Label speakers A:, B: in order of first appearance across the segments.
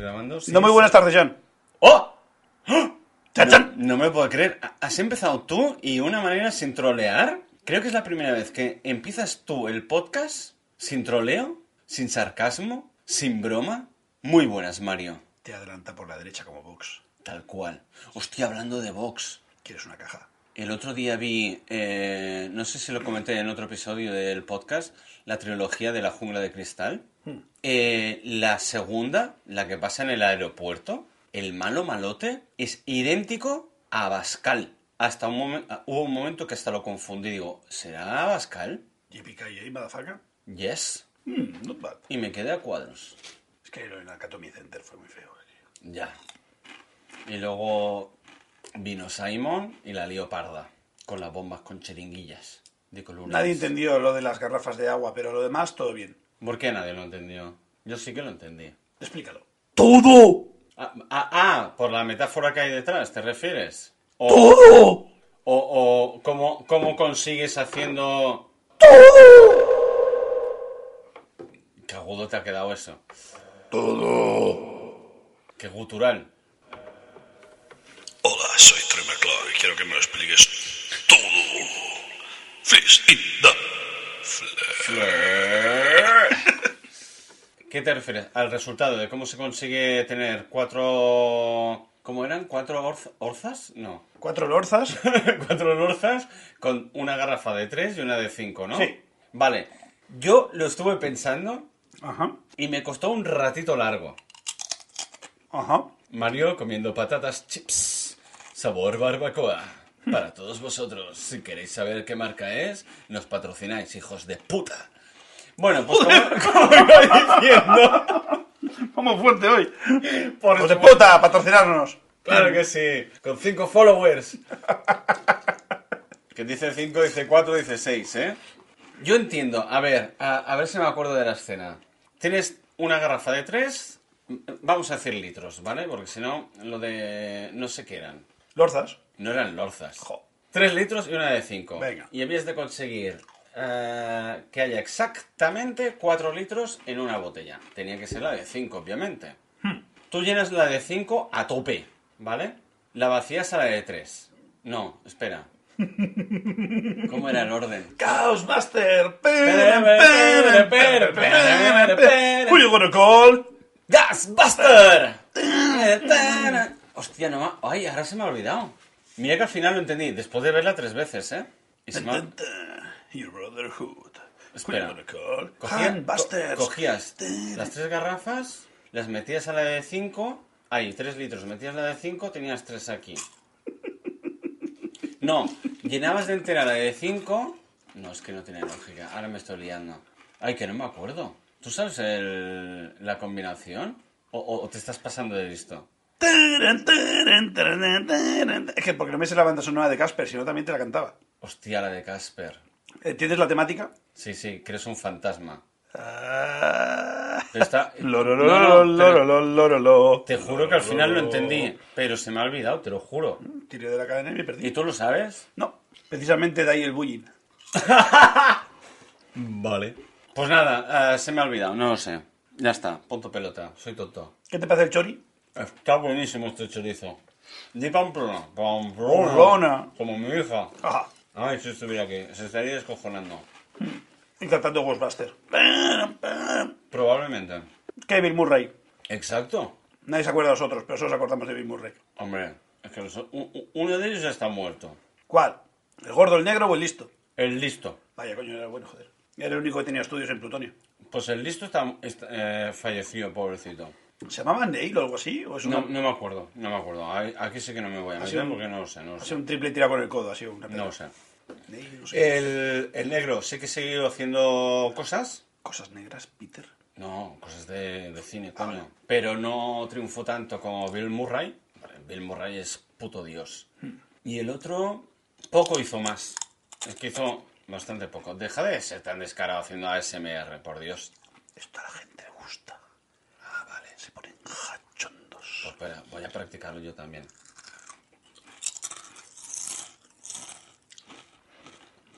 A: grabando. Sí,
B: no muy buenas tardes, John. ¡Oh! ¡Oh! ¡Chan,
A: ¡Ah! No,
B: chan!
A: no me puedo creer. Has empezado tú y de una manera sin trolear. Creo que es la primera vez que empiezas tú el podcast sin troleo, sin sarcasmo, sin broma. Muy buenas, Mario.
B: Te adelanta por la derecha como Vox.
A: Tal cual. Hostia, hablando de Vox.
B: ¿Quieres una caja?
A: El otro día vi, eh, no sé si lo comenté en otro episodio del podcast, la trilogía de la jungla de cristal.
B: Hmm.
A: Eh, la segunda, la que pasa en el aeropuerto, el malo malote es idéntico a Abascal. Hasta un momen- ah, hubo un momento que hasta lo confundí. Digo, ¿será Abascal?
B: ¿JPK, Madafaka?
A: Yes.
B: Hmm, not bad.
A: Y me quedé a cuadros.
B: Es que lo en Academy Center fue muy feo. eh.
A: Ya. Y luego vino Simon y la leoparda con las bombas con chiringuillas de columnas.
B: Nadie entendió lo de las garrafas de agua, pero lo demás todo bien.
A: ¿Por qué nadie lo entendió? Yo sí que lo entendí.
B: Explícalo. ¡Todo!
A: Ah, ah, ah, por la metáfora que hay detrás, ¿te refieres? O,
B: ¡Todo!
A: o- o cómo, cómo consigues haciendo... Qué agudo te ha quedado eso.
B: ¡Todo!
A: Qué gutural.
C: Hola, soy Troy McClure y quiero que me lo expliques todo. Fist in the flesh.
A: ¿Qué te refieres? Al resultado de cómo se consigue tener cuatro... ¿Cómo eran? ¿Cuatro orz- orzas? No.
B: Cuatro lorzas.
A: cuatro lorzas con una garrafa de tres y una de cinco, ¿no?
B: Sí.
A: Vale. Yo lo estuve pensando
B: Ajá,
A: y me costó un ratito largo.
B: ajá.
A: Mario comiendo patatas chips, sabor barbacoa. Para todos vosotros, si queréis saber qué marca es, nos patrocináis, hijos de puta. Bueno, pues como, como iba diciendo,
B: Vamos fuerte hoy.
A: Por
B: ¡Pues de
A: supuesto.
B: puta! ¡Patrocinarnos!
A: claro que sí, con cinco followers. Que dice 5, dice 4, dice 6, ¿eh? Yo entiendo, a ver, a, a ver si me acuerdo de la escena. Tienes una garrafa de 3, vamos a decir litros, ¿vale? Porque si no, lo de... no sé qué eran.
B: Lorzas.
A: No eran lorzas.
B: Jo.
A: Tres litros y una de cinco.
B: Venga.
A: Y habías de conseguir eh, que haya exactamente cuatro litros en una botella. Tenía que ser la de cinco, obviamente. Tú llenas la de cinco a tope, ¿vale? La vacías a la de tres. No, espera. ¿Cómo era el orden?
B: Chaos Master. Who
A: Who
B: you gonna call?
A: ¡Gasbuster! Hostia, no ma- Ay, ahora se me ha olvidado. Mira que al final lo entendí, después de verla tres veces, ¿eh? Y se me ha-
B: Your Brotherhood.
A: Espera.
B: Who you gonna call?
A: Cogía-
B: Handbusters.
A: co- cogías las tres garrafas, las metías a la de 5. Ahí, 3 litros. Metías la de 5, tenías tres aquí. No, llenabas de entera la de 5. No, es que no tiene lógica. Ahora me estoy liando. Ay, que no me acuerdo. ¿Tú sabes el- la combinación? ¿O, o- o te estás pasando de listo?
B: Taran, taran, taran, taran. Es que porque no me sé la banda sonora de Casper, si no también te la cantaba.
A: Hostia, la de Casper.
B: ¿Entiendes la temática?
A: Sí, sí, que eres un fantasma.
B: Ah.
A: Pero está...
B: Lorololo,
A: No, no, pero
B: lorololo, lorololo.
A: Te juro que al final lo entendí, pero se me ha olvidado, te lo juro.
B: Tiré de la cadena y me perdí.
A: ¿Y tú lo sabes?
B: No, precisamente de ahí el bullying.
A: Vale. Pues nada, eh, se me ha olvidado, no lo sé. Ya está, punto pelota, soy tonto.
B: ¿Qué te parece el chori?
A: Está buenísimo este chorizo. Di Pamplona, Pamplona.
B: Pamplona.
A: Como mi hija.
B: Ajá.
A: Ay, si estuviera aquí, se estaría descojonando.
B: Y cantando Ghostbuster. Pam, pam.
A: Probablemente.
B: Que Bill Murray.
A: Exacto.
B: Nadie se acuerda de nosotros, pero solo nos acordamos de Bill Murray.
A: Hombre, es que los- u- u- uno de ellos ya está muerto.
B: ¿Cuál? ¿El gordo, el negro o el listo?
A: El listo.
B: Vaya coño, era bueno, joder. Era el único que tenía estudios en Plutonio.
A: Pues el listo está, está- eh, falleció, pobrecito.
B: ¿Se llamaba Neil o algo así? ¿O es una,
A: No, no me acuerdo, no me acuerdo. Ahí- Aquí sí que no me voy a meter
B: sido un-
A: porque no lo sé, no lo
B: ha
A: sé.
B: sido un triple tirado con el codo? Ha sido una
A: No Eh. lo sé.
B: Neil, no sé.
A: El, el negro, ¿sí que he seguido haciendo cosas?
B: Cosas negras, Peter.
A: No, cosas de, de cine, coño. Pero no triunfó tanto como Bill Murray. Vale, Bill Murray es puto dios. Y el otro, poco hizo más. Es que hizo bastante poco. Deja de ser tan descarado haciendo ASMR, por Dios.
B: Esto a la gente le gusta. Ah, vale. Se ponen jachondos.
A: Pues espera, voy a practicarlo yo también.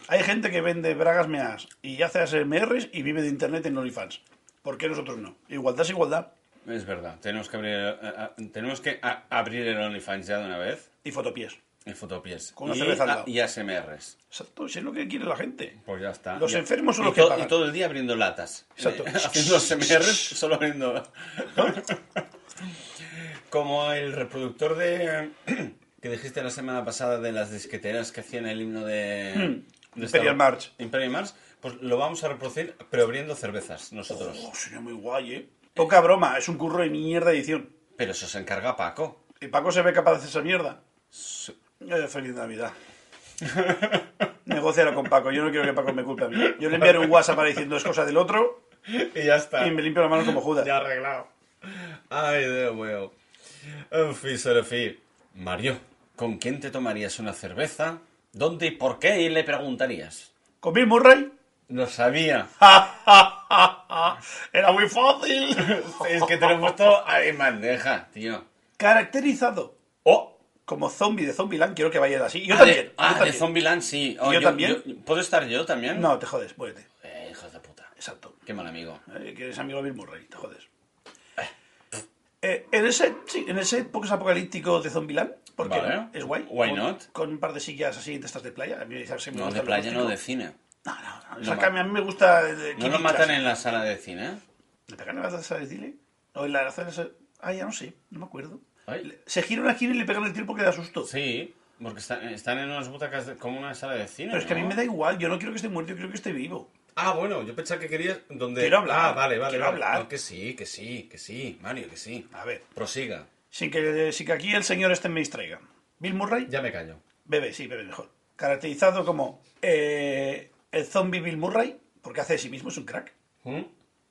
B: Hay gente que vende bragas meas y hace ASMRs y vive de internet en OnlyFans. ¿Por qué nosotros no? Igualdad es igualdad.
A: Es verdad, tenemos que abrir, eh, ah, tenemos que a- abrir el OnlyFans ya de una vez
B: Y fotopies.
A: en Fotopies.
B: Con una
A: y,
B: cerveza al
A: a-
B: lado.
A: y ASMRs.
B: Exacto, si es lo que quiere la gente.
A: Pues ya está.
B: Los
A: Ya.
B: enfermos son
A: Y
B: los que
A: to-
B: pagan.
A: Y todo el día abriendo latas.
B: Exacto.
A: Eh, haciendo ASMRs, solo abriendo... Como el reproductor de... que dijiste la semana pasada de las disqueteras que hacían el himno de... de esta-
B: Hmm. Imperial March.
A: Imperial March. Pues lo vamos a reproducir, pero abriendo cervezas nosotros.
B: Oh, sería muy guay, ¿eh? Poca broma, es un curro de mierda de edición.
A: Pero eso se encarga Paco.
B: ¿Y Paco se ve capaz de hacer esa mierda? Eh, feliz Navidad. Negocialo con Paco. Yo no quiero que Paco me culpe a mí. Yo le enviaré un WhatsApp para diciendo es cosa del otro
A: Y ya está.
B: y me limpio las manos como Judas.
A: Ya arreglado. Ay, Dios mío. En fin, Serafí. Mario, ¿con quién te tomarías una cerveza? ¿Dónde y por qué? Y le preguntarías.
B: ¿Con Bill Murray?
A: Lo sabía.
B: Ah, Era muy fácil.
A: es que tenemos todo en bandeja, tío.
B: Caracterizado
A: ¡Oh!
B: como zombie de Zombieland. Quiero que vayan así. Yo
A: Ah,
B: también.
A: de, ah,
B: yo
A: de
B: también.
A: Zombieland, sí. Oh,
B: ¿Y yo también?
A: ¿Puedo estar yo también?
B: No, te jodes. Muérete.
A: Eh, hijos de puta.
B: Exacto.
A: Qué mal amigo.
B: Eh, que eres amigo de Bill Murray. Te jodes. Eh, en, ese, sí, en ese pocos apocalíptico de Zombieland, porque
A: Vale.
B: es guay.
A: Why
B: con,
A: not?
B: Con un par de sillas así de estas de playa. A mí ¿sabes? me
A: No,
B: gusta
A: de
B: lo
A: playa, no,
B: rústico.
A: de cine.
B: No, no, no. O sea,
A: No
B: que a mí- a mí me gusta. eh,
A: No lo
B: químicas.
A: matan en la sala de cine.
B: ¿Le pegan en la taza de Chile? ¿O en la taza de... Ah, ya no sé, no me acuerdo.
A: Ay.
B: Le- Se gira una esquina y le pegan el tiro porque da susto.
A: Sí, porque están, están en unas butacas de- como una sala de cine.
B: Pero es que a mí
A: ¿no?
B: me da igual, yo no quiero que esté muerto, yo quiero que esté vivo.
A: Ah, bueno, yo pensaba que querías donde...
B: Quiero hablar,
A: Ah, vale, vale.
B: quiero
A: vale.
B: hablar.
A: No, que sí, que sí, que sí, Mario, que sí.
B: A ver,
A: Prosiga.
B: sin que, sin que aquí el señor este me distraiga. Bill Murray,
A: Ya me callo.
B: bebé, sí, bebé mejor. Caracterizado como eh, el zombie Bill Murray, porque hace de sí mismo, es un crack.
A: ¿Mm?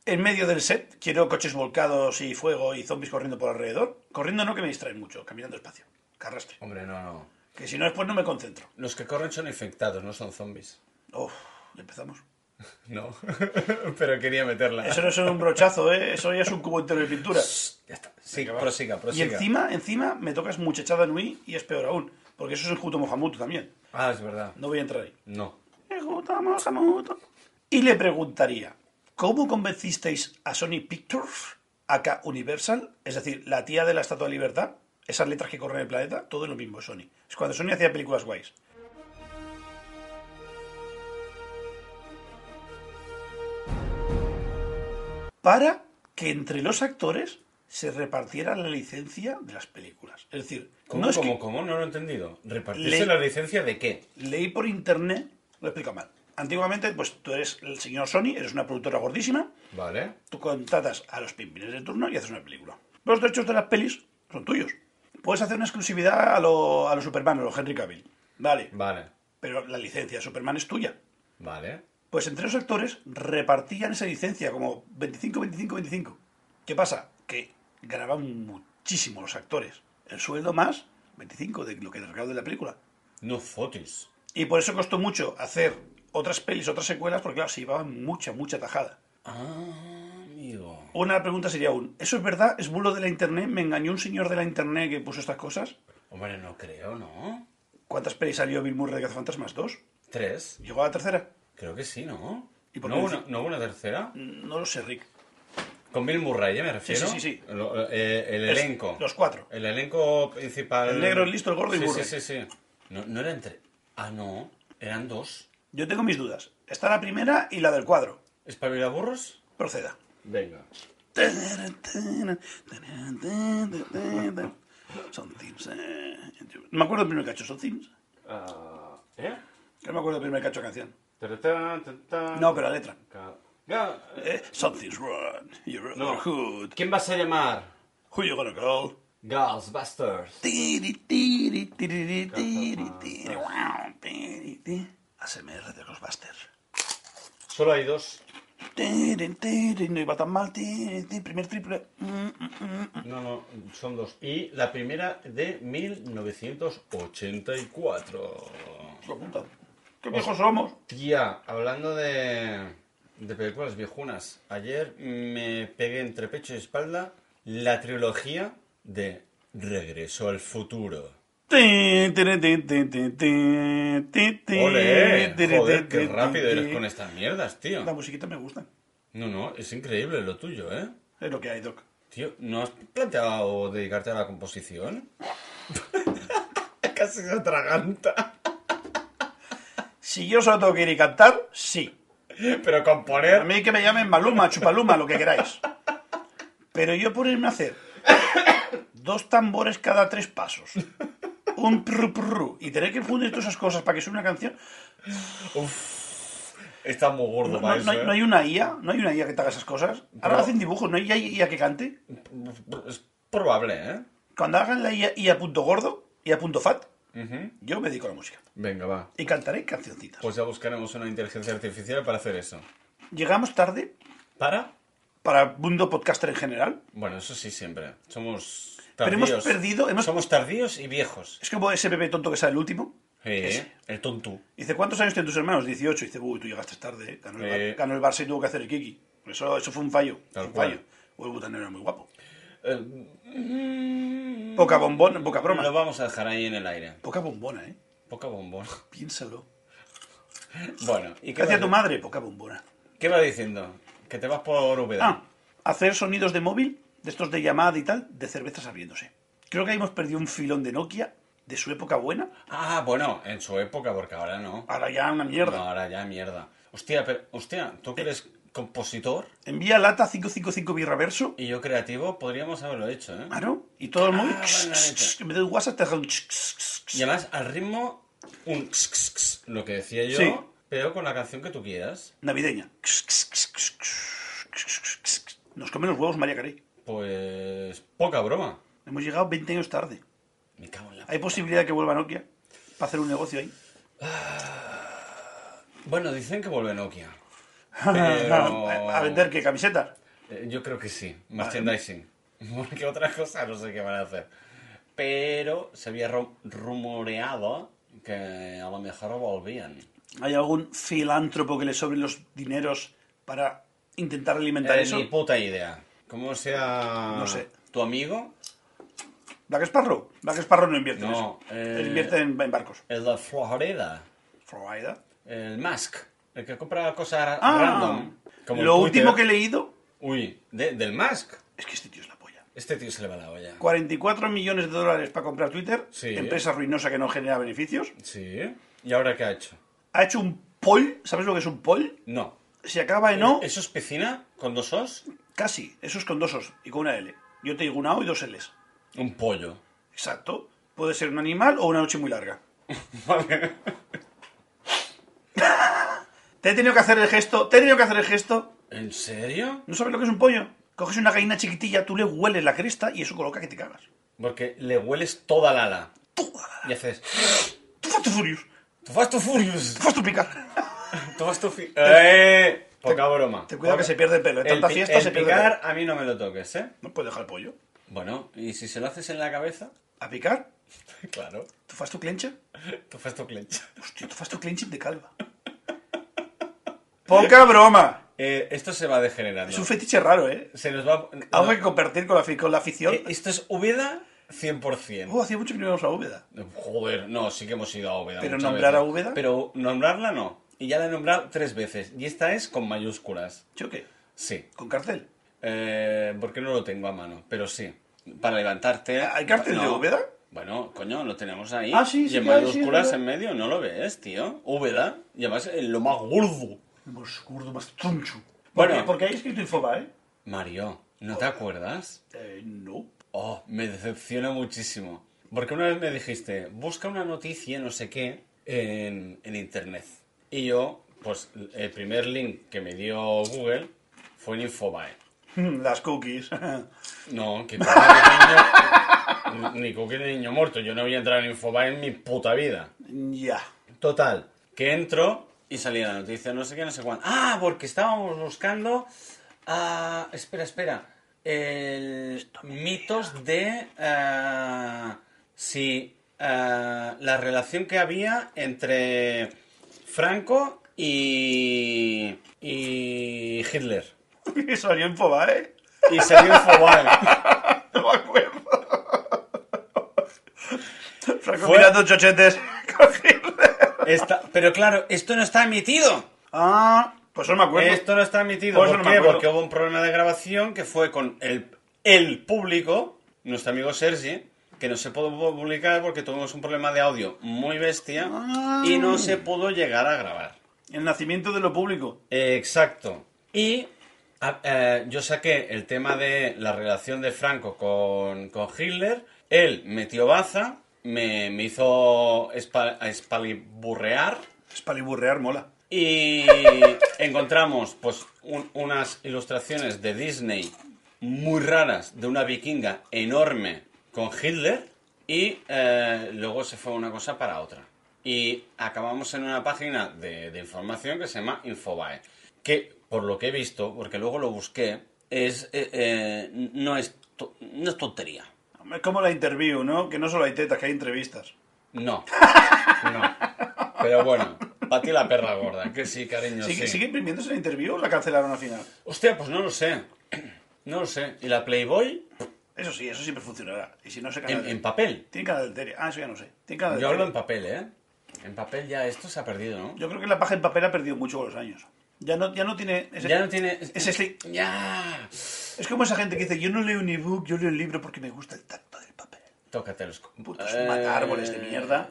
B: En medio del set, quiero coches volcados y fuego y zombies corriendo por alrededor. Corriendo no, que me distraen mucho, caminando espacio. Carrastre.
A: Hombre, no, no.
B: Que si no, después no me concentro.
A: Los que corren son infectados, no son zombies.
B: Uf, empezamos.
A: No, pero quería meterla.
B: Eso no es un brochazo, ¿eh? Eso ya es un cubo entero de pintura.
A: Ya está. Sí, prosiga,
B: Y
A: prosiga.
B: encima, encima, me tocas muchachada Nui y es peor aún. Porque eso es el Juto Mohamuto también.
A: Ah, es verdad.
B: No voy a entrar ahí.
A: No.
B: El Juto Mohamuto. Y le preguntaría, ¿cómo convencisteis a Sony Pictures, acá Universal, es decir, la tía de la Estatua de Libertad, esas letras que corren el planeta, todo es lo mismo, Sony. Es cuando Sony hacía películas guays. para que entre los actores se repartiera la licencia de las películas. Es decir,
A: ¿Cómo,
B: no es
A: cómo,
B: que
A: cómo? No lo he entendido. ¿Repartirse
B: Le-
A: la licencia de qué?
B: leí por internet, lo explico mal. Antiguamente, pues tú eres el señor Sony, eres una productora gordísima,
A: Vale.
B: tú contratas a los pimpines de turno y haces una película. Los derechos de las pelis son tuyos. Puedes hacer una exclusividad a los a lo Superman, a los Henry Cavill. Vale,
A: Vale.
B: pero la licencia de Superman es tuya.
A: Vale.
B: Pues entre los actores repartían esa licencia como 25, 25, 25. ¿Qué pasa? Que graban muchísimo los actores. El sueldo más 25 de lo que les recauda la película.
A: No fotis.
B: Y por eso costó mucho hacer otras pelis, otras secuelas, porque claro, se llevaban mucha, mucha tajada.
A: Ah, amigo.
B: Una pregunta sería aún, ¿eso es verdad? ¿Es bulo de la internet? ¿Me engañó un señor de la internet que puso estas cosas?
A: Hombre, no creo, ¿no?
B: ¿Cuántas pelis salió Bill Murray de Cazafantasmas? ¿Dos?
A: Tres.
B: ¿Llegó a la tercera?
A: Creo que sí, ¿no?
B: ¿Y por
A: ¿No,
B: qué
A: hubo una,
B: dice-
A: ¿No hubo una tercera?
B: No lo sé, Rick.
A: Con Bill Murray, ya me refiero.
B: sí, sí.
A: Lo- eh, el
B: Es-
A: elenco.
B: los cuatro.
A: El elenco principal.
B: El negro, el listo, el gordo y
A: Sí,
B: Murray.
A: Sí, sí, sí. No, no eran tres. Ah, no. Eran dos.
B: Yo tengo mis dudas. Está la primera y la del cuadro.
A: ¿Espabila burros?
B: Proceda.
A: Venga.
B: Son Things. eh. No me acuerdo del primer cacho, son Things.
A: ¿Eh?
B: Que no me acuerdo del primer cacho de canción. Ah, No, pero la letra. Eh, something's wrong. Your brotherhood.
A: ¿Quién vas a llamar?
B: Who you gonna call?
A: Ghostbusters.
B: Tiri, tiri, tiri, tiri, tiri, guau, tiri, ti. ASMR de Ghostbusters.
A: Solo hay dos.
B: Tiri, tiri, No iba tan mal. tiri, ti, Primer triple. Mm, mm, mm.
A: No, no, son dos. Y la primera de 1984.
B: Lo apunta. ¿Qué viejos somos?
A: Tía, hablando de, de películas viejunas, ayer me pegué entre pecho y espalda la trilogía de Regreso al Futuro.
B: Tin, tin, tin, tin, tin, tin, tin, tin,
A: ¡Ole!
B: tin,
A: Joder,
B: tin,
A: qué
B: tin,
A: rápido
B: tin,
A: eres
B: tin.
A: con estas mierdas, tío.
B: La musiquita me gusta.
A: No, no, es increíble lo tuyo, ¿eh?
B: Es lo que hay, Doc.
A: Tío, ¿no has planteado dedicarte a la composición? Casi se atraganta.
B: Si yo solo tengo que ir y cantar, sí.
A: Pero
B: A
A: componer...
B: mí que me llamen Maluma, Chupaluma, lo que queráis. Pero yo ponerme a hacer dos tambores cada tres pasos, un prru prru, y tener que fundir todas esas cosas para que suene una canción.
A: Está muy gordo
B: No,
A: para
B: no- no
A: eso, ¿eh?
B: hay, no hay una IA, no hay una IA que te haga esas cosas. Ahora
A: No.
B: hacen dibujos, no hay IA que cante.
A: ¿eh? Es probable, ¿eh?
B: Cuando hagan la IA, IA punto gordo, IA punto fat,
A: Ujú.
B: yo me dedico a la música.
A: Venga, va.
B: Y cantaré cancioncitas.
A: Pues ya buscaremos una inteligencia artificial para hacer eso.
B: Llegamos tarde
A: ¿Para?
B: para el mundo podcaster en general.
A: Bueno, eso sí, siempre. Somos
B: Pero
A: tardíos.
B: hemos perdido- hemos-
A: Somos tardíos y viejos.
B: Es como ese bebé tonto que sale el último.
A: Eh,
B: Ese.
A: el tontú.
B: Dice, ¿cuántos años tienen tus hermanos? 18. Dice, uy, tú llegaste tarde, ¿eh? ganó, el, Bar-
A: Eh.
B: ganó el Barça y tuvo que hacer el Kiki. Eso, eso fue un fallo.
A: Tal
B: un
A: cual.
B: fallo. O el butanero era muy guapo.
A: Eh,
B: Poca bombona, poca
A: Lo
B: broma.
A: vamos a dejar ahí en el aire.
B: Poca bombona, ¿eh?
A: Poca bombón.
B: Piénsalo.
A: Bueno, ¿y qué,
B: Gracias a tu
A: va,
B: madre, poca bombona.
A: qué va diciendo? Que te vas por Úbeda.
B: Ah, hacer sonidos de móvil, de estos de llamada y tal, de cervezas abriéndose. Creo que ahí hemos perdido un filón de Nokia, de su época buena.
A: Ah, bueno, en su época, porque ahora no.
B: Ahora ya una
A: No,
B: Ah, mierda.
A: ahora ya mierda. Hostia, pero, hostia, tú que eres compositor
B: Envía lata 555 birraverso.
A: y yo creativo, podríamos haberlo hecho, ¿eh?
B: Claro. Y todo el móvil.
A: Ah, vale, vale, vale.
B: en vez de un WhatsApp te deja un.
A: Y además, al ritmo, un lo que decía yo,
B: Sí.
A: pero con la canción que tú quieras.
B: navideña. Nos comen los huevos María Carey.
A: Pues poca broma.
B: Hemos llegado 20 años tarde.
A: Me cago en la...
B: ¿Hay posibilidad de que vuelva Nokia para hacer un negocio ahí?
A: Bueno, dicen que vuelve Nokia. Pero-
B: ¿A vender qué? ¿Camisetas?
A: Eh, yo creo que sí. Merchandising. Porque otra cosa no sé qué van a hacer. Pero se había ru- rumoreado que a lo mejor volvían.
B: ¿Hay algún filántropo que le sobren los dineros para intentar alimentar
A: Eh,
B: eso?
A: ni puta idea. Como sea
B: No sé.
A: tu amigo,
B: ¿Black Sparrow? Black Sparrow no invierte en
A: No,
B: eso.
A: eh,
B: Él invierte en, en barcos.
A: el de Florida,
B: Florida.
A: el Musk, el que compra cosas
B: Ah,
A: random. como
B: lo
A: el
B: último que he
A: Twitter.
B: leído
A: Uy, de- del Musk.
B: es que este tío es la polla.
A: Este tío se le va la olla.
B: 44 millones de dólares para comprar Twitter,
A: Sí.
B: empresa ruinosa que no genera beneficios.
A: Sí. ¿Y ahora qué ha hecho?
B: ha hecho un poll. ¿Sabes lo que es un poll?
A: No.
B: Si acaba en O,
A: ¿Eso es piscina con dos os?
B: casi. Eso es con dos O's y con una L. Yo te digo una O y dos L's.
A: Un pollo.
B: Exacto. Puede ser un animal o una noche muy larga.
A: Vale.
B: Te he tenido que hacer el gesto, te he tenido que hacer el gesto.
A: ¿En serio?
B: ¿No sabes lo que es un pollo? Coges una gallina chiquitilla, tú le hueles la cresta y eso coloca que te cagas.
A: Porque le hueles toda la ala.
B: Toda la-
A: Y haces...
B: Tú fast furious,
A: ¡Tú vas tu furious!
B: tú fast picar.
A: ¡Tú vas tu fi... ¡Eh! Poca broma.
B: Te cuidado
A: Poca-
B: que se pierde el pelo. En tanta
A: pi-
B: fiesta
A: el
B: se pierde el
A: picar a mí no me lo toques, ¿eh?
B: No puedes dejar el pollo.
A: Bueno, ¿y si se lo haces en la cabeza?
B: ¿A picar?
A: Claro.
B: ¿Tú fast to clenche?
A: Tú vas tu clencha.
B: Hostia, tú fast to clenche de calva. Poca broma.
A: Eh, esto se va degenerando.
B: Es un fetiche raro, ¿eh?
A: Se nos va...
B: Algo que compartir con la, afi- con la afición.
A: Eh, Esto es Úbeda 100%.
B: Oh, hacía mucho que no íbamos a Úbeda.
A: Joder, no, sí que hemos ido a Úbeda.
B: ¿Pero
A: muchas
B: nombrar
A: veces.
B: a Úbeda?
A: Pero nombrarla no. Y ya la he nombrado tres veces. Y esta es con mayúsculas.
B: ¿Yo qué?
A: Sí.
B: ¿Con cartel?
A: Eh, porque no lo tengo a mano, pero sí. Para levantarte.
B: ¿Hay cartel de Úbeda?
A: Bueno, coño, lo tenemos ahí.
B: Ah, sí,
A: y
B: sí
A: en
B: que hay, sí, es
A: mayúsculas
B: verdad.
A: en medio, no lo ves, tío. Úbeda. Y además, eh, lo más gordo.
B: El más gordo, más troncho.
A: Bueno.
B: Porque, porque ahí he escrito Infoba, ¿eh?
A: Mario, ¿no te acuerdas?
B: Eh, no.
A: Oh, me decepciona muchísimo. Porque una vez me dijiste, busca una noticia, no sé qué, en, en internet. Y yo, pues el primer link que me dio Google fue en Infobae.
B: Hmm, Las cookies.
A: No, que cookie de niño- ni cookie de niño muerto. Yo no voy a entrar en Infobae en mi puta vida.
B: ya.
A: Total, que entro y salía la noticia, no sé qué, no sé cuándo. Ah, porque estábamos buscando. ah, espera, espera. El mitos de. ah, sí. ah, la relación que había entre Franco y. y Hitler.
B: Y salió Infoba, ¿eh?
A: Y salió Infobae.
B: No me acuerdo. Franco
A: Fue-
B: mirando chochetes.
A: Está- pero claro, esto no está emitido.
B: ah, pues no me acuerdo.
A: Esto no está emitido.
B: Pues
A: ¿Por
B: no me
A: qué?
B: acuerdo.
A: Porque hubo un problema de grabación que fue con el el público, nuestro amigo Sergi, que no se pudo publicar porque tuvimos un problema de audio muy bestia y no se pudo llegar a grabar.
B: El nacimiento de lo público.
A: Exacto. Y a- eh, yo saqué el tema de la relación de Franco con, con Hitler. Él metió baza, me, me hizo espa- espaliburrear
B: Es para liburrear, mola.
A: y encontramos pues un- unas ilustraciones de Disney muy raras de una vikinga enorme con Hitler y eh, luego se fue una cosa para otra. Y acabamos en una página de, de información que se llama Infobae, que por lo que he visto, porque luego lo busqué, es eh, eh, no, es to- no es tontería.
B: Hombre, Es como la interview, ¿no? Que no solo hay tetas, que hay entrevistas.
A: No. No. Pero bueno, para ti la perra gorda, que sí, cariño.
B: ¿Sigue,
A: sí.
B: ¿Sigue imprimiéndose la interview o la cancelaron al final?
A: Hostia, pues no lo sé. No lo sé. ¿Y la Playboy?
B: Eso sí, eso siempre funcionará. Y si no se
A: En,
B: canal...
A: en papel.
B: Tiene cara de tele. Ah, eso ya no sé. Tiene cara de
A: Yo hablo en
B: tele.
A: papel, ¿eh? En papel ya esto se ha perdido, ¿no?
B: Yo creo que la paja en papel ha perdido mucho con los años. Ya no, ya no tiene... Ese...
A: Ya no tiene...
B: ese sli-
A: Ya.
B: Es como esa gente que dice, yo no leo un ebook, yo leo el libro porque me gusta el tacto del papel.
A: Tócate los... Eh,
B: Putos matárboles de mierda.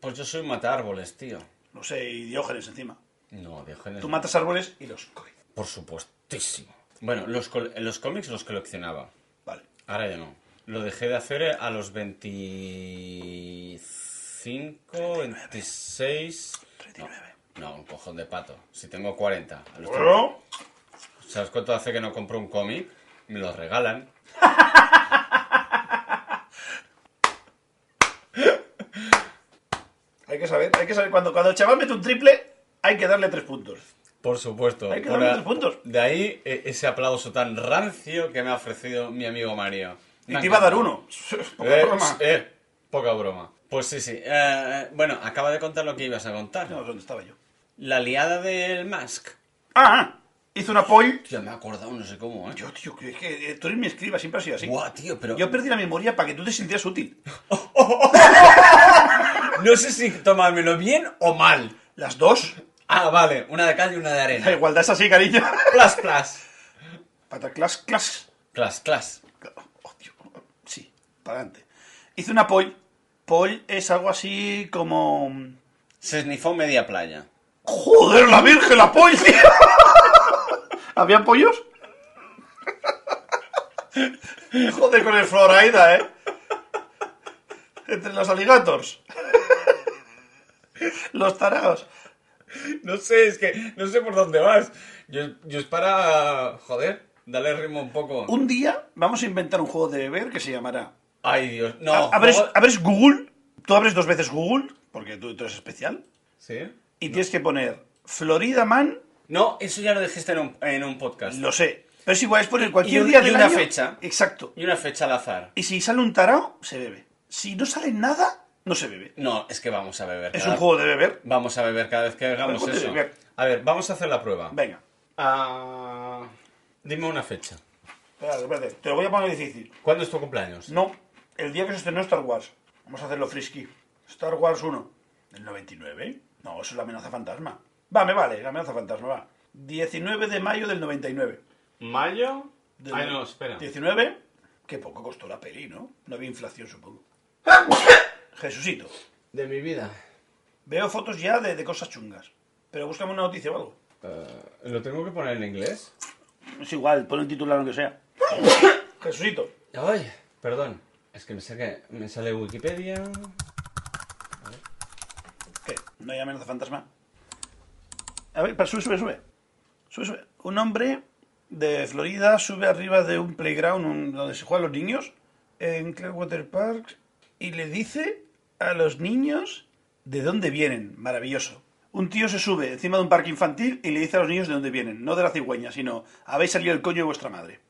A: Pues yo soy matárboles, tío.
B: No sé, y diógenes encima.
A: No, Diógenes...
B: Tú matas árboles y los coges.
A: Por supuestísimo. Bueno, los, col- los cómics los coleccionaba.
B: Vale.
A: Ahora ya no. Lo dejé de hacer a los 25, 26...
B: 39.
A: No, un cojón de pato. Si tengo 40. a los
B: Bueno,
A: ¿Sabes cuánto hace que no compro un cómic? Me lo regalan.
B: hay que saber, hay que saber. Cuando, cuando el chaval mete un triple, hay que darle tres puntos.
A: Por supuesto.
B: Hay que
A: Por
B: darle
A: a-
B: tres puntos.
A: De ahí eh, ese aplauso tan rancio que me ha ofrecido mi amigo Mario.
B: Y
A: Me ha
B: te iba a dar
A: encantado.
B: uno. Poca
A: Eh,
B: broma.
A: eh, poca broma. Pues sí, sí. Eh, eh, bueno, acaba de contar lo que ibas a contar.
B: No, ¿dónde estaba yo?
A: La liada del Mask.
B: Ah, hizo una poll.
A: Ya me he acordado, no sé cómo, ¿eh?
B: Yo, tío, que- es que eh, tú eres mi escriba, siempre has sido así.
A: Buah, tío, pero...
B: Yo perdí la memoria para que tú te sintieras útil.
A: No sé si tomármelo bien o mal.
B: Las dos.
A: Ah, vale. Una de cal y una de
B: La
A: arena.
B: igualdad es así, cariño.
A: Plas, plas.
B: Pataclas, clas.
A: Clas, clas.
B: Oh, tío. Sí, para adelante. Hice una poll. Poll es algo así como.
A: Se snifó media playa.
B: ¡Joder, la virgen, la poll, tío! ¿Había pollos? Joder, con el Floraida, ¿eh? Entre los alligators. Los taraos.
A: No sé, es que no sé por dónde vas. Yo, yo es para. Joder, dale ritmo un poco.
B: Un día vamos a inventar un juego de beber que se llamará.
A: Ay, Dios. No,
B: A- abres,
A: joder.
B: abres Google, tú abres dos veces Google, porque tú, tú eres especial,
A: ¿Sí?
B: y tienes que poner Florida Man,
A: No, eso ya lo dijiste en un, en un podcast.
B: lo sé. Pero es igual, es poner cualquier
A: Y un-
B: día
A: y
B: del
A: una
B: año.
A: fecha.
B: Exacto.
A: Y una fecha al azar.
B: Y si sale un tarao, se bebe. Si no sale nada, no se bebe.
A: No, es que vamos a beber.
B: Es
A: cada-
B: un juego de beber.
A: Vamos a beber cada vez que hagamos
B: Pero ponte
A: eso.
B: beber.
A: A ver, vamos a hacer la prueba.
B: Venga.
A: Ah, Dime una fecha.
B: Espérate, espérate. Te lo voy a poner difícil.
A: ¿Cuándo es tu cumpleaños?
B: No, el día que se estrenó Star Wars. Vamos a hacerlo frisky. Star Wars 1. ¿Del 99? No, eso es la amenaza fantasma. Va, me vale, la amenaza fantasma, va. 19 de mayo del 99.
A: ¿Mayo?
B: Del
A: Ay, Ah, no, espera.
B: 19. Qué poco costó la peli, ¿no? No había inflación, supongo. Jesucito.
A: De mi vida.
B: Veo fotos ya de, de cosas chungas. Pero búscame una noticia o algo.
A: Eh, ¿Lo tengo que poner en inglés?
B: Es igual, pon el titular lo que sea. Jesucito.
A: Ay, perdón. Es que me, saque- me sale Wikipedia.
B: ¿Qué? ¿No hay amenaza fantasma? A ver, pero sube, sube, sube. Sube, sube. Un hombre de Florida sube arriba de un playground un- donde se juegan los niños en Clearwater Park y le dice a los niños de dónde vienen. Maravilloso. Un tío se sube encima de un parque infantil y le dice a los niños de dónde vienen. No de la cigüeña, sino habéis salido el coño de vuestra madre.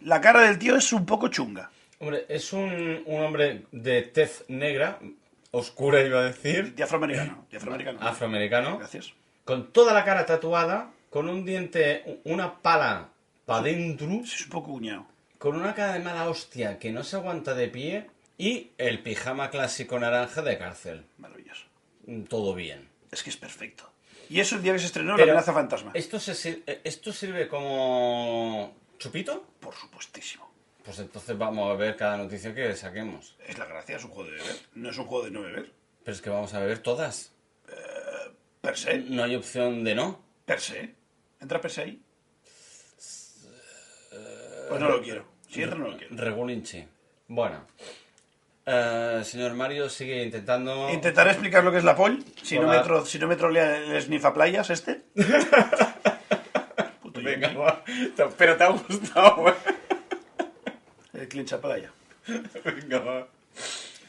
B: La cara del tío es un poco chunga.
A: Hombre, es un, un hombre de tez negra, oscura iba a decir,
B: De afroamericano. De afroamericano.
A: afroamericano,
B: Gracias.
A: con toda la cara tatuada, con un diente, una pala para dentro,
B: Es un poco cuñado.
A: con una cara de mala hostia que no se aguanta de pie y el pijama clásico naranja de cárcel.
B: Maravilloso.
A: Todo bien.
B: Es que es perfecto. Y eso el día que se estrenó
A: Pero-
B: La amenaza fantasma.
A: ¿Esto, se sir- eh, ¿Esto sirve como chupito?
B: Por supuestísimo.
A: Pues entonces vamos a ver cada noticia que saquemos.
B: Es la gracia, es un juego de beber. No es un juego de no beber.
A: Pero es que vamos a ver todas.
B: Per se.
A: No hay opción de no.
B: Per se. ¿Entra per se ahí? Pues no lo quiero. Si entra, no lo quiero.
A: Regulinchi. Bueno. Eh, señor Mario sigue intentando...
B: Intentaré explicar lo que es la poll. Si, no
A: Hola.
B: me, tro- si no me trolea el sniff a playas este. Puto
A: Venga, va. Te- Pero te ha gustado, ¿eh?
B: El clincha playa.
A: Venga, va.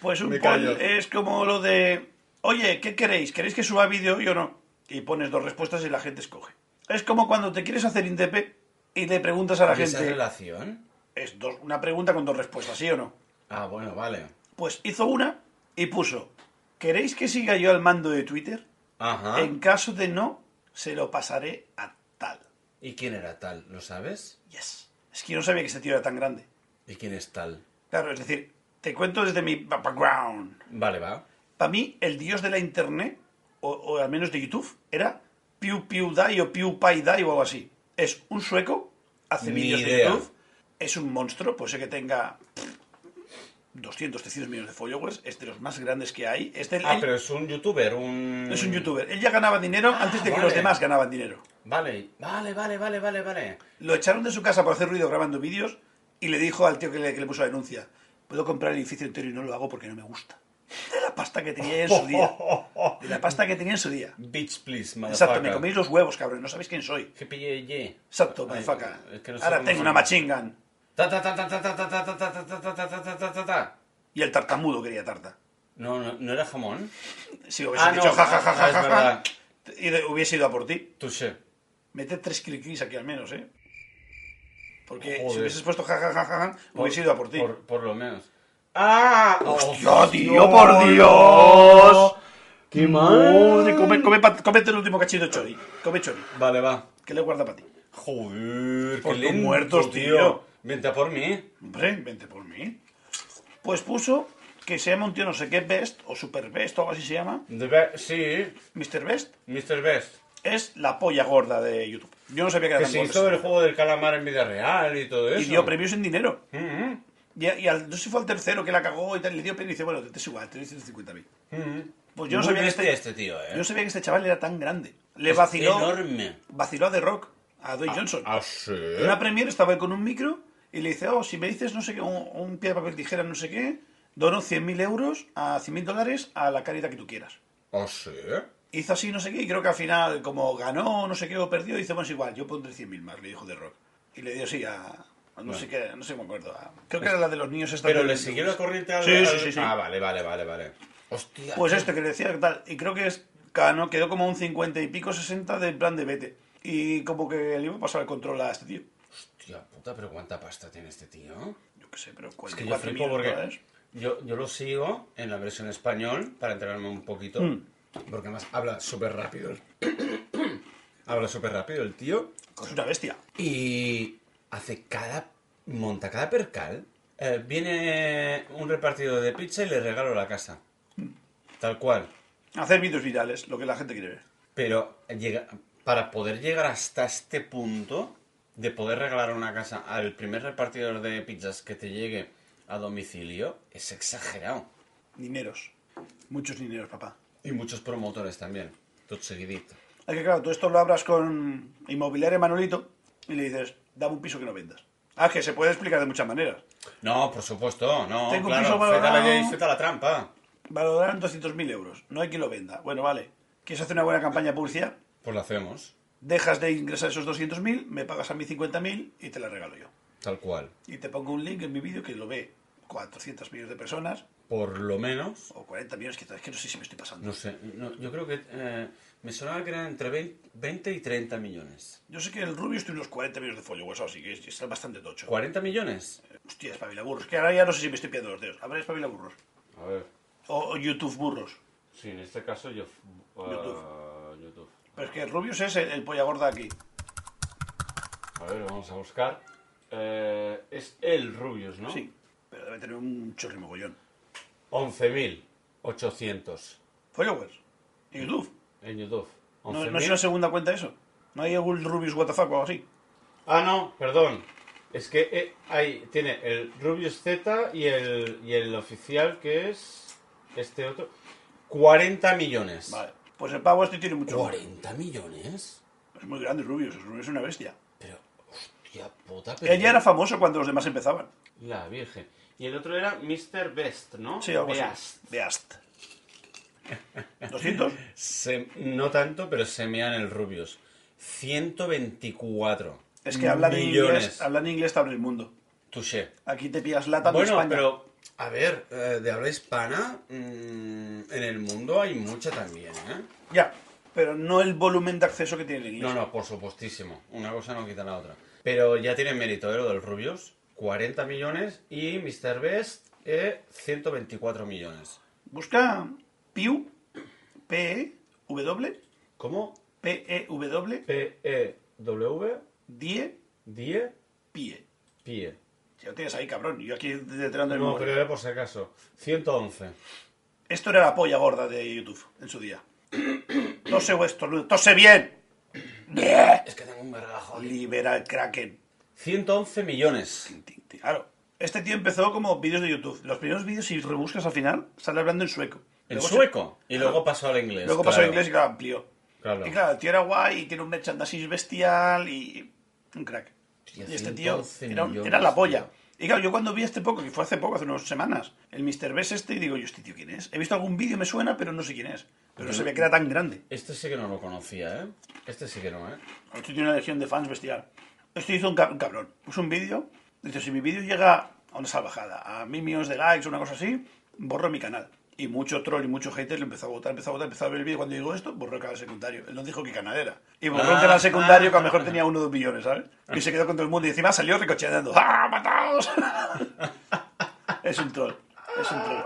B: Pues un
A: Me callo.
B: poll es como lo de, oye, ¿qué queréis? ¿Queréis que suba vídeo hoy o no? Y pones dos respuestas y la gente escoge. Es como cuando te quieres hacer indepe y le preguntas a la
A: ¿Y esa
B: gente,
A: relación?
B: es dos- una pregunta con dos respuestas, ¿sí o no?
A: Ah, bueno, vale.
B: Pues hizo una y puso, ¿queréis que siga yo al mando de Twitter?
A: Ajá.
B: En caso de no, se lo pasaré a tal.
A: ¿Y quién era tal? ¿Lo sabes?
B: Yes. Es que yo no sabía que ese tío era tan grande.
A: ¿Y quién es tal?
B: Claro, es decir, te cuento desde mi ba- background.
A: Vale, va.
B: Para mí, el dios de la internet, o, o al menos de YouTube, era Pew Pew Dai o Pew Pie Dai o algo así. Es un sueco, hace
A: Ni
B: vídeos de
A: idea.
B: YouTube, es un monstruo, puede ser que tenga pff, 200, 300 millones de followers, es de los más grandes que hay. Es, del-
A: Ah,
B: él-
A: pero es un youtuber, un...
B: es un youtuber. Él ya ganaba dinero antes de que los
A: vale.
B: demás ganaban dinero.
A: Vale, vale, vale, vale, vale, vale.
B: Lo echaron de su casa por hacer ruido grabando vídeos y le dijo al tío que le, que le puso la denuncia, puedo comprar el edificio entero y no lo hago porque no me gusta. De la pasta que tenía en su día. De la pasta que tenía en su día.
A: Bitch, please,
B: Exacto, me
A: motherfucker.
B: coméis los huevos, cabrón. No sabéis quién soy.
A: GPYY.
B: Exacto,
A: Ay,
B: motherfucker.
A: es que no sé
B: Ahora
A: cómo
B: tengo
A: se
B: una
A: llama.
B: machine gun.
A: Ta, ta, ta, ta, ta, ta, ta, ta, ta, ta, ta, ta, ta, ta, ta, ta, ta, ta.
B: Y el tartamudo quería tarta.
A: No, no, no era jamón.
B: Si hubiese
A: Ah,
B: dicho
A: no,
B: ja, ja, ja,
A: ah,
B: ja,
A: es
B: ja, ja,
A: verdad.
B: y de- hubiese ido a por ti.
A: Touché.
B: Mete tres cliquis aquí al menos, ¿eh? Porque si
A: Joder.
B: hubieses puesto ja, ja, ja, ja, ja,
A: Por-
B: hubiese ido a por ti.
A: Por, por lo menos. ¡Ah!
B: ¡Hostia, tío, por Dios!
A: ¡Qué
B: Madre, come, come pa- cómete el último cachito de chori. Come chori,
A: Vale, va.
B: que le guarda para ti.
A: Joder,
B: Por
A: qué
B: tus
A: lento,
B: muertos, tío.
A: Vente a por mí.
B: Hombre, vente por mí. Pues puso que se llama un tío no sé qué Best o Super Best o algo así se llama.
A: The Be- sí,
B: Mr. Best.
A: Mr. Best.
B: es la polla gorda de YouTube. Yo no sabía que era
A: Que
B: tan
A: se
B: gorda.
A: hizo el juego del calamar en vida real y todo eso.
B: Y dio premios en dinero.
A: Mm,
B: Y, y al, no sé si fue al tercero que la cagó y tal, y le dio premio y dice, bueno, te, te es igual, te doy 150.000.
A: mm, mm.
B: Pues yo no
A: Muy
B: sabía que
A: bestia
B: este,
A: este tío, eh.
B: yo no sabía que este chaval era tan grande. Le
A: Es
B: vaciló,
A: Enorme.
B: vaciló a The Rock, a Dwayne Johnson.
A: Ah, sí.
B: En una premier estaba él con un micro y le dice, oh, si me dices no sé qué, un, un pie de papel tijera no sé qué, dono 100.000 euros a 100.000 dólares a la caridad que tú quieras.
A: Ah, sí.
B: Hizo así, no sé qué, y creo que al final, como ganó, no sé qué, o perdió, dice, bueno, es igual, yo pondré 100.000 más, le dijo de Rock. Y le dio sí a... a no sé qué, no sé cómo me acuerdo. a- creo que era la de los niños esta
A: Pero
B: de-
A: le siguió la corriente al...
B: Sí, sí,
A: al-
B: sí, sí.
A: Ah, vale, vale, vale, vale. Hostia.
B: Pues esto que le decía, que tal, y creo que es, ganó, quedó como un 50 y pico, 60 del plan de vete. Y como que le iba a pasar el control a este tío.
A: Hostia puta, pero cuánta pasta tiene este tío.
B: Yo qué sé, pero
A: Es que yo
B: 44
A: flipo
B: millones de
A: porque
B: dólares.
A: yo, yo lo sigo en la versión español para enterarme un poquito.
B: Hmm.
A: Porque además habla súper rápido. el- habla súper rápido el tío.
B: Es una bestia.
A: Y hace cada... Monta cada percal. Eh, viene un repartido de pizza y le regalo la casa. Tal cual.
B: Hacer vídeos virales, lo que la gente quiere ver.
A: Pero llega, para poder llegar hasta este punto de poder regalar una casa al primer repartidor de pizzas que te llegue a domicilio es exagerado.
B: Dineros. Muchos dineros, papá.
A: Y muchos promotores también. Todo seguidito.
B: Es que claro, tú esto lo abras con inmobiliaria Manolito y le dices, dame un piso que no vendas. Ah, que se puede explicar de muchas maneras.
A: No, por supuesto, no.
B: Tengo un
A: claro,
B: piso
A: feta la
B: valorado.
A: ley, feta la trampa.
B: Valoran 200.000 euros, no hay quien lo venda. Bueno, vale. ¿Quieres hacer una buena campaña de publicidad?
A: Pues lo hacemos,
B: Dejas de ingresar esos 200.000, me pagas a mí 50.000 y te la regalo yo.
A: tal cual.
B: Y te pongo un link en mi vídeo que lo ve 400 millones de personas
A: Por lo menos,
B: o 40 millones, que es que no sé si me estoy pasando.
A: no sé, no, yo creo que eh, me sonaba que eran entre 20, 20 y 30 millones.
B: Yo sé que el Rubius tiene unos 40 millones de followers, así que es- está bastante tocho.
A: ¿40 millones?
B: Hostia, espabilaburros. Que ahora ya no sé si me estoy pillando los dedos. Habrá espabilaburros.
A: A ver,
B: O, o YouTube burros.
A: sí, en este caso yo...
B: YouTube.
A: YouTube.
B: Pero es que Rubius es el, el polla gorda aquí.
A: A ver, vamos a buscar. Eh, es el Rubius, ¿no?
B: Sí. Pero debe tener un chorri mogollón.
A: 11.800
B: Followers. En YouTube.
A: en YouTube.
B: ¿No,
A: 11.000.
B: no es una segunda cuenta eso? ¿No hay algún Rubius WTF o algo así?
A: Ah, no, perdón.
D: Es que eh, ahí tiene el Rubius Z y el, y el oficial que es este otro.
A: 40 millones.
B: Vale. Pues el pavo este tiene mucho. valor.
A: ¿40 millones?
B: Es muy grande Rubius, Rubius es una bestia.
A: Pero, hostia puta, pero...
B: Ella era famoso cuando los demás empezaban.
D: La Virgen. Y el otro era Mr. Best, ¿no?
B: Sí, algo
D: Beast.
B: así. Beast. 200.
A: Se- no tanto, pero se mean el Rubius. 124.
B: Es que hablan en
A: millones.
B: inglés, hablan en inglés te abre el mundo.
A: Touché.
B: Aquí te pillas lata de
A: Bueno,
B: España.
A: pero, a ver, eh, de habla hispana, mm, en el mundo hay mucha también, ¿eh?
B: Ya, pero no el volumen de acceso que tiene el inglés.
A: No, no, por supuestísimo. Una cosa no quita la otra. Pero ya tiene mérito ¿eh? lo del Rubius. 40 millones y Mr. Best eh, 124 millones.
B: Busca Piu, P, E, W,
A: ¿Cómo?
B: P, E, W,
D: P-E-W,
B: 10,
D: 10,
B: pie.
D: pie.
B: Ya lo tienes ahí, cabrón. Yo aquí detrás del
D: No,
B: móvil.
D: pero era por si acaso. 111.
B: Esto era la polla gorda de YouTube en su día. Tose o estornudo. Tose bien.
A: Es que tengo un gargajo.
B: Libera el Kraken.
A: 111 millones.
B: Tin, tin, tin. Claro. Este tío empezó como vídeos de YouTube. Los primeros vídeos, si rebuscas al final, sale hablando en sueco.
A: En
B: Luego se-
A: sueco. Y
B: Claro.
A: luego pasó al inglés.
B: Luego pasó al
A: claro.
B: inglés y claro, amplió.
A: Claro.
B: Y claro, el tío era guay y tiene un merchandising bestial y. Un crack.
A: Hostia,
B: y este tío
A: 111
B: era, un-
A: millones,
B: era la polla.
A: tío.
B: Y claro, yo cuando vi este poco, que fue hace poco, hace unas semanas, el Mr. Bess este, y digo, yo, este tío, ¿quién es? He visto algún vídeo, me suena, pero no sé quién es. Pero no se ve que era tan grande.
A: Este sí que no lo conocía, ¿eh? Este sí que no, ¿eh?
B: Este tiene una legión de fans bestial. Este hizo un, ca- un cabrón. Puso un vídeo. Dice, si mi vídeo llega a una salvajada, a mil millones de likes o una cosa así, borro mi canal. Y mucho troll y mucho hater le empezó a votar, empezó a votar, empezó a ver el vídeo. Cuando digo esto, borró el canal secundario. Él no dijo qué canal era. Y borró
A: Ah,
B: el canal secundario que a lo mejor
A: ah.
B: tenía uno o dos millones, ¿sabes? Y se quedó con todo el mundo y encima salió ricocheando. ¡Ah, mataos! es un troll. Es un troll.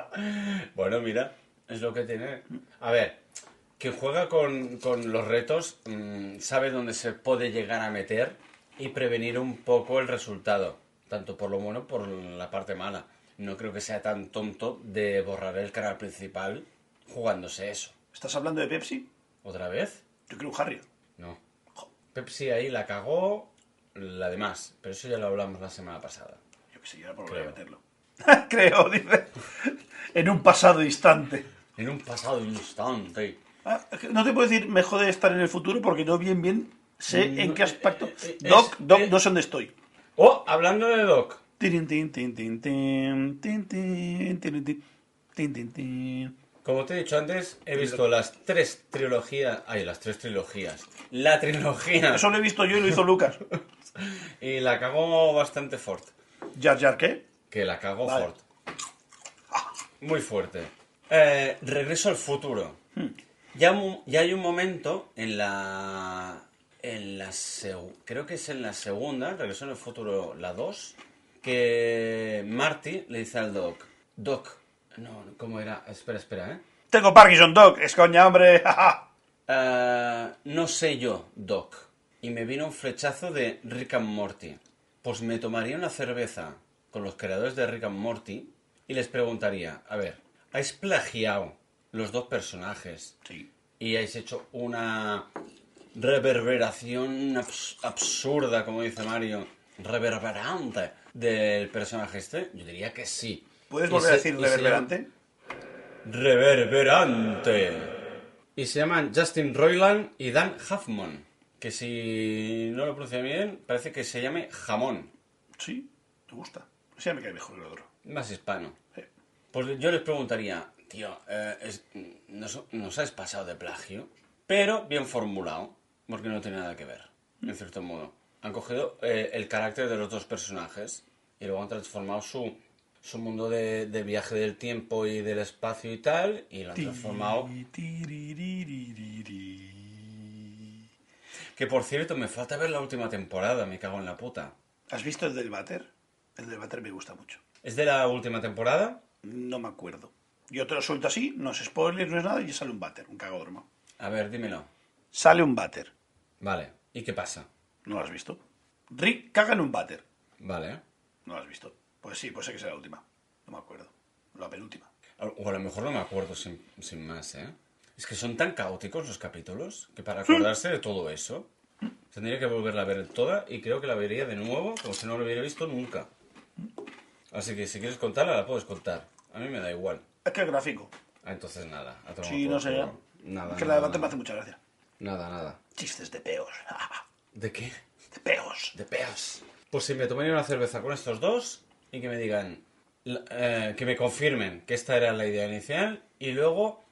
A: Bueno, mira, es lo que tiene. A ver, quien juega con, con los retos mm, sabe dónde se puede llegar a meter y prevenir un poco el resultado, tanto por lo bueno por la parte mala. No creo que sea tan tonto de borrar el canal principal jugándose eso.
B: ¿Estás hablando de Pepsi?
A: ¿Otra vez?
B: Yo quiero un Harry.
A: No. Pepsi ahí la cagó, la demás, pero eso ya lo hablamos la semana pasada.
B: Yo qué sé, yo ahora volveré a
A: Creo.
B: meterlo. Creo, dice. en un pasado instante.
A: En un pasado instante.
B: Ah, es que no te puedo decir, me jode estar en el futuro porque no bien, bien sé
A: No,
B: en qué
A: eh,
B: aspecto.
A: eh, eh,
B: Doc,
A: es-
B: Doc,
A: eh.
B: no sé dónde estoy.
A: Oh, hablando de Doc.
B: Tirin, tin, tin, tin, tin, tin, tin, tirin, tin, tin, tin, tin.
A: Como te he dicho antes, he visto las tres trilogías. Ay, las tres trilogías. La trilogía.
B: Eso lo he visto yo y lo hizo Lucas.
A: Y la cagó bastante fuerte.
B: ¿Jar Jar qué?
A: Que la cagó
B: Vale.
A: fuerte. Muy fuerte. Eh, regreso al futuro.
B: Hmm.
A: Ya, mu- ya hay un momento en la. En la seg- creo que es en la segunda, Regreso al futuro, la 2, que Marty le dice al Doc: Doc, no, ¿cómo era? Espera, espera, ¿eh?
B: Tengo Parkinson, Doc. Es coña, hombre. jaja.
A: Ah, no sé yo, Doc. Y me vino un flechazo de Rick and Morty. Pues me tomaría una cerveza con los creadores de Rick and Morty y les preguntaría, a ver, ¿habéis plagiado los dos personajes
B: sí.
A: y habéis hecho una reverberación abs- absurda, como dice Mario, reverberante del personaje este? Yo diría que sí.
B: ¿Puedes
A: Y
B: volver
A: se-
B: a decir
A: y se
B: reverberante?
A: Reverberante. Y se llaman Justin Roiland y Dan Huffman. Que si no lo pronuncio bien, parece que se llame jamón.
B: Sí, te gusta. O sea, me cae mejor que el otro.
A: Más hispano.
B: Sí.
A: Pues yo les preguntaría, tío, eh, es- nos, nos has pasado de plagio, pero bien formulado, porque no tiene nada que ver, en cierto modo. Han cogido eh, el carácter de los dos personajes y luego han transformado su, su mundo de, de viaje del tiempo y del espacio y tal, y lo han transformado Que por cierto, me falta ver la última temporada, me cago en la puta.
B: ¿Has visto el del váter? El del váter me gusta mucho.
A: ¿Es de la última temporada?
B: No me acuerdo. Yo te lo suelto así, no es spoiler, no es nada, y sale un váter, un cagodormo.
A: A ver, dímelo.
B: Sale un váter.
A: Vale, ¿y qué pasa?
B: ¿No lo has visto? Rick caga en un váter.
A: Vale.
B: ¿No lo has visto? Pues sí, pues sé que será la última. No me acuerdo. La penúltima.
A: A- O a lo mejor no me acuerdo sin, sin más, ¿eh? Es que son tan caóticos los capítulos que para acordarse de todo eso se Tendría que volverla a ver toda y creo que la vería de nuevo como si no la hubiera visto nunca. Así que si quieres contarla, la puedes contar. A mí me da igual.
B: Es que el gráfico.
A: Ah, entonces nada. a tomar
B: Sí,
A: por
B: no sé.
A: culo. Nada.
B: que la
A: nada,
B: debate me
A: nada.
B: hace mucha gracia.
A: Nada, nada.
B: Chistes de peos.
A: ¿De qué?
B: De peos.
A: De peos. Pues si me tomaría una cerveza con estos dos y que me digan, la- eh, que me confirmen que esta era la idea inicial y luego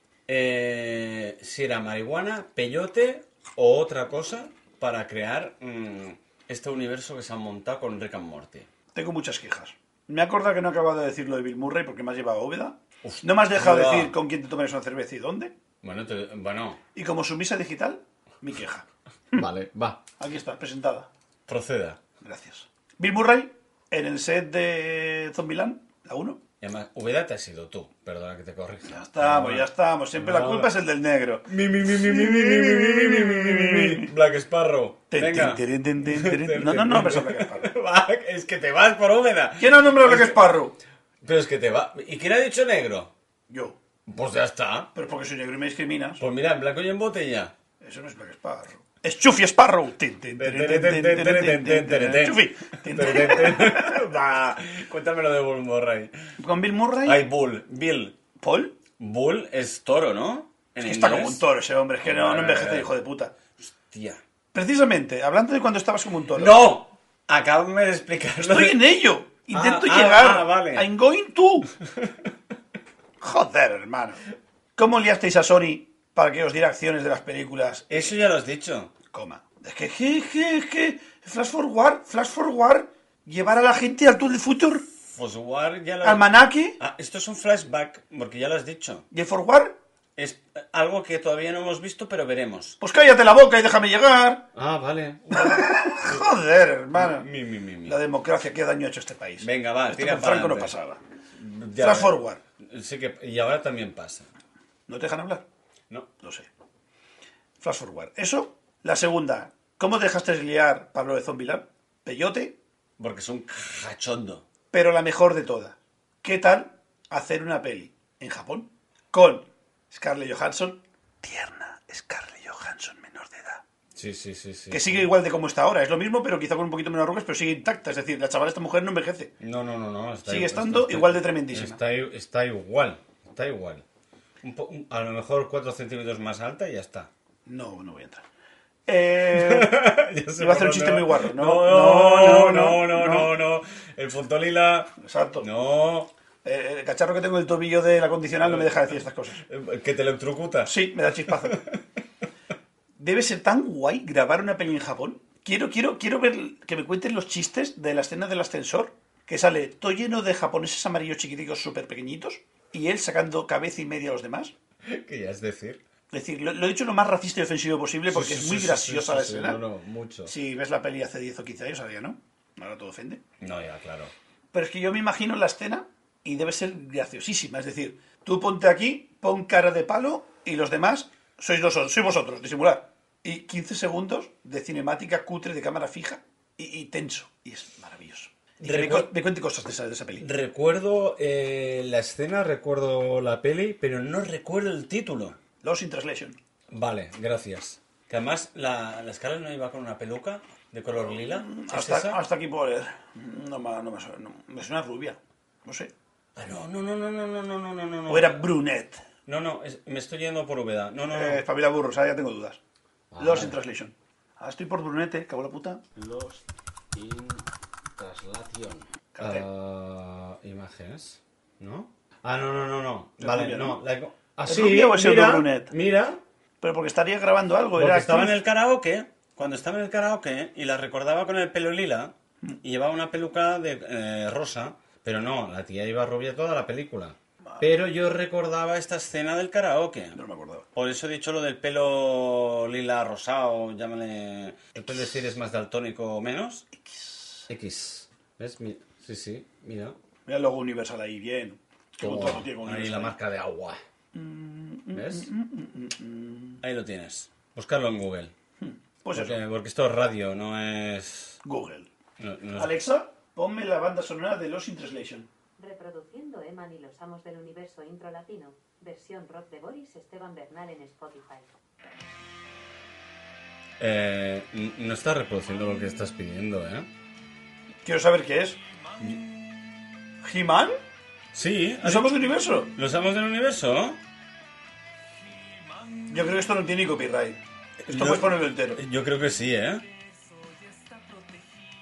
A: eh, si era marihuana, peyote o otra cosa para crear mm, este universo que se han montado con Rick and Morty.
B: Tengo muchas quejas. Me acorda que no he acabado de decir lo de Bill Murray porque me has llevado a Óveda.
A: Uf,
B: No me has dejado
A: Óveda.
B: decir con quién te tomarías una cerveza y dónde.
A: Bueno, te- bueno,
B: Y como sumisa digital, mi queja.
E: Vale, va.
B: Aquí está, presentada.
A: proceda.
B: Gracias. Bill Murray, en el set de Zombieland, la 1.
A: Y además, Ubeda te has sido tú, perdona que te corrija.
B: Ya estamos, ya estamos. Siempre la
D: No.
B: culpa es el del negro.
A: Mi, mi, mi, mi, mi, mi, mi, mi, mi, mi, mi, mi, mi. Black Sparrow.
B: Ten,
A: Venga.
B: ten, ten, ten, ten, ten. No, no, no, pero eso es lo que es Parro.
A: Va, es que te vas por Úbeda.
B: ¿Quién ha nombrado lo que es Parro?
A: Pero es que te va. ¿Y quién ha dicho negro?
B: Yo.
A: Pues ya está.
B: Pero es porque soy negro y me discriminas.
A: Pues mira, en blanco y en botella.
B: Eso no es Black Sparrow. Es Chuffy Sparrow. Tin, tin, tin, tin, tin, tin, tin, tin, tin. Chuffy. Tin, tin.
A: Va, cuéntamelo de Bull Murray.
B: Con Bill Murray.
A: Ay, Bull. Bill.
B: Paul.
A: Bull es toro, ¿no? En
B: Es que está como
A: inglés.
B: un toro ese hombre. Es que no, no
A: Vale,
B: envejece,
A: vale.
B: hijo de puta.
A: Tía.
B: Precisamente, hablando de cuando estabas como un toro.
A: ¡No! Acábame de explicarlo.
B: Estoy en ello. Intento
A: Ah, ah,
B: llegar.
A: ah, vale.
B: I'm going to. Joder, hermano. ¿Cómo liasteis a Sony para que os diera acciones de las películas?
A: Eso ya lo has dicho.
B: Coma. Es que, je, je, je, Flash forward, flash forward. Llevar a la gente al Tour del Future,
A: Foswar Pues ya lo
B: al Manaque
A: Ah, esto es un flashback, porque ya lo has dicho.
B: y el forward.
A: Es algo que todavía no hemos visto, pero veremos.
B: Pues cállate la boca y déjame llegar.
E: Ah, vale.
B: Joder, hermano.
A: Mi, mi, mi, mi.
B: La democracia, qué daño ha hecho este país.
A: Venga, va,
B: Esto
A: tira
B: con Franco no
A: pa'lante.
B: pasaba.
A: Ya
B: flash
A: veremos.
B: forward.
A: Sí que, y ahora también pasa.
B: ¿No te dejan hablar?
A: No.
B: No sé. Flash forward. Eso. La segunda. ¿Cómo te dejaste liar Pablo de Zombieland? Peyote,
A: Porque es un cachondo.
B: pero la mejor de todas. ¿Qué tal hacer una peli en Japón con Scarlett Johansson? Tierna Scarlett Johansson, menor de edad.
A: Sí, sí, sí, sí.
B: Que sigue igual de como está ahora. Es lo mismo, pero quizá con un poquito menos arrugas, pero sigue intacta. Es decir, la chavala, esta mujer no envejece.
A: No, no, no, no. está igual-
B: Sigue estando igual de tremendísima.
A: Está, i- está igual, está igual. Un po- un- a lo mejor 4 centímetros más alta y ya está.
B: No, no voy a entrar. Eh,
A: Ya sé
B: Iba a
A: por
B: hacer un chiste
A: dónde
B: muy
A: va.
B: guarro. No,
A: No, no, no,
B: no,
A: no, no,
B: no.
A: no. El punto lila.
B: exacto.
A: No.
B: Eh, el cacharro que tengo en el tobillo de la condicional no me deja decir estas cosas.
A: eh, Que te electrocuta.
B: Sí, me da chispazo. Debe ser tan guay grabar una peli en Japón. Quiero, quiero, quiero ver que me cuenten los chistes de la escena del ascensor, que sale todo lleno de japoneses amarillos chiquiticos súper pequeñitos, y él sacando cabeza y media a los demás.
A: Que ya es decir.
B: Es decir, lo, lo he dicho lo más racista y ofensivo posible porque
A: Sí,
B: es
A: sí,
B: muy
A: sí, sí,
B: graciosa
A: sí,
B: la
A: sí,
B: escena.
A: No, no, mucho.
B: Si ves la peli hace 10 o 15 años, sabía, ¿no? Ahora todo ofende.
A: No, ya, claro.
B: Pero es que yo me imagino la escena y debe ser graciosísima. Es decir, tú ponte aquí, pon cara de palo y los demás sois, los, sois vosotros, disimular. Y 15 segundos de cinemática cutre de cámara fija y, y tenso. Y es maravilloso. Y que me,
A: Recu-
B: cu- me cuente cosas de esa, de esa peli.
A: Recuerdo eh, la escena, recuerdo la peli, pero no recuerdo el título.
B: Los in Translation.
A: Vale, gracias. Que además la, la escala no iba con una peluca de color lila. ¿Es
B: Hasta,
A: esa?
B: hasta aquí puedo leer. No me, no me suena, no- me suena rubia. No sé.
A: Ah, no, no, no, no, no, no, no, no, no, no,
B: O
A: no.
B: era brunette.
A: No, no, es- me estoy yendo por Ubeda. No, no, no.
B: Eh, espabila burros, ahora ya tengo dudas. Los in Translation. Ah, estoy por brunette, cago en la puta.
E: Los in traslación.
B: Cartel.
A: Ah, imágenes, ¿no? Ah, no, no, no, no. Vale,
B: rubia,
A: no.
B: ¿no?
A: la- Ah,
B: ¿Es rubia o es
A: mira,
B: pseudo-brunette?
A: Mira,
B: Pero porque estaría grabando algo.
A: Porque
B: era
A: estaba en
B: actriz.
A: el karaoke, cuando estaba en el karaoke y la recordaba con el pelo lila y llevaba una peluca de eh, rosa, pero no, la tía iba rubia toda la película. Pero yo recordaba esta escena del karaoke.
B: No me acordaba.
A: Por eso he dicho lo del pelo lila rosado, llámale. Depende si eres más daltónico o menos.
E: X.
A: ¿Ves? Mi- Sí, sí, mira.
B: Mira el logo Universal ahí, bien. Qué
A: Toma,
B: contrato tiene con
A: ahí la
B: Universal.
A: marca de agua. ¿Ves? Ahí lo tienes. Buscarlo en Google.
B: Pues eso,
A: Porque, porque esto es radio, no es.
B: Google.
A: no- no es-
B: Alexa, ponme la banda sonora de Los in Translation.
F: Reproduciendo Eman y los amos del universo intro latino, versión rock de Boris Esteban Bernal en Spotify.
A: Eh, n- no está reproduciendo lo que estás pidiendo, ¿eh?
B: Quiero saber qué es. ¿He-Man?
A: Sí,
B: ¿No somos de universo?
A: los amos del universo.
B: Yo creo que esto no tiene ni copyright. Esto
A: No.
B: puedes ponerlo entero.
A: Yo creo que sí, ¿eh?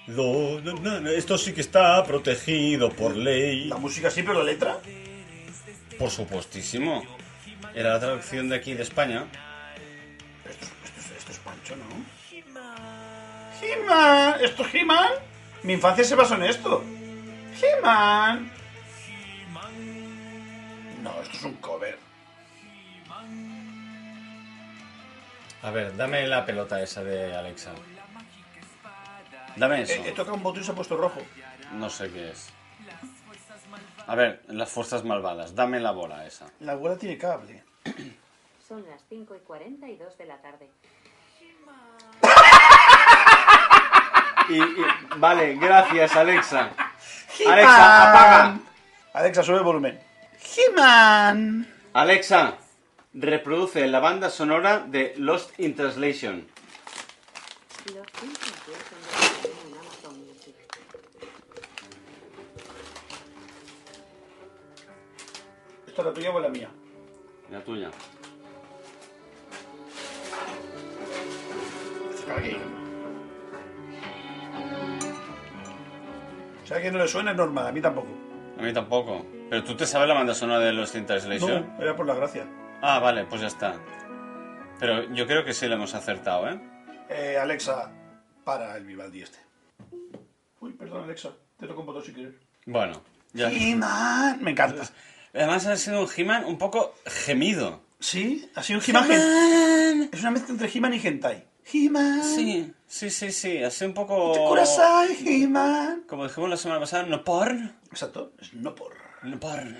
A: No, no, no, no, esto sí que está protegido por ley.
B: La música sí, pero la letra.
A: Por supuestísimo. Era la traducción de aquí de España.
B: Esto, esto es Pancho, ¿no? He-Man. ¿Esto es He-Man? Mi infancia se basó en esto. He-Man. No, esto es un cover.
A: A ver, dame la pelota esa de Alexa. Dame eso.
B: He, he tocado Eh, un botón y se ha puesto rojo.
A: No sé qué es. A ver, las fuerzas malvadas. Dame la bola esa.
B: La abuela tiene cable.
F: Son las 5 y 42 de la tarde.
D: vale, gracias, Alexa.
B: He-Man.
D: Alexa, apaga.
B: Alexa, sube el volumen. He-Man.
D: Alexa, reproduce la banda sonora de Lost in Translation.
F: Los Simpsons son disponibles en Amazon Music.
B: ¿Esto es la tuya o la mía?
D: La tuya.
B: Si a alguien no le suena es normal, a mí tampoco.
A: A mí tampoco. Pero tú te sabes la banda sonora de los in Translation.
B: No, era por la gracia.
A: Ah, vale, pues ya está. Pero yo creo que sí la hemos acertado, ¿eh?
B: Eh, Alexa, para el Vivaldi este. Uy, perdón, Alexa, te toco un botón si quieres.
A: Bueno, ya.
B: He-Man. Me encanta.
A: Además ha sido un He-Man un poco gemido.
B: Sí, ha sido un He-Man. gen-
A: He-Man.
B: Es una mezcla entre He-Man y Hentai. He-Man.
A: Sí, sí, sí, sí. Ha sido un
B: Te
A: poco...
B: curazao, He-Man.
A: Como dijimos la semana pasada, no porn.
B: Exacto, es no por.
A: No porn.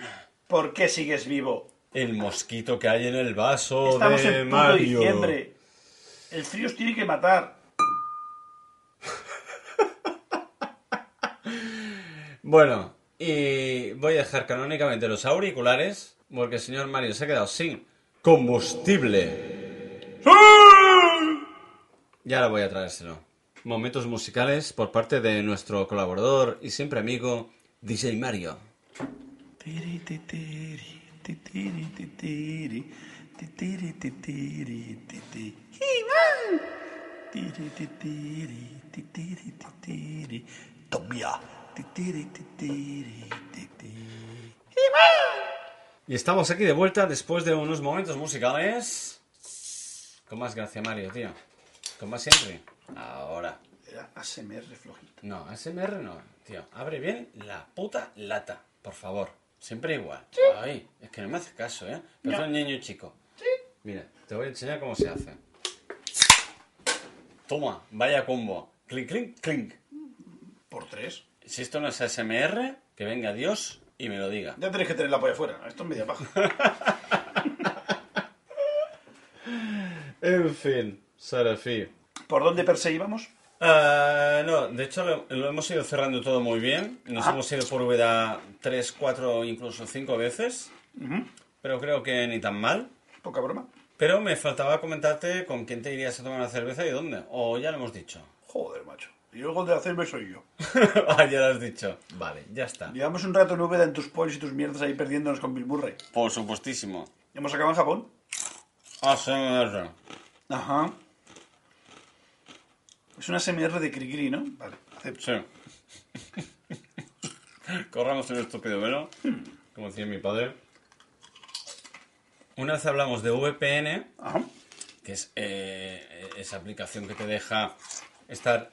B: ¿Por qué sigues vivo?
A: El mosquito que hay en el vaso
B: Estamos
A: de
B: en puto
A: Mario.
B: diciembre. El frío os tiene que matar.
A: Bueno, y voy a dejar canónicamente los auriculares porque el señor Mario se ha quedado sin combustible. ¡Ah! Y ahora voy a traérselo. Momentos musicales por parte de nuestro colaborador y siempre amigo DJ Mario.
B: Tiri, ti, tiri, ti, tiri, ti, tiri, ti, tiri, ti, tiri, ti, ti. Tiri, ti, tiri, ti, tiri, ti, tiri. Tobia. Ti, tiri, ti, tiri, ti, tiri.
A: Y estamos aquí de vuelta después de unos momentos musicales. Con más gracia, Mario, tío. Con más siempre. Ahora.
B: Era ASMR flojito.
A: No, ASMR no, tío. Abre bien la puta lata, por favor. Siempre igual. Ay, es que no me hace caso, ¿eh? Pero soy un niño chico. Sí. Mira, te voy a enseñar cómo se hace. Toma, vaya combo. Clink, clink, clink.
B: ¿Por tres?
A: Si esto no es ASMR, que venga Dios y me lo diga.
B: Ya tenéis que tener la polla afuera. Esto es media paja.
D: En fin, Sarafí.
B: ¿Por dónde per se íbamos?
A: Ah, no, de hecho lo, lo hemos ido cerrando todo muy bien. Nos hemos ido por Úbeda 3, 4, incluso 5 veces. Pero creo que ni tan mal.
B: Poca broma.
A: Pero me faltaba comentarte con quién te irías a tomar una cerveza y dónde. O ya lo hemos dicho.
B: Joder, macho. Y luego el de hacerme soy yo.
A: ah, ya lo has dicho. Vale, ya está.
B: Llevamos un rato en Úbeda en tus pueblos y tus mierdas ahí perdiéndonos con Bill Murray.
A: Por supuestísimo.
B: ¿Hemos acabado en Japón?
A: ASMR.
B: Ajá. Es una SMR de Cricri, ¿no? Vale, acepto.
A: Sí. Corramos el estúpido velo, como decía mi padre. Una vez hablamos de VPN,
B: Ajá.
A: que es eh, esa aplicación que te deja estar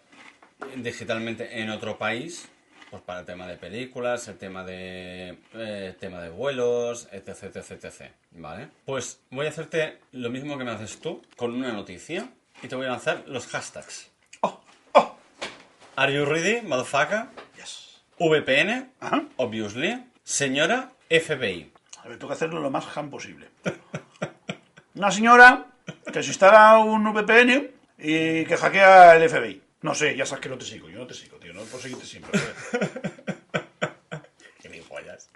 A: digitalmente en otro país, pues para el tema de películas, el tema de eh, tema de vuelos, etc, etc, etc, ¿vale? Pues voy a hacerte lo mismo que me haces tú con una noticia y te voy a lanzar los hashtags.
B: Oh,
A: Are you ready, motherfucker?
B: Yes.
A: VPN,
B: Ajá.
A: obviously. Señora FBI.
B: A ver, tengo que hacerlo lo más ham posible. Una señora que se instala un VPN y que hackea el FBI. No sé, ya sabes que no te sigo. Yo no te sigo, tío. No puedo seguirte siempre. joder.
A: Qué gilipollas.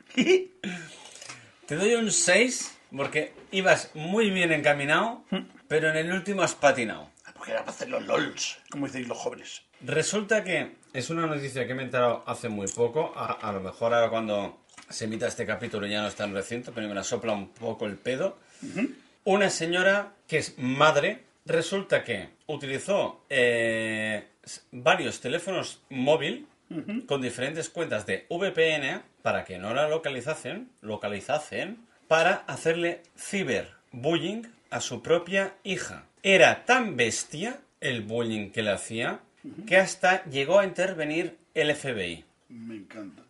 A: Te doy un 6 porque ibas muy bien encaminado, pero en el último has patinado.
B: Ah, pues que era para hacer los LOLs, como dicen los jóvenes.
A: Resulta que es una noticia que me he enterado hace muy poco. A, a lo mejor ahora cuando se emita este capítulo ya no es tan reciente, pero me la sopla un poco el pedo. Una señora que es madre, resulta que utilizó eh, s- varios teléfonos móvil con diferentes cuentas de VPN para que no la localizasen, localizasen para hacerle ciberbullying a su propia hija. Era tan bestia el bullying que le hacía que hasta llegó a intervenir el FBI.
B: Me encanta.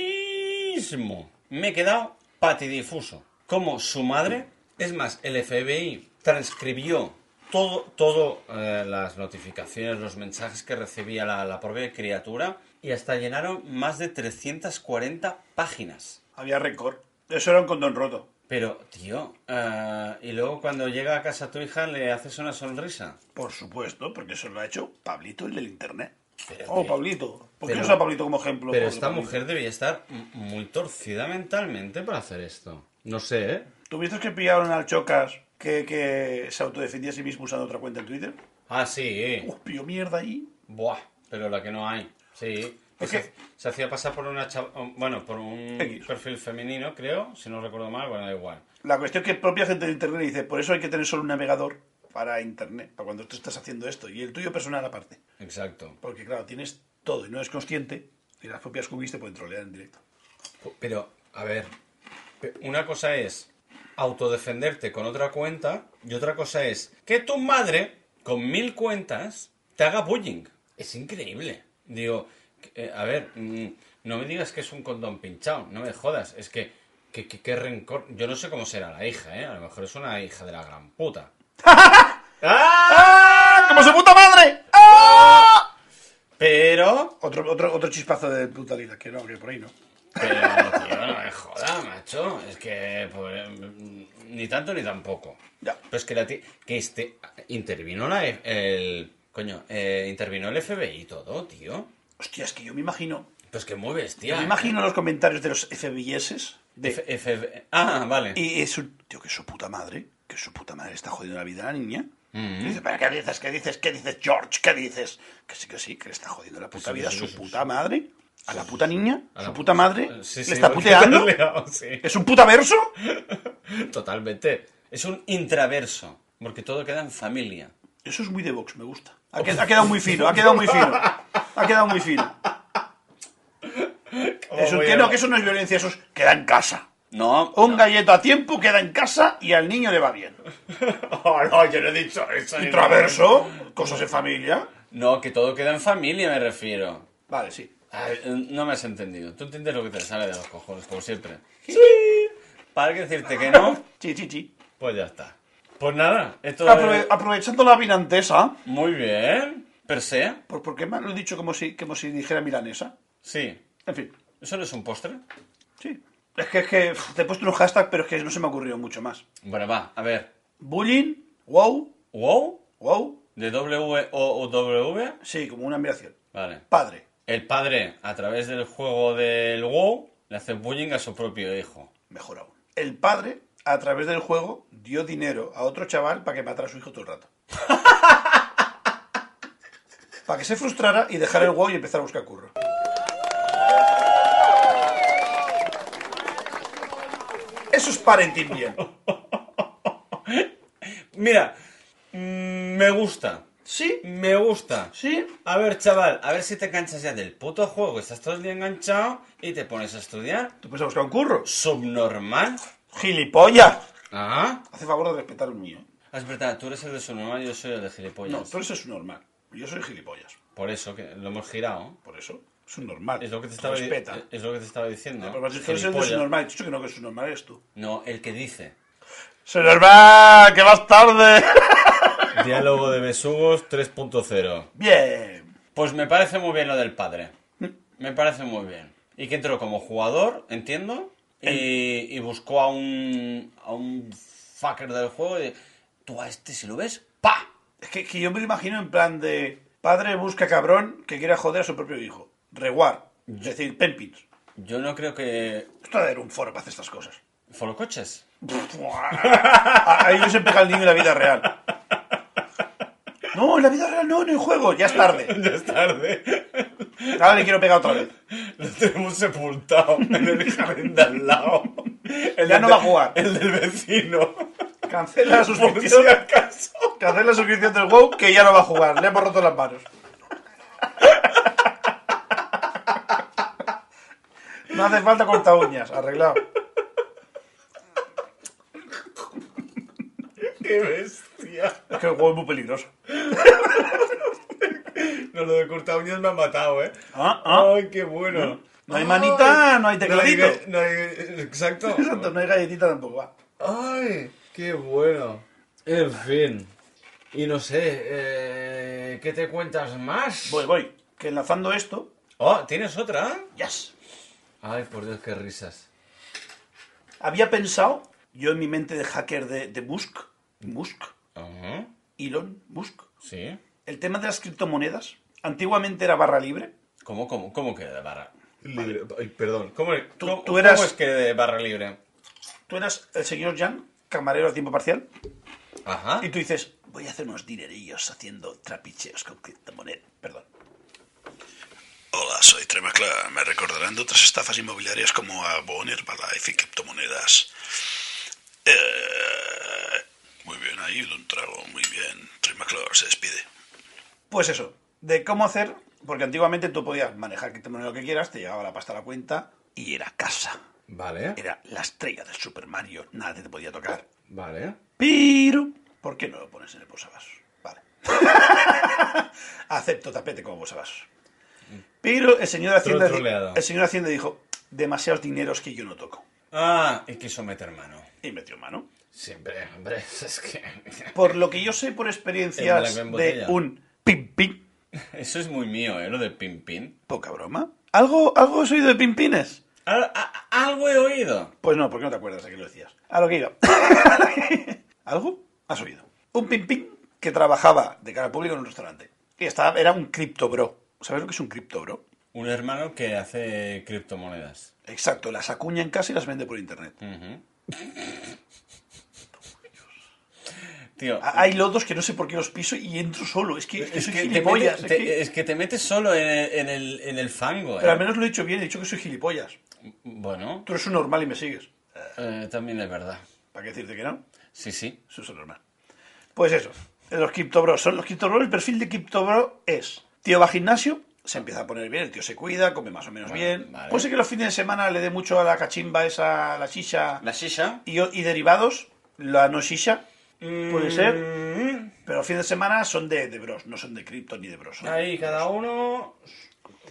A: ¡Surrealismo! Me he quedado patidifuso. Como su madre, es más, el FBI transcribió todo, todo eh, las notificaciones, los mensajes que recibía la, la propia criatura y hasta llenaron más de 340 páginas.
B: Había rencor. Eso era un condón roto.
A: Pero, tío, eh, y luego cuando llega a casa tu hija le haces una sonrisa.
B: Por supuesto, porque eso lo ha hecho Pablito, el del internet.
A: Pero,
B: oh,
A: tío,
B: Pablito. ¿Por qué
A: pero-
B: no usa a Pablito como ejemplo?
A: Pero
B: Porque
A: esta
B: Pablito-
A: mujer debía estar m- muy torcida mentalmente para hacer esto.
E: No sé, ¿eh?
B: ¿Tuviste que pillaron al Chocas que, que se autodefendía a sí mismo usando otra cuenta en Twitter?
A: Ah, sí.
B: Uf, pío mierda ahí.
A: Buah, pero la que no hay. Sí.
B: Es
A: se,
B: que-
A: se hacía pasar por una chava- um, bueno, por un
B: X.
A: perfil femenino, creo, si no recuerdo mal, bueno, da igual.
B: La cuestión es que propia gente de internet dice, por eso hay que tener solo un navegador para internet, para cuando tú estás haciendo esto, y el tuyo personal aparte.
A: Exacto.
B: Porque claro, tienes todo y no es consciente, y las propias cookies te pueden trolear en directo.
A: P- Pero, a ver, pe- una cosa es autodefenderte con otra cuenta y otra cosa es que tu madre, con mil cuentas, te haga bullying. Es increíble. Digo, eh, a ver, mm, no me digas que es un condón pinchado, no me jodas. Es que, que, que- qué rencor. Yo no sé cómo será la hija, ¿eh? A lo mejor es una hija de la gran puta.
B: ¡Como su puta madre! ¡Ah!
A: Pero,
B: Otro, otro, otro chispazo de brutalidad, que no, que por ahí no.
A: pero, tío, no me jodas, macho. Es que, pobre, mm, ni tanto ni tampoco.
B: Ya.
A: Pues que, la ti- que este, intervino la, F- el, coño, eh, intervino el FBI y todo, tío.
B: Hostia, es que yo me imagino.
A: Pues que muy bestia.
B: Yo me imagino los comentarios de los FBS de,
A: F- F- ah, vale.
B: y es un tío que es su puta madre, que su puta madre está jodiendo la vida a la niña.
A: Mm.
B: Y dice, ¿pero qué dices? ¿Qué dices? ¿Qué dices, George? ¿Qué dices? Que sí, que sí, que le está jodiendo la puta
A: sí,
B: vida a
A: sí,
B: su
A: sí,
B: puta madre, a la puta niña,
A: A
B: su
A: la-
B: puta madre,
A: Eh, sí, sí,
B: le está
A: porque
B: puteando.
A: te he liado, sí.
B: ¿Es un puta verso?
A: Totalmente. Es un intraverso, porque todo queda en familia.
B: Eso es muy de Vox, me gusta. Ha, qued- ha quedado muy fino, ha quedado muy fino. Ha quedado muy fino.
A: Oh,
B: Es
D: Oh,
B: un- que no, que eso no es violencia, eso es queda en casa.
A: No,
B: Un galleto a tiempo queda en casa y al niño le va bien.
D: Oh, no, yo no he dicho eso. ni
B: Intraverso, cosas en familia.
A: no, que todo queda en familia me refiero.
B: Vale, sí.
A: Ay, eh, no me has entendido. Tú entiendes lo que te sale de los cojones, como siempre. Sí. Para que decirte que no,
B: Sí, sí, sí.
A: pues ya está. Pues nada, esto
B: Aprove-
A: es...
B: aprovechando la vinantesa,
A: Muy bien. Per se.
B: ¿por, ¿por qué me lo he dicho como si, como si dijera milanesa?
A: Sí.
B: En fin,
A: ¿Eso no es un postre?
B: sí. Es que, es que uf, te he puesto unos hashtags, pero es que no se me ha ocurrido mucho más.
A: Bueno, va, a ver.
B: Bullying, wow,
A: ¿Wow?
B: wow.
A: ¿De W-O-W?
B: Sí, como una admiración.
A: Vale.
B: Padre,
A: El padre, a través del juego del WoW, le hace bullying a su propio hijo.
B: mejor aún. El padre, a través del juego, dio dinero a otro chaval para que matara a su hijo todo el rato. para que se frustrara y dejara el wow y empezara a buscar curro. Eso es parenting bien.
A: Mira, mm, me gusta.
B: ¿Sí?
A: Me gusta.
B: ¿Sí?
A: A ver, chaval, a ver si te enganchas ya del puto juego. Estás todo el día enganchado y te pones a estudiar.
B: ¿Tú puedes buscar un curro?
A: Subnormal.
B: ¡Gilipollas!
A: Ah.
B: Hace favor de respetar el mío. ¿eh?
A: Es verdad, tú eres el de subnormal y yo soy el de
B: No,
A: gilipollas.
B: tú eres un normal. Yo soy gilipollas.
A: Por eso, que lo hemos girado.
B: Por eso, es un normal.
A: Es lo que te estaba,
B: Respeta. Ah,
A: es lo que te estaba diciendo.
B: Pero me has dicho que eres el de
A: Gilipollas.
B: su normal. He dicho que no, que es un normal eres tú.
A: No, el que dice.
B: ¡Se normal! ¡Que vas tarde!
A: Diálogo de besugos 3.0.
B: Bien.
A: Pues me parece muy bien lo del padre.
B: Mm.
A: Me parece muy bien. Y que entró como jugador, entiendo. Y, y buscó a un, a un fucker del juego. Y, Tú a este, si lo ves, ¡pa!
B: Es que, que yo me lo imagino en plan de padre busca cabrón que quiera joder a su propio hijo. Reguar. Es decir, Penpins.
A: Yo no creo que.
B: Esto debe haber un foro para hacer estas cosas.
A: ¿Foro coches?
B: Ahí no se pega el niño en la vida real. No, en la vida real no, en el juego. Ya es tarde.
A: Ya es tarde.
B: Ahora le quiero pegar otra vez.
A: Lo tenemos sepultado en el jardín de al lado. El
B: Ya no
A: del-
B: va a jugar.
A: El del vecino.
B: Cancela la
A: Por si
B: suscripción.
A: acaso.
B: Cancela la suscripción del WoW que ya no va a jugar. Le hemos roto las manos. No hace falta corta uñas, arreglado.
A: Qué bestia.
B: Es que el WoW es muy peligroso.
A: No, lo de corta uñas me ha matado, ¿eh?
B: Ah, ah.
A: Ay, qué bueno.
B: No hay manita, no hay tecladito.
A: No hay, no hay- exacto.
B: Exacto, no hay galletita tampoco. va.
D: ¡Ay! ¡Qué bueno! En fin. Y no sé, eh, ¿qué te cuentas más?
B: Voy, voy. Que enlazando esto.
A: Oh, ¿tienes otra?
B: Yes.
D: Ay, por Dios, qué risas.
B: Había pensado, yo en mi mente de hacker de, de Musk, Musk,
A: Ajá.
B: Elon Musk,
A: Sí.
B: el tema de las criptomonedas. Antiguamente era barra libre.
A: ¿Cómo, cómo, cómo que de barra? Libre. Ay, perdón. ¿Cómo,
B: Tú-
A: cómo-
B: tú eras-
A: cómo es que de barra libre?
B: Tú eras el señor Jan, camarero a tiempo parcial,
A: Ajá.
B: y tú dices, voy a hacer unos dinerillos haciendo trapicheos con criptomonedas. Perdón.
C: Hola, soy Tremaclan. Me recordarán de otras estafas inmobiliarias como a Bonner, Herbalife y criptomonedas. Eh, muy bien, ahí de un trago, muy bien. Tremaclan se despide.
B: Pues eso, de cómo hacer, porque antiguamente tú podías manejar criptomonedas lo que quieras, te llegaba la pasta a la cuenta y era casa.
D: Vale,
B: Era la estrella del Super Mario, nadie te podía tocar.
D: vale.
B: Pero, ¿por qué no lo pones en el posavasos? Vale. Acepto tapete como posavasos. Pero el señor de Hacienda,
D: troleado.
B: el señor de Hacienda dijo, demasiados dineros que yo no toco.
A: Ah, y quiso meter mano.
B: Y metió mano.
D: Siempre, hombre, es que...
B: Por lo que yo sé por
D: El
B: experiencias
D: blanco en
B: de
D: botella.
B: un pim pim,
A: Eso es muy mío, ¿eh? Lo de pin pin.
B: poca broma. ¿Algo, algo has oído de pimpines?
A: Al- a- algo he oído.
B: Pues no, porque no te acuerdas de que lo decías. A lo que iba. ¿Algo? Has oído. Un pimpín que trabajaba de cara al público en un restaurante. Y estaba, era un cripto bro. ¿Sabes lo que es un cripto bro?
A: Un hermano que hace criptomonedas.
B: Exacto, las acuña en casa y las vende por internet.
A: Ujú. Tío,
B: Ha- Hay lodos que no sé por qué los piso y entro solo. Es que, Ah, es que
A: es
B: soy
A: que, te metes,
B: gilipollas. es
A: te- eh,
B: que-
A: es que te metes solo en el, en el- en el fango,
B: Pero
A: ¿eh?
B: al menos lo he dicho bien, he dicho que soy gilipollas.
A: Bueno,
B: Tú eres un normal y me sigues.
A: eh, también es verdad.
B: ¿Para qué decirte que no?
A: Sí, sí.
B: Eso es normal. Pues eso, los criptobros son los criptobros. El perfil de criptobro es: tío va al gimnasio, se empieza a poner bien, el tío se cuida, come más o menos
A: Vale,
B: bien.
A: vale.
B: Puede ser que los fines de semana le dé mucho a la cachimba, esa, la shisha
A: La shisha.
B: y, y derivados, la no shisha. Puede ser, pero los fines de semana son de, de bros, no son de cripto ni de bros. ¿eh? son
A: Ahí cada uno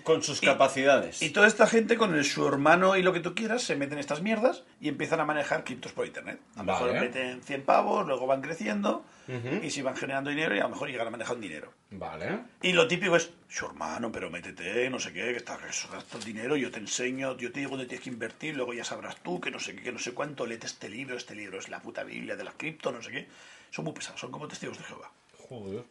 A: con sus capacidades.
B: Y toda esta gente con el su hermano y lo que tú quieras se meten en estas mierdas y empiezan a manejar criptos por internet. A lo mejor
D: Vale.
B: meten 100 pavos, luego van creciendo y si van generando dinero y a lo mejor llegan a manejar un dinero.
D: Vale.
B: Y lo típico es, su hermano, pero métete, no sé qué, que estás que eso gastas dinero, yo te enseño, yo te digo dónde tienes que invertir, luego ya sabrás tú, que no sé qué, que no sé cuánto, lete este libro, este libro es la puta Biblia de las cripto, no sé qué. Son muy pesados, son como testigos de Jehová.
D: Joder.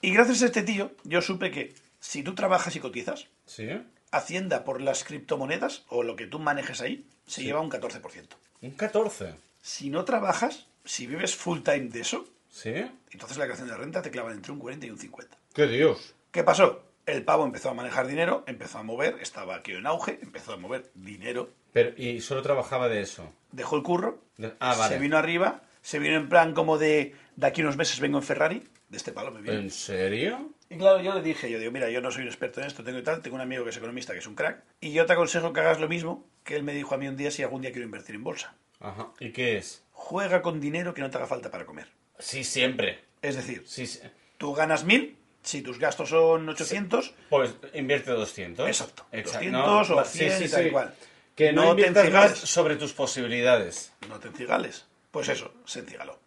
B: Y gracias a este tío, yo supe que si tú trabajas y cotizas,
D: ¿Sí?
B: Hacienda por las criptomonedas o lo que tú manejes ahí se lleva un 14%.
D: Un 14.
B: Si no trabajas, si vives full time de eso,
D: ¿Sí?
B: entonces la creación de renta te clavan entre un 40 y un 50.
D: ¡Qué Dios!
B: ¿Qué pasó? El pavo empezó a manejar dinero, empezó a mover, estaba aquí en auge, empezó a mover dinero,
D: Pero, y solo trabajaba de eso.
B: dejó el curro,
D: De- ah, vale.
B: se vino arriba, se vino en plan como de de aquí unos meses vengo en Ferrari, de este palo me viene.
D: ¿En serio?
B: Y claro, yo le dije, yo digo, mira, yo no soy un experto en esto, tengo y tal, tengo un amigo que es economista, que es un crack, y yo te aconsejo que hagas lo mismo que él me dijo a mí un día si algún día quiero invertir en bolsa.
D: Ajá. ¿Y qué es?
B: juega con dinero que no te haga falta para comer.
D: Sí, siempre.
B: Es decir,
D: Sí, sí.
B: tú ganas 1000, si tus gastos son 800,
D: Pues invierte 200.
B: Exacto.
D: Exacto.
B: 200 o
D: va-
B: 100 y tal y cual.
D: Que no,
B: No te
D: inviertas más
B: encigales.
D: sobre tus posibilidades.
B: no te encigales. Pues eso, se encigaló.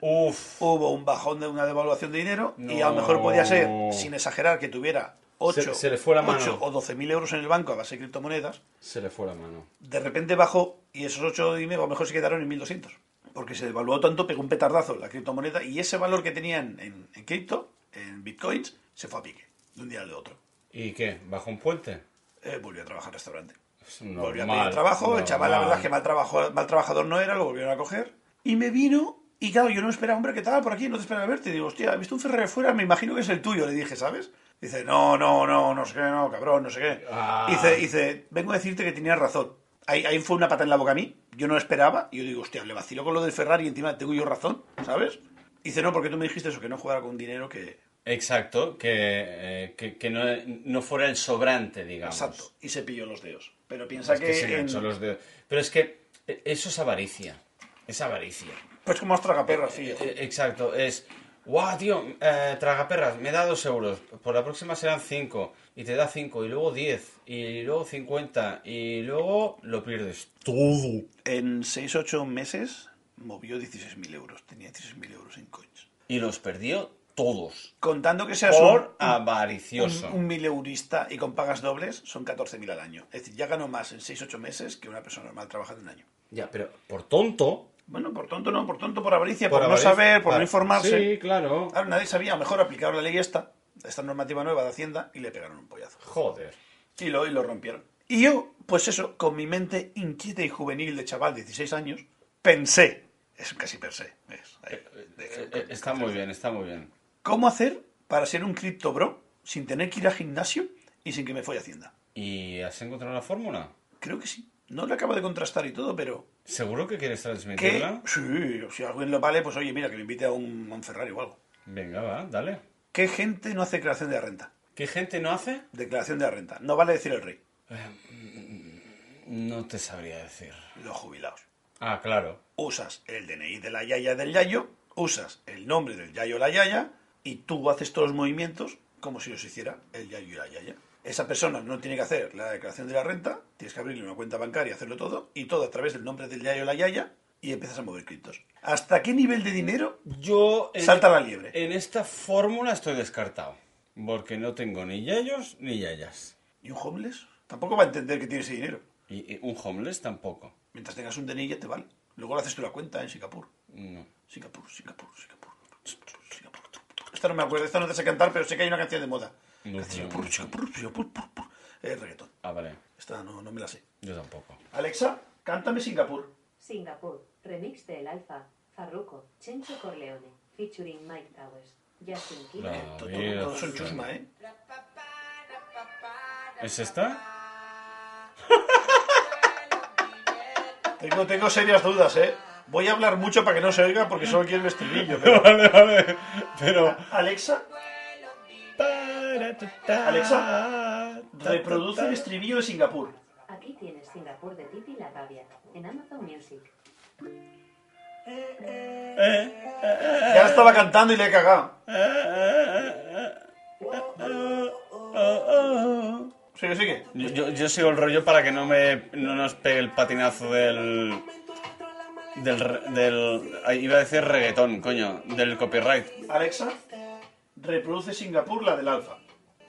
D: Uf.
B: Hubo un bajón de una devaluación de dinero y a lo
D: No.
B: mejor podía ser, sin exagerar, que tuviera 8,
D: Se- se le fue la mano.
B: o 12 mil euros en el banco a base de criptomonedas.
D: Se le fue la mano.
B: De repente bajó y esos 8 y medio a lo mejor se quedaron en 1200. Porque se devaluó tanto, pegó un petardazo la criptomoneda y ese valor que tenían en, en cripto, en bitcoins, se fue a pique de un día al otro.
D: ¿Y qué? ¿Bajo un puente?
B: Eh, volvió a trabajar en restaurante.
D: Normal,
B: Volvió a pedir trabajo, el chaval, la
D: normal.
B: verdad es que mal, trabajo, mal trabajador no era, lo volvieron a coger. Y me vino Y claro, yo no me esperaba, hombre, ¿qué tal? Por aquí, no te esperaba verte. Y digo, hostia, he visto un Ferrari fuera, me imagino que es el tuyo, le dije, ¿sabes? Dice, no, no, no, no sé qué, no, cabrón, no sé qué.
D: Ah.
B: Dice, dice, vengo a decirte que tenías razón. Ahí, ahí fue una pata en la boca a mí, yo no lo esperaba. Y yo digo, hostia, le vacilo con lo del Ferrari y encima tengo yo razón, ¿sabes? Dice, no, porque tú me dijiste eso, que no jugara con dinero, que...
A: Exacto, que, eh, que, que no, no fuera el sobrante, digamos.
B: Exacto. Y se pilló los dedos. Pero piensa
A: Es
B: que...
A: que se
B: en-
A: enganchó los dedos. Pero es que eh, eso es avaricia. Es avaricia.
B: Pues como os tragaperras, sí.
A: Eh, Exacto, es. ¡Guau, tío! Eh, tragaperras, me da dos euros. Por la próxima serán cinco. Y te da cinco, y luego diez, y luego cincuenta, y luego lo pierdes.
B: Todo. En 6-8 meses movió 16.000 euros. Tenía 16.000 euros en coins.
A: Y los perdió todos.
B: Contando que seas
A: Por
B: un, un-
A: avaricioso.
B: un, un mil eurista y con pagas dobles, son 14.000 al año. Es decir, ya ganó más en 6-8 meses que una persona normal trabajando un año.
D: Ya, pero por tonto.
B: Bueno, por tonto no, por tonto, por avaricia, por, Ah,
D: Por avaricia,
B: no saber, por
D: vale.
B: no informarse.
D: Sí, claro.
B: Claro, nadie sabía, a lo mejor aplicar la ley esta, esta normativa nueva de Hacienda, y le pegaron un pollazo.
D: Joder.
B: Y lo, y lo rompieron. Y yo, pues eso, con mi mente inquieta y juvenil de chaval de 16 años, pensé, es casi pensé, ¿ves? Ahí, de-
A: Eh, eh, está muy bien, está muy bien.
B: ¿cómo hacer para ser un cripto bro sin tener que ir a gimnasio y sin que me folle Hacienda?
A: ¿Y has encontrado la fórmula?
B: Creo que sí. No lo acabo de contrastar y todo, pero
A: ¿Seguro que quieres
B: que
A: transmitirla?
B: sí, si alguien lo vale, pues oye, mira, que lo invite a un, a un Ferrari o algo.
A: Venga, va, dale.
B: ¿Qué gente no hace declaración de la renta?
A: ¿Qué gente no hace?
B: Declaración de la renta. No vale decir el rey,
A: No te sabría decir.
B: los jubilados.
A: Ah, claro.
B: usas el DNI de la yaya del yayo, usas el nombre del yayo o la yaya y tú haces todos los movimientos como si los hiciera el yayo y la yaya. Esa persona no tiene que hacer la declaración de la renta, tienes que abrirle una cuenta bancaria, hacerlo todo y todo a través del nombre del yayo o la yaya y empiezas a mover criptos. ¿Hasta qué nivel de dinero
A: Yo en, e,
B: salta la liebre?
A: en esta fórmula estoy descartado. Porque no tengo ni yayos ni yayas.
B: ¿Y un homeless? Tampoco va a entender que tiene ese dinero.
A: Y, y un homeless tampoco.
B: Mientras tengas un DNI ya te vale. Luego lo haces tú la cuenta en Singapur.
A: No.
B: Singapur, Singapur, Singapur. Singapur. Esta no me acuerdo, esta no te sé cantar, pero sé que hay una canción de moda.
A: No,
B: Singapur,
A: no.
B: Singapur, Singapur, pur, pur. Es reggaetón.
A: Ah, vale.
B: Esta no, no me la sé.
A: Yo tampoco.
B: Alexa, cántame Singapur.
F: Singapur, remix de El Alfa, Farruko, Chencho Corleone, featuring Mike Towers, Justin
A: Bravo.
F: Quiles.
B: Todos
A: Mira.
B: son chusma, ¿eh?
A: ¿Es esta?
B: Tengo, tengo serias dudas, ¿eh? Voy a hablar mucho para que no se oiga porque solo quiero el estribillo. pero-
A: vale, vale. Pero.
B: Alexa, Alexa, reproduce el estribillo de Singapur.
F: Aquí tienes Singapur de Titi La Rabia, en Amazon Music.
B: Ya la estaba cantando y le he cagado. Sigue, sigue.
A: Yo, yo, yo sigo el rollo para que no me no nos pegue el patinazo del del re- del ay, iba a decir reggaetón, coño, del copyright.
B: Alexa, reproduce Singapur, la del alfa.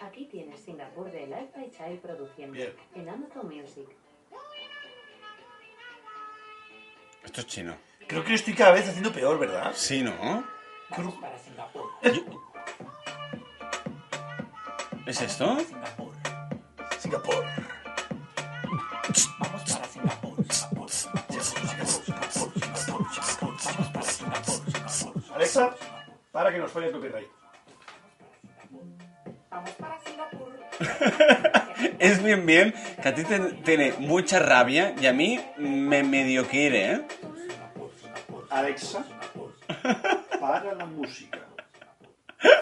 F: Aquí tienes Singapur de El Alfa y Child produciendo,
B: Bien.
F: en Amazon Music.
A: Esto es chino.
B: Creo que lo estoy cada vez haciendo peor, ¿verdad?
A: Sí, ¿no?
B: Creo-
A: ¿Es esto?
B: Singapur. Alexa, para que nos falle el copyright.
A: Es bien bien que a ti te tiene mucha rabia y a mí me medio quiere, ¿eh?
B: Alexa, para la música.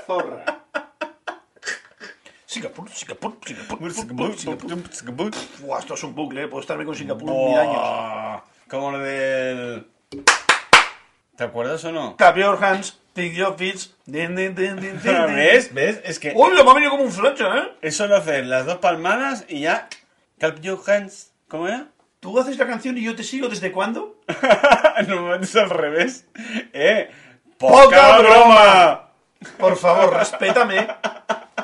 B: Zorra. Singapur, Singapur, Singapur, Singapur, Singapur. Buah, esto es un bucle, ¿eh? puedo estarme con Singapur mil años.
A: Buah, Oh, Como lo del ¿Te acuerdas o no?
B: Capior Hans, Pick Your Fits, din, din, din, din, din, din.
A: ¿Ves? ¿Ves? Es que
B: ¡Uy, lo me ha venido como un flecha, eh!
A: Eso lo hacen las dos palmanas y ya. Clap your hands. ¿Cómo era?
B: ¿Tú haces la canción y yo te sigo desde cuándo?
A: Normalmente es al revés. ¡Eh!
B: ¡Poca
A: ¡Poca,
B: broma!
A: broma!
B: Por favor, respétame.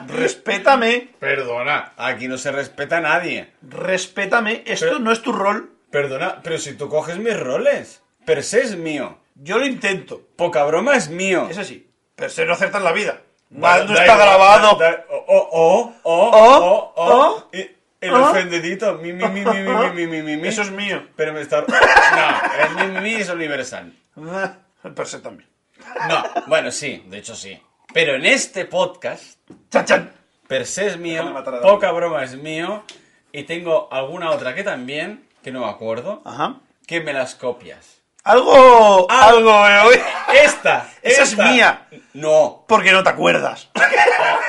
B: Respétame.
A: Perdona, aquí no se respeta a nadie.
B: Respétame. Esto
A: Pero-
B: no es tu rol.
A: Perdona, pero si tú coges mis roles, per se es mío.
B: Yo lo intento.
A: Poca broma es mío.
B: Es así. Pero se no acerta en la vida.
A: Da-
B: Mal no
A: da
B: está
A: igual,
B: grabado.
A: da- da- oh, oh, oh,
B: Oh,
A: oh, oh,
B: oh,
A: Y El
B: oh.
A: ofendedito. Mi, mi, mi, mi, mi, mi, mi, mi, mi.
B: Eso es mío.
A: Pero me está. No, el mi, mi, mi es universal.
B: Ah, El per se también.
A: No, bueno, sí, de hecho sí. Pero en este podcast,
B: ¡Chan, chan!
A: per se es mío,
B: Déjame matar a David.
A: poca broma es mío, y tengo alguna otra que también, que no me acuerdo,
B: Ajá.
A: que me las copias.
B: Algo.
A: Ah.
B: Algo, eh, hoy.
A: ¡Esta!
B: Esa es
A: esta.
B: mía.
A: No.
B: Porque no te acuerdas.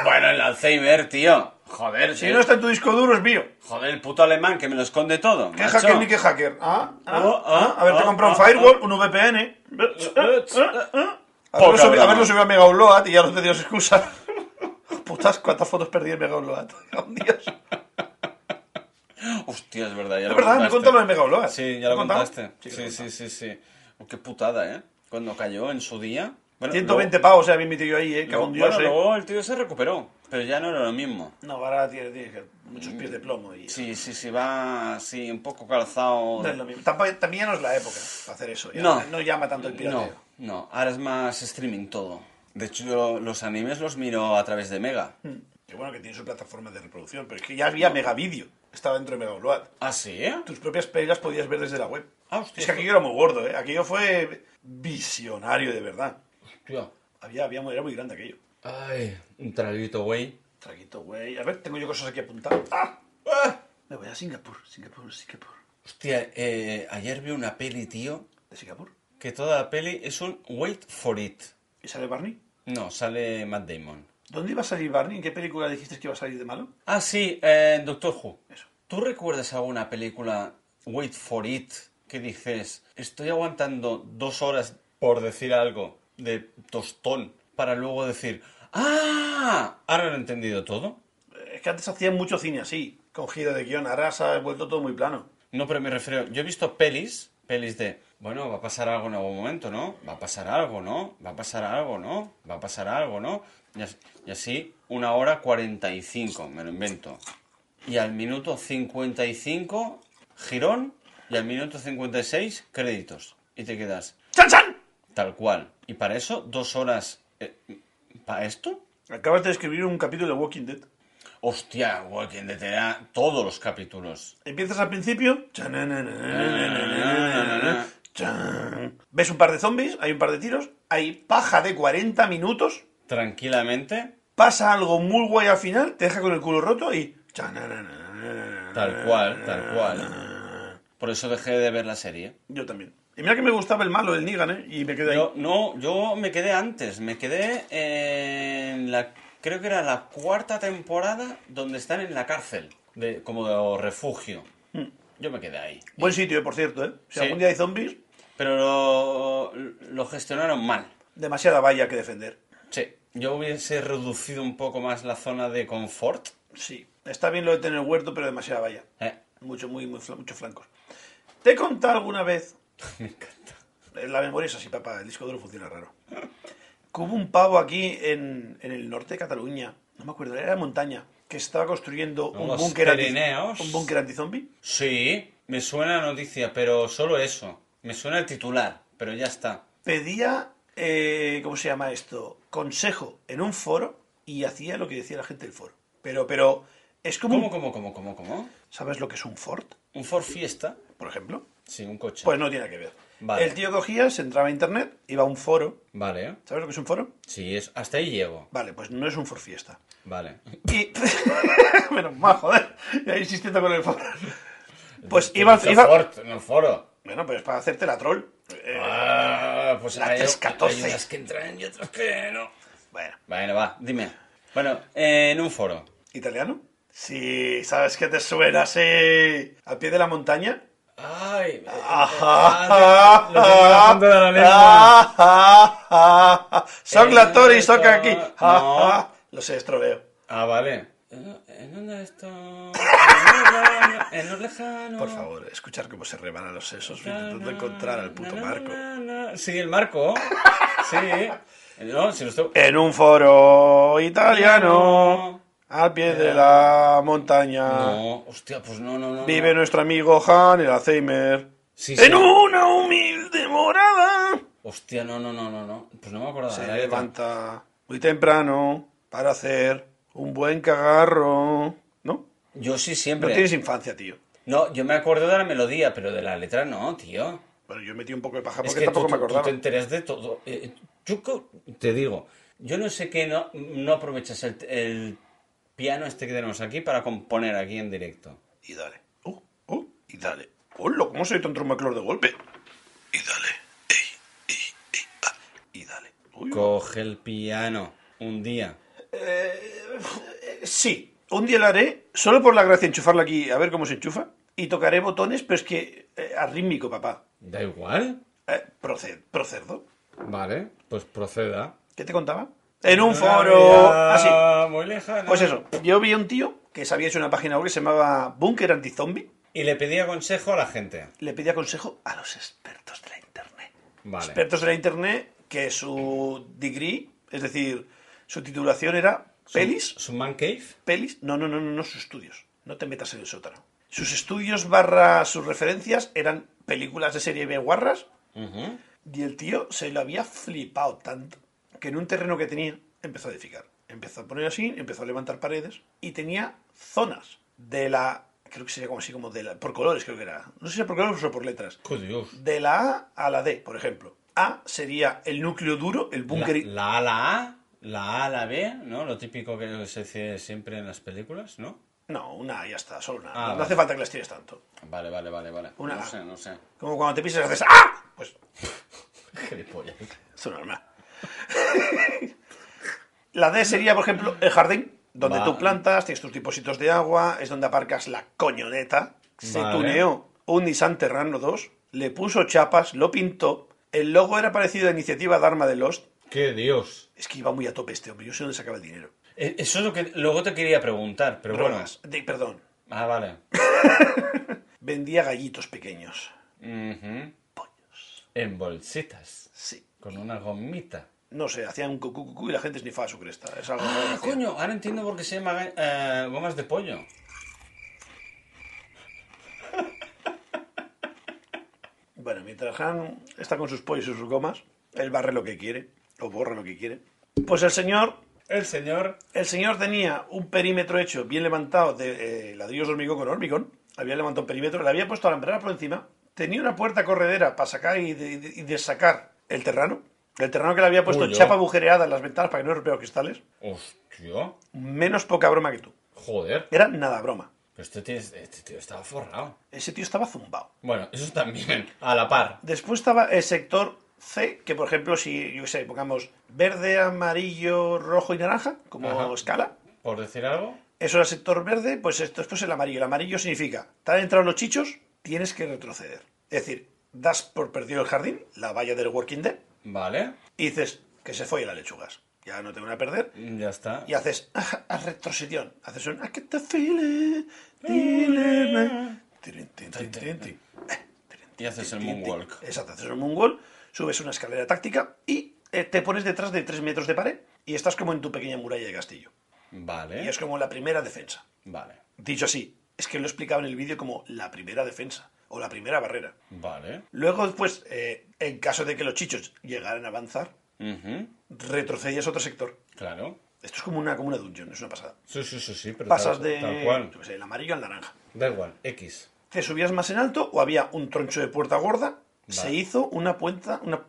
A: Bueno, el Alzheimer, tío. Joder,
B: Si
A: tío.
B: no está en tu disco duro, es mío.
A: Joder, el puto alemán que me lo esconde todo.
B: ¿Qué
A: macho.
B: hacker ni qué hacker? Ah, ah,
A: Oh, ah,
B: ah, haberte
A: ah,
B: comprado un
A: ah,
B: firewall, un VPN. Haberlo,
A: Poca
B: subi-
A: broma.
B: haberlo subido a Mega Upload y ya no tendrías excusa. Putas, cuántas fotos perdí en Mega Upload. Un día.
A: Hostia, es verdad, ya
B: Es
A: lo
B: verdad,
A: contaste.
B: me contó lo de Mega Upload.
A: Sí, ya lo
B: ¿Lo he contado?
A: contaste.
B: Sí,
A: Sí,
B: lo he
A: sí,
B: contado.
A: sí, sí, Oh, Qué putada, ¿eh? Cuando cayó en su día. Bueno,
B: 120 pavos, eh, había metido ahí, eh, que
A: luego,
B: un
A: luego-
B: dios,
A: bueno,
B: eh.
A: luego el tío se recuperó, pero ya no era lo mismo.
B: No, ahora tiene, tiene que- muchos pies de plomo y...
A: Mm. Sí, sí, sí, va así un poco calzado.
B: No es lo mismo. Tampoco- también ya no es la época para hacer eso. ya.
A: No.
B: no llama tanto el
A: No,
B: pirateo.
A: no, ahora es más streaming todo. De hecho, yo los animes los miro a través de Mega.
B: Mm. Que bueno que tiene su plataforma de reproducción, pero es que ya había Mega Video. Estaba dentro de Mega Upload.
A: ¿Ah, sí?
B: Tus propias pelas podías ver desde la web.
A: Ah, hostia.
B: es que aquello era muy gordo, ¿eh? Aquello fue visionario, de verdad.
D: Hostia.
B: Había, había, era muy grande aquello.
D: Ay, un traguito, güey.
B: Traguito, güey. A ver, tengo yo cosas aquí apuntadas. ¡Ah! ¡Ah! Me voy a Singapur, Singapur, Singapur.
A: Hostia, eh, ayer vi una peli, tío,
B: ¿De Singapur?
A: que toda la peli es un wait for it.
B: ¿Y sale Barney?
A: No, sale Matt Damon.
B: ¿Dónde iba a salir Barney? ¿En qué película dijiste que iba a salir de malo?
A: Ah, sí, eh, en Doctor Who.
B: Eso.
A: ¿Tú recuerdas alguna película, Wait for It, que dices, estoy aguantando dos horas por decir algo de tostón, para luego decir, ¡ah! Ahora lo he entendido todo.
B: Eh, Es que antes hacían mucho cine así, con giro de guión. Ahora se ha vuelto todo muy plano.
A: No, pero me refiero, yo he visto pelis, pelis de, bueno, va a pasar algo en algún momento, ¿no? Va a pasar algo, ¿no? Va a pasar algo, ¿no? Va a pasar algo, ¿no? Y as- y así, una hora cuarenta y cinco, me lo invento. Y al minuto cincuenta y cinco, girón, y al minuto cincuenta y seis, créditos. Y te quedas
B: ¡Chan, chan!
A: tal cual. Y para eso, dos horas... eh, ¿Para esto?
B: Acabas de escribir un capítulo de Walking Dead.
A: Hostia, Walking Dead te da todos los capítulos.
B: Empiezas al principio.
A: Ah.
B: Chan. Ves un par de zombies, hay un par de tiros, hay paja de 40 minutos,
A: Tranquilamente,
B: pasa algo muy guay al final, te deja con el culo roto y... chan.
A: Tal cual, tal cual. Por eso dejé de ver la serie.
B: Yo también. Y mira que me gustaba el malo, el Negan, ¿eh? Y me quedé ahí.
A: Yo, no, yo me quedé antes. Me quedé en la. Creo que era la cuarta temporada donde están en la cárcel, de, como de refugio. Yo me quedé ahí.
B: Buen sitio, eh, por cierto, ¿eh? Si
A: Sí.
B: algún día hay zombies,
A: Pero lo, lo gestionaron mal.
B: demasiada valla que defender.
A: Sí. Yo hubiese reducido un poco más la zona de confort.
B: Sí. Está bien lo de tener huerto, pero demasiada valla.
A: Eh,
B: Mucho, muy, muy, fla- muchos flancos. Te he contado alguna vez
A: me encanta.
B: La memoria es así, papá. El disco duro funciona raro. Que hubo un pavo aquí en, en el norte de Cataluña, no me acuerdo, era de montaña, que estaba construyendo un
A: Los
B: búnker anti-
A: Pirineos.
B: un búnker anti-zombie.
A: Sí, me suena la noticia, pero solo eso. Me suena el titular, pero ya está.
B: Pedía, eh, ¿cómo se llama esto? Consejo en un foro y hacía lo que decía la gente del foro. Pero, pero, es como... un-
A: ¿Cómo, cómo, cómo, cómo, cómo?
B: ¿Sabes lo que es un Ford,
A: ¿Un Ford Fiesta?
B: por ejemplo?
A: Sí, un coche.
B: Pues no tiene que ver.
A: Vale.
B: El tío cogía, se entraba a internet, iba a un foro.
A: Vale, ¿eh?
B: ¿Sabes lo que es un foro?
A: Sí, es... hasta ahí llego.
B: Vale, pues no es un Ford Fiesta.
A: Vale.
B: Y... Menos mal, joder. Ya insistiendo con el foro. Pues iba...
A: Pero
B: iba-
A: Ford, no foro.
B: Bueno, pues para hacerte la troll. Eh,
A: Ah, pues
B: La
A: hay,
B: 314.
A: hay unas que entran y otras que no.
B: bueno.
A: Bueno, va, dime. Bueno, eh, en un foro.
B: ¿Italiano? Sí, ¿sabes qué te suena? Sí. Al pie de la montaña.
D: Ay,
B: Ah,
D: lo tengo en la punta de la lengua.
B: ah, ah, ah, ah. Son la Tori, son aquí. Ah,
A: No.
B: ah. Lo sé, es troleo.
A: Ah, vale. ¿En dónde está? En lo lejano.
B: Por favor, escuchar cómo se rebanan los sesos intentando encontrar al puto Marco.
A: Sí, el Marco. Sí. No, si no estoy...
B: En un foro italiano, al pie de la montaña,
A: No, hostia, pues no, no, no.
B: vive
A: no.
B: nuestro amigo Han, el Alzheimer.
A: Sí,
B: en
A: sí.
B: una humilde morada.
A: Hostia, no, no, no, no, no. Pues no me acuerdo.
B: Se levanta muy temprano para hacer un buen cagarro. ¿No?
A: Yo sí
B: No
A: siempre.
B: tienes infancia, tío.
A: No, yo me acuerdo de la melodía, pero de la letra no, tío.
B: Bueno, yo metí un poco de paja
A: Es
B: porque
A: que
B: tampoco
A: tú,
B: me
A: tú- tú
B: acordaba.
A: te enteras de todo. Eh, yo co- te digo, yo no sé qué no, no aprovechas el, el piano este que tenemos aquí para componer aquí en directo.
C: Y dale. Uh,
B: Oh,
C: uh, y dale.
B: Hola, ¿cómo soy tan tromaclor de golpe?
C: Y dale. Ey, ey, ey,
B: ah.
C: va. Y dale. Uy,
A: Coge el piano un día.
B: Sí, un día lo haré, solo por la gracia de enchufarlo aquí, a ver cómo se enchufa. Y tocaré botones, pero es que eh, arrítmico, papá.
E: Da igual.
B: Eh, proced, procerdo.
E: Vale, pues proceda.
B: ¿Qué te contaba? En un foro. Así.
A: Ah, muy lejana.
B: Pues eso, yo vi a un tío que se había hecho una página web que se llamaba Bunker Antizombie.
A: Y le pedía consejo a la gente.
B: Le pedía consejo a los expertos de la internet.
E: Vale.
B: Expertos de la internet que su degree, es decir, su titulación era pelis.
A: ¿Su man cave?
B: pelis, no, no, no, no, no, sus estudios. No te metas en el sótano. Sus estudios barra sus referencias eran películas de serie B guarras
A: Ujú.
B: y el tío se lo había flipado tanto que en un terreno que tenía empezó a edificar. Empezó a poner así, empezó a levantar paredes y tenía zonas de la... Creo que sería como así como de la... Por colores creo que era. No sé si era por colores o por letras.
A: ¡Qué Dios!
B: De la A a la D, por ejemplo. A sería el núcleo duro, el
A: La,
B: búnker...
A: la A, la A, la A, la B, ¿no? Lo típico que se dice siempre en las películas, ¿no?
B: No, una A ya está, solo una. A.
A: Ah,
B: no
A: vale.
B: hace falta que las tires tanto.
A: Vale, vale, vale, vale.
B: Una
A: no
B: A.
A: sé, no sé.
B: Como cuando te pisas haces ¡Ah! Pues
E: Gilipollas.
B: es normal. la D sería, por ejemplo, el jardín, donde
A: Va-
B: tú plantas, tienes tus depósitos de agua, es donde aparcas la coñoneta. Se
E: Vale.
B: tuneó un Nissan Terrano 2, le puso chapas, lo pintó. El logo era parecido a Iniciativa Dharma de Lost.
E: ¡Qué Dios!
B: Es que iba muy a tope este hombre, yo sé dónde sacaba el dinero.
A: Eh, Eso es lo que luego te quería preguntar, pero
B: Bromas. De- perdón.
A: bueno. Ah, vale.
B: Vendía gallitos pequeños.
A: Ujú.
B: Pollos.
E: En bolsitas.
B: Sí.
E: Con una gomita.
B: No sé, hacían un cucú cucú y la gente snifaba su cresta. Es algo que
A: Ah,
B: hacían.
A: coño, ahora entiendo por qué se llama eh, gomas de pollo.
B: Bueno, mientras Han está con sus pollos y sus gomas, él barre lo que quiere, o borra lo que quiere. Pues el señor,
E: El señor.
B: el señor tenía un perímetro hecho, bien levantado, de eh, ladrillos de hormigón con hormigón. Había levantado un perímetro, le había puesto alambrada por encima. Tenía una puerta corredera para sacar y, de- de- y desacar el terreno. El terreno que le había puesto
E: Uy, yo.
B: chapa agujereada en las ventanas para que no rompiera los cristales.
E: Hostia.
B: Menos poca broma que tú.
E: Joder.
B: Era nada broma.
E: Pero este tío, este tío estaba forrado.
B: Ese tío estaba zumbado.
E: Bueno, eso también. A la par.
B: Después estaba el sector C, que por ejemplo, si yo qué sé, pongamos verde, amarillo, rojo y naranja, como
E: Ajá.
B: escala,
E: Por decir algo.
B: eso era sector verde, pues esto después el amarillo. El amarillo significa, te han entrado los chichos, tienes que retroceder. Es decir, das por perdido el jardín, la valla del Working Dead,
A: Vale,
B: y dices que se follen las lechugas. Ya no te van a perder.
A: ya está.
B: Y haces ah, ah, retrocedión. Haces un "Ah, I get the feeling, feeling, ah. Tirin, tin, tin, tin, tin.
A: Y haces el moonwalk.
B: Exacto, haces un moonwall, subes una escalera táctica y eh, te pones detrás de 3 metros de pared y estás como en tu pequeña muralla de castillo. Y
E: ¿Eh?
A: Vale,
B: es como la primera defensa.
A: vale,
B: Dicho así, es que lo explicaba en el vídeo como la primera defensa o la primera barrera.
A: vale.
B: Luego, después, eh, en caso de que los chichos llegaran a avanzar,
A: Ujú,
B: retrocedías a otro sector.
A: Claro.
B: Esto es como una, como una dungeon, es una pasada.
E: Sí, sí, sí, sí. Pero
B: Pasas
E: tal-
B: de
E: Tal cual.
B: yo qué sé, el amarillo al naranja.
E: Da igual. X.
B: te subías más en alto o había un troncho de puerta gorda, se hizo una puerta, una,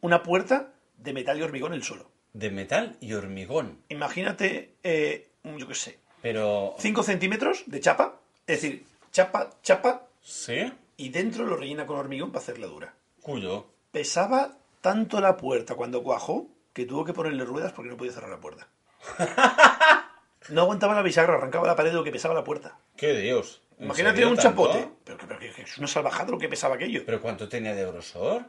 B: una puerta de metal y hormigón el suelo.
A: De metal y hormigón.
B: Imagínate, eh, yo qué sé,
A: Pero...
B: 5 centímetros de chapa, es decir, chapa, chapa,
A: ¿Sí?
B: y dentro lo rellena con hormigón para hacerla dura.
A: Cuyo.
B: Pesaba tanto la puerta cuando cuajó que tuvo que ponerle ruedas porque no podía cerrar la puerta. No aguantaba la bisagra, arrancaba la pared de lo que pesaba la puerta.
E: ¿Qué Dios? ¿En
B: Imagínate
E: serio
B: un
E: tanto?
B: chapote. Pero, que- pero que- que es una salvajada lo que pesaba aquello.
A: ¿Pero cuánto tenía de grosor?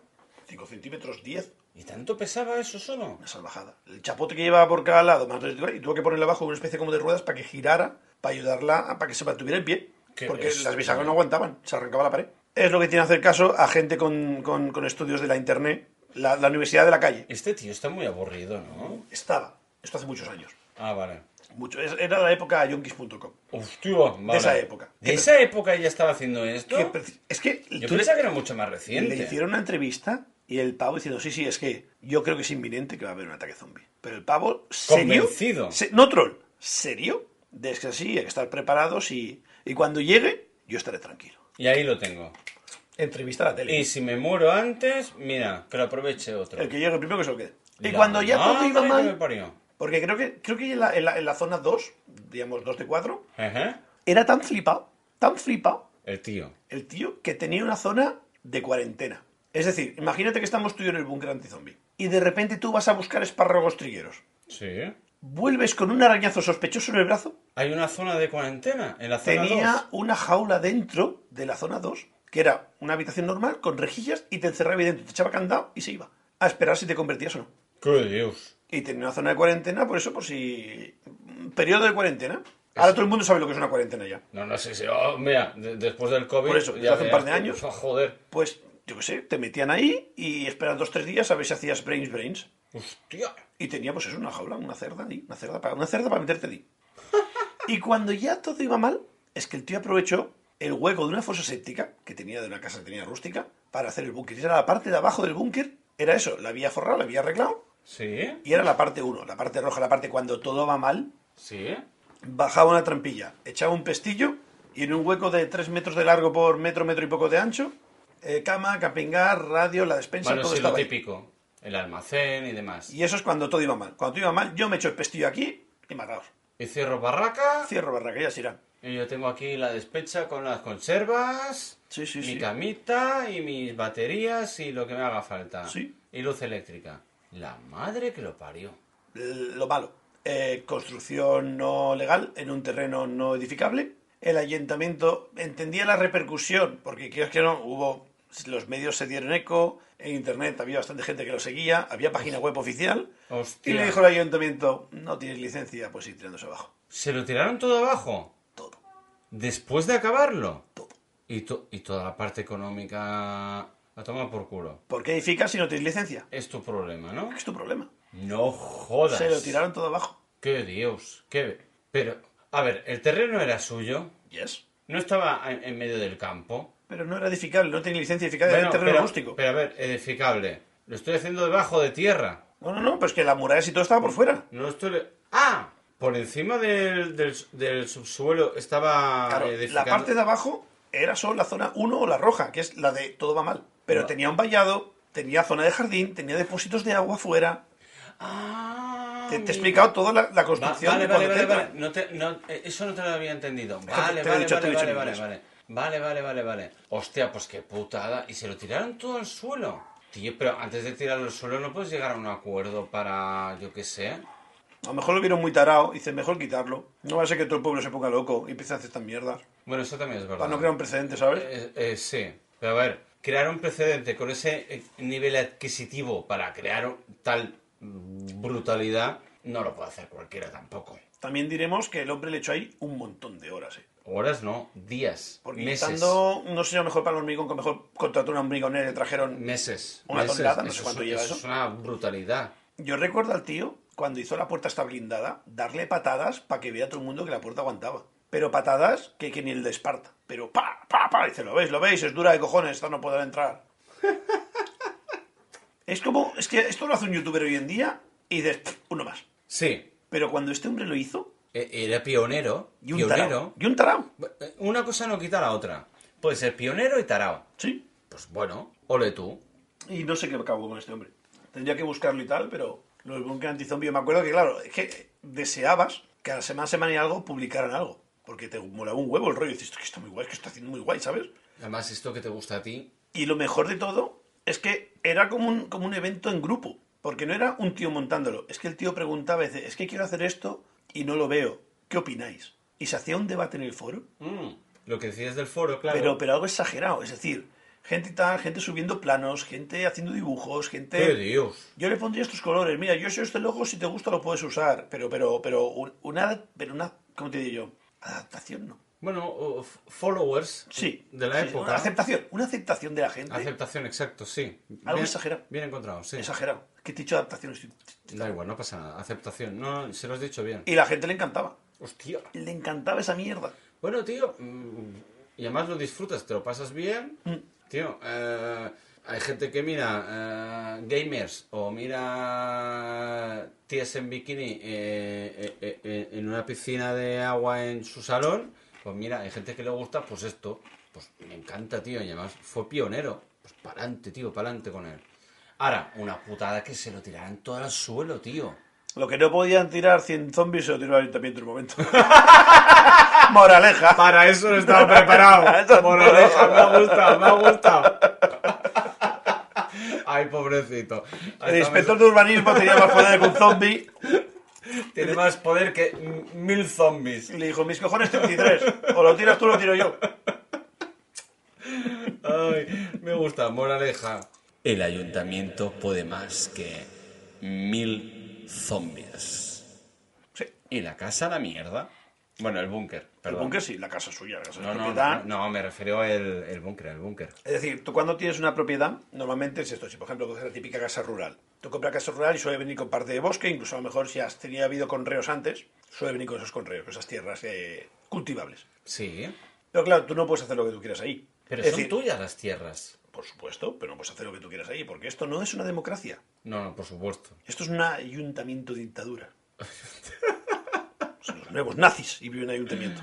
B: 5 centímetros, 10.
A: ¿Y tanto pesaba eso solo?
B: Una salvajada. El chapote que llevaba por cada lado, más los- y tuvo que ponerle abajo una especie como de ruedas para que girara, para ayudarla, a- para que se mantuviera en pie.
A: Qué
B: Porque
A: bestia.
B: las bisagras no aguantaban, se arrancaba la pared. Es lo que tiene que hacer caso a gente con, con- con estudios de la internet, la, la universidad de la calle.
A: Este tío está muy aburrido, ¿no?
B: Estaba, esto hace muchos años.
A: Ah, vale.
B: Mucho. Es- Era la época yonkis.com.
A: Hostia, vale.
B: De esa época.
A: ¿De esa época ya estaba haciendo esto?
B: Que preci- Es que
A: Yo
B: tú le,
A: pensaba que era mucho más
B: le
A: reciente.
B: hicieron una entrevista y el pavo diciendo, sí, sí, es que yo creo que es inminente que va a haber un ataque zombie. Pero el pavo, ¿serio?
A: Convencido.
B: Se- no troll, ¿serio? De es que sí, hay que estar preparados y, y cuando llegue, yo estaré tranquilo.
A: Y ahí lo tengo.
B: Entrevista a la tele.
A: Y si me muero antes, mira, que lo aproveche otro.
B: El que llegue primero que se lo quede. Y
A: La
B: cuando ya todo
A: madre
B: iba
A: que me
B: mal,
A: parió.
B: porque creo que, creo que en, la, en la- en la zona 2, digamos 2 de 4,
A: Ajá.
B: era tan flipado, tan flipado,
A: El tío.
B: el tío que tenía una zona de cuarentena. Es decir, imagínate que estamos tú y yo en el búnker antizombie. Y de repente tú vas a buscar espárragos trigueros.
A: Sí.
B: Vuelves con un arañazo sospechoso en el brazo.
A: Hay una zona de cuarentena en la zona
B: Tenía
A: 2.
B: una jaula dentro de la zona 2, que era una habitación normal con rejillas y te encerraba ahí dentro, te echaba candado y se iba. A esperar si te convertías o no.
A: ¡Qué Dios!
B: Y tenía una zona de cuarentena, por eso, por si. un Periodo de cuarentena. Ahora todo el mundo sabe lo que es una cuarentena ya.
A: No, no sé si... oh, mira, de- después del COVID...
B: Por eso, desde hace un par de años.
A: Oh, joder.
B: Pues, yo qué sé, te metían ahí y esperas dos tres días a ver si hacías brains, brains.
A: Hostia.
B: Y tenía, pues eso, una jaula, una cerda ahí, una cerda para, una cerda para meterte ahí. Y cuando ya todo iba mal, es que el tío aprovechó el hueco de una fosa séptica que tenía de una casa que tenía rústica para hacer el búnker. Y era la parte de abajo del búnker, era eso, la había forrado, la había arreglado.
A: ¿Sí?
B: Y era la parte 1, la parte roja, la parte cuando todo va mal,
A: ¿Sí?
B: bajaba una trampilla, echaba un pestillo y en un hueco de 3 metros de largo por metro, metro y poco de ancho, eh, cama, campingar, radio, la despensa,
A: Bueno,
B: todo
A: sí, lo
B: estaba ahí.
A: típico. El almacén y demás.
B: Y eso es cuando todo iba mal. Cuando todo iba mal, yo me echo el pestillo aquí y mataos.
A: Y cierro barraca.
B: Cierro barraca, ya se irán.
A: Y yo tengo aquí la despecha con las conservas.
B: Sí, sí,
A: mi
B: sí.
A: camita y mis baterías y lo que me haga falta.
B: Sí.
A: Y luz eléctrica. La madre que lo parió.
B: L- Lo malo. eh, construcción no legal en un terreno no edificable. El ayuntamiento entendía la repercusión, porque creo que no, hubo. Los medios se dieron eco, en internet había bastante gente que lo seguía, había página web oficial.
A: Hostia.
B: Y le dijo el ayuntamiento: No tienes licencia, pues ir tirándose abajo.
A: ¿Se lo tiraron todo abajo?
B: Todo.
A: Después de acabarlo.
B: Todo.
A: Y, to- y toda la parte económica la toma por culo.
B: ¿Por qué edificas si no tienes licencia?
A: Es tu problema, ¿no?
B: Es tu problema.
A: No jodas.
B: Se lo tiraron todo abajo.
A: ¡Qué Dios! ¡Qué... Pero, a ver, el terreno era suyo.
B: Yes.
A: No estaba en, en medio del campo.
B: Pero no era edificable, no tenía licencia edificada, era
A: Bueno,
B: el terreno
A: pero,
B: rústico.
A: Pero a ver, edificable. Lo estoy haciendo debajo de tierra.
B: No, no, no, pues que las murallas y todo estaba por fuera.
A: No lo estoy... le- ¡Ah! Por encima del, del- del subsuelo estaba
B: Claro, la
A: edificado.
B: parte de abajo era solo la zona 1 o la roja, que es la de todo va mal. Pero
A: Va.
B: tenía un vallado, tenía zona de jardín, tenía depósitos de agua fuera.
A: Ah,
B: Te, te he
A: mira.
B: explicado toda la, la
A: Va-
B: construcción.
A: vale,
B: de
A: vale,
B: cuando
A: vale,
B: te
A: vale.
B: entran.
A: No te- no, eh, eso no te lo había entendido.
B: que
A: Vale,
B: te lo he
A: vale,
B: dicho, te
A: vale,
B: lo he
A: vale,
B: dicho en
A: vale,
B: inglés.
A: vale. Vale, vale, vale, vale. Hostia, pues qué putada. Y se lo tiraron todo al suelo. Tío, pero antes de tirarlo al suelo no puedes llegar a un acuerdo para, yo qué sé.
B: A lo mejor lo vieron muy tarado, dice mejor quitarlo. No va a ser que todo el pueblo se ponga loco y empiece a hacer estas mierdas.
A: Bueno, eso también es verdad.
B: Para no crear un precedente, ¿sabes?
A: Eh, eh, sí, pero a ver, crear un precedente con ese eh, nivel adquisitivo para crear un- tal brutalidad no lo puede hacer cualquiera tampoco.
B: También diremos que el hombre le echó ahí un montón de horas. eh.
A: Horas no, días,
B: Porque
A: meses,
B: estando, no sé, a lo mejor para el hormigón, que a lo mejor contrató un hormigonero y le trajeron
A: meses,
B: Una
A: meses.
B: tonelada, no sé
A: es
B: cuánto
A: un-
B: lleva
A: Es
B: eso.
A: una brutalidad.
B: Yo recuerdo al tío, cuando hizo la puerta esta blindada, darle patadas para que vea todo el mundo que la puerta aguantaba. Pero patadas que, que ni el de Esparta. Pero pa, pa, pa, dice, lo veis, lo veis, es dura de cojones, esta no podrá entrar. es como, es que esto lo hace un youtuber hoy en día y dices, "Pff, uno más.
A: Sí,
B: Pero cuando este hombre lo hizo,
A: e- era pionero,
B: y un tarao.
A: pionero.
B: Y un tarao,
A: Eh, Una cosa no quita la otra. Puede ser pionero y tarao.
B: sí.
A: Pues bueno, ole tú.
B: Y no sé qué acabó con este hombre. Tendría que buscarlo y tal, pero los bunker antizombios, me acuerdo que, claro, es que deseabas que a la semana, semana y algo publicaran algo. Porque te molaba un huevo el rollo. Y dices, "Esto que está muy guay, es que está haciendo muy guay, ¿sabes?
A: Además, esto que te gusta a ti,
B: Y lo mejor de todo es que era como un, como un evento en grupo. Porque no era un tío montándolo. Es que el tío preguntaba, dice, es que quiero hacer esto y no lo veo. ¿Qué opináis? Y se hacía un debate en el foro.
A: mm, lo que decías del foro, claro.
B: Pero, pero algo exagerado. Es decir, gente y tal, gente subiendo planos, gente haciendo dibujos, gente...
A: ¡Qué Dios!
B: Yo le pondría estos colores. Mira, yo soy este logo, si te gusta lo puedes usar. Pero, pero, pero, un- una, pero una, ¿cómo te digo yo? Adaptación, no.
A: Bueno, o- f- followers
B: Sí.
A: de la
B: sí,
A: época.
B: Una aceptación. Una aceptación de la gente.
A: Aceptación, exacto, sí.
B: Algo exagerado.
A: Bien encontrado, sí.
B: Exagerado. Que te he dicho adaptación. estoy-
A: Da igual, no pasa nada. Aceptación. No, no, se lo has dicho bien.
B: Y la gente le encantaba.
A: Hostia.
B: Le encantaba esa mierda.
A: Bueno, tío. mm, Y además lo disfrutas, te lo pasas bien. Tío, eh, hay gente que mira eh, gamers o mira tías en bikini eh, eh, eh, en una piscina de agua en su salón. Pues mira, hay gente que le gusta pues esto. pues me encanta, tío. Y además fue pionero. Pues pa'lante, tío, pa'lante con él. Ahora, una putada que se lo tiraran todo al suelo, tío.
B: Lo que no podían tirar 100 zombies se lo tiró el ayuntamiento en un momento. Moraleja.
G: Para eso no estaba preparado. Moraleja, me ha gustado, me ha gustado.
A: Ay, pobrecito.
B: El inspector de urbanismo tenía más poder que un zombie
A: Tiene más poder que m- mil zombies.
B: y le dijo, mis cojones 33, o lo tiras tú o lo tiro yo.
A: Ay, me gusta, moraleja.
H: El ayuntamiento puede más que mil zombies.
B: Sí.
H: Y la casa a la mierda. Bueno, el búnker,
B: El
H: perdón.
B: búnker sí, la casa es suya, la casa es
A: No, no,
B: propiedad.
A: no, no, me refiero al el búnker, al búnker.
B: Es decir, tú cuando tienes una propiedad, normalmente es esto. Si, por ejemplo, coges la típica casa rural. Tú compras casa rural y suele venir con parte de bosque, incluso a lo mejor si has tenido habido conreos antes, suele venir con esos conreos, con esas tierras eh, cultivables.
A: Sí.
B: Pero claro, tú no puedes hacer lo que tú quieras ahí.
A: Pero
B: Es
A: son
B: decir,
A: tuyas las tierras.
B: Por supuesto, pero no puedes hacer lo que tú quieras ahí, porque esto no es una democracia.
A: No, no, por supuesto.
B: Esto es un ayuntamiento dictadura. Son los nuevos nazis y viven en ayuntamiento.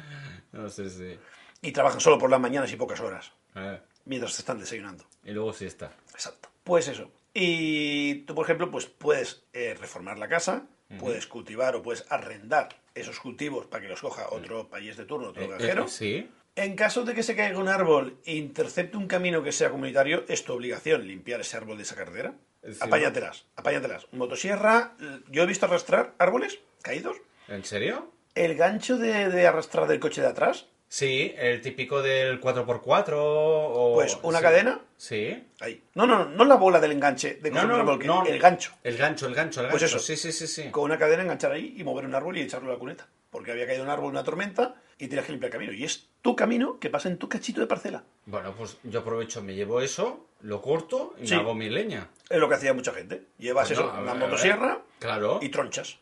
A: No sé si.
B: Y trabajan solo por las mañanas y pocas horas,
A: Eh,
B: mientras están desayunando.
A: y luego sí está.
B: Exacto. Pues eso. Y tú, por ejemplo, pues puedes eh, reformar la casa, puedes cultivar o puedes arrendar esos cultivos para que los coja otro país de turno, otro
A: Mm. Eh, eh,
B: granjero.
A: sí.
B: En caso de que se caiga un árbol e intercepte un camino que sea comunitario, es tu obligación limpiar ese árbol de esa carretera.
A: Eh, Sí.
B: Apáñatelas, apáñatelas. Motosierra, l- yo he visto arrastrar árboles caídos.
A: ¿En serio?
B: El gancho de, de arrastrar del coche de atrás,
A: Sí, el típico del 4x4 o...
B: pues una
A: sí.
B: cadena,
A: Sí.
B: ahí. No, no, no, no la bola del enganche, de
A: No,
B: coger un
A: no,
B: árbol, que-
A: no.
B: el gancho.
A: El gancho, el gancho, el gancho.
B: Pues eso.
A: Sí, sí, sí, sí.
B: Con una cadena enganchar ahí y mover un árbol y echarlo a la cuneta. Porque había caído un árbol, una tormenta, y tenías que limpiar el camino. Y es tu camino que pasa en tu cachito de parcela.
A: Bueno, pues yo aprovecho, me llevo eso, lo corto y
B: Sí.
A: me hago mi leña.
B: Es lo que hacía mucha gente. Llevas
A: Pues no,
B: eso,
A: a ver,
B: una
A: a ver.
B: motosierra
A: Claro.
B: y tronchas.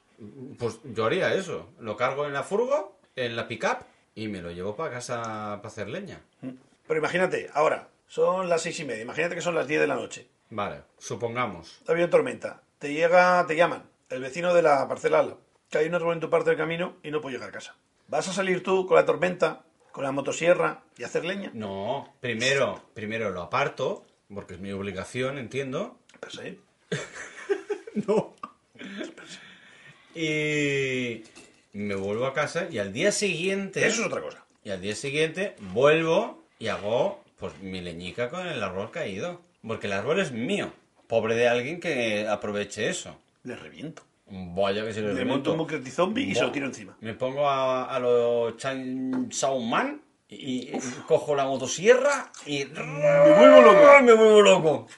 A: Pues yo haría eso. Lo cargo en la furgo, en la pickup y me lo llevo para casa para hacer leña.
B: Pero imagínate, ahora son las seis y media, imagínate que son las 10 de la noche,
A: Vale, supongamos.
B: ha habido tormenta, te llega, te llaman, el vecino de la parcela, al lado, que hay un árbol en tu parte del camino y no puedes llegar a casa. ¿Vas a salir tú con la tormenta, con la motosierra y hacer leña?
A: No, primero, primero lo aparto, porque es mi obligación, entiendo.
B: Pues
A: ¿Eh?
B: sí.
A: No. Y me vuelvo a casa y al día siguiente...
B: Eso es otra cosa.
A: Y al día siguiente vuelvo y hago pues mi leñica con el árbol caído. Porque el árbol es mío. Pobre de alguien que aproveche eso.
B: Le reviento.
A: Vaya que se lo
B: Le monto un bucleti zombie y se lo tiro encima.
A: Me pongo a, a los Chainsaw Man y, y cojo la motosierra y... ¡Me vuelvo loco! ¡Me vuelvo loco!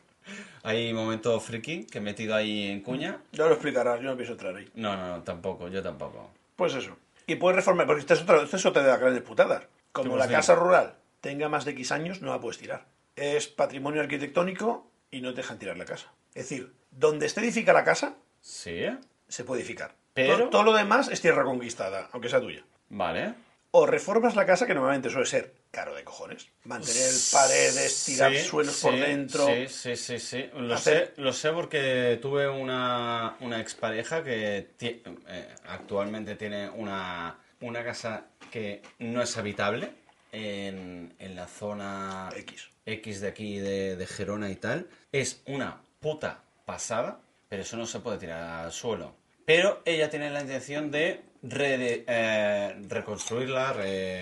A: Hay momentos friki que he metido ahí en cuña.
B: Ya lo explicarás, yo no pienso entrar ahí.
A: No, no, no, tampoco, yo tampoco.
B: Pues eso. Y puedes reformar, porque esta es otra, esta es otra de las grandes putadas. Como
A: Pues
B: la
A: sí.
B: casa rural tenga más de X años, no la puedes tirar. Es patrimonio arquitectónico y no te dejan tirar la casa. Es decir, donde esté edifica la casa,
A: ¿Sí?
B: se puede edificar.
A: Pero-
B: Todo, todo lo demás es tierra conquistada, aunque sea tuya.
A: Vale.
B: O reformas la casa, que normalmente suele ser caro de cojones. Mantener paredes, tirar
A: Sí,
B: suelos
A: sí,
B: por dentro.
A: Sí, sí, sí, sí. Lo,
B: Hacer-
A: sé, lo sé porque tuve una, una expareja que ti- eh, actualmente tiene una, una casa que no es habitable en, en la zona
B: X.
A: X de aquí, de, de Gerona y tal. Es una puta pasada, pero eso no se puede tirar al suelo. Pero ella tiene la intención de rede- eh, reconstruirla,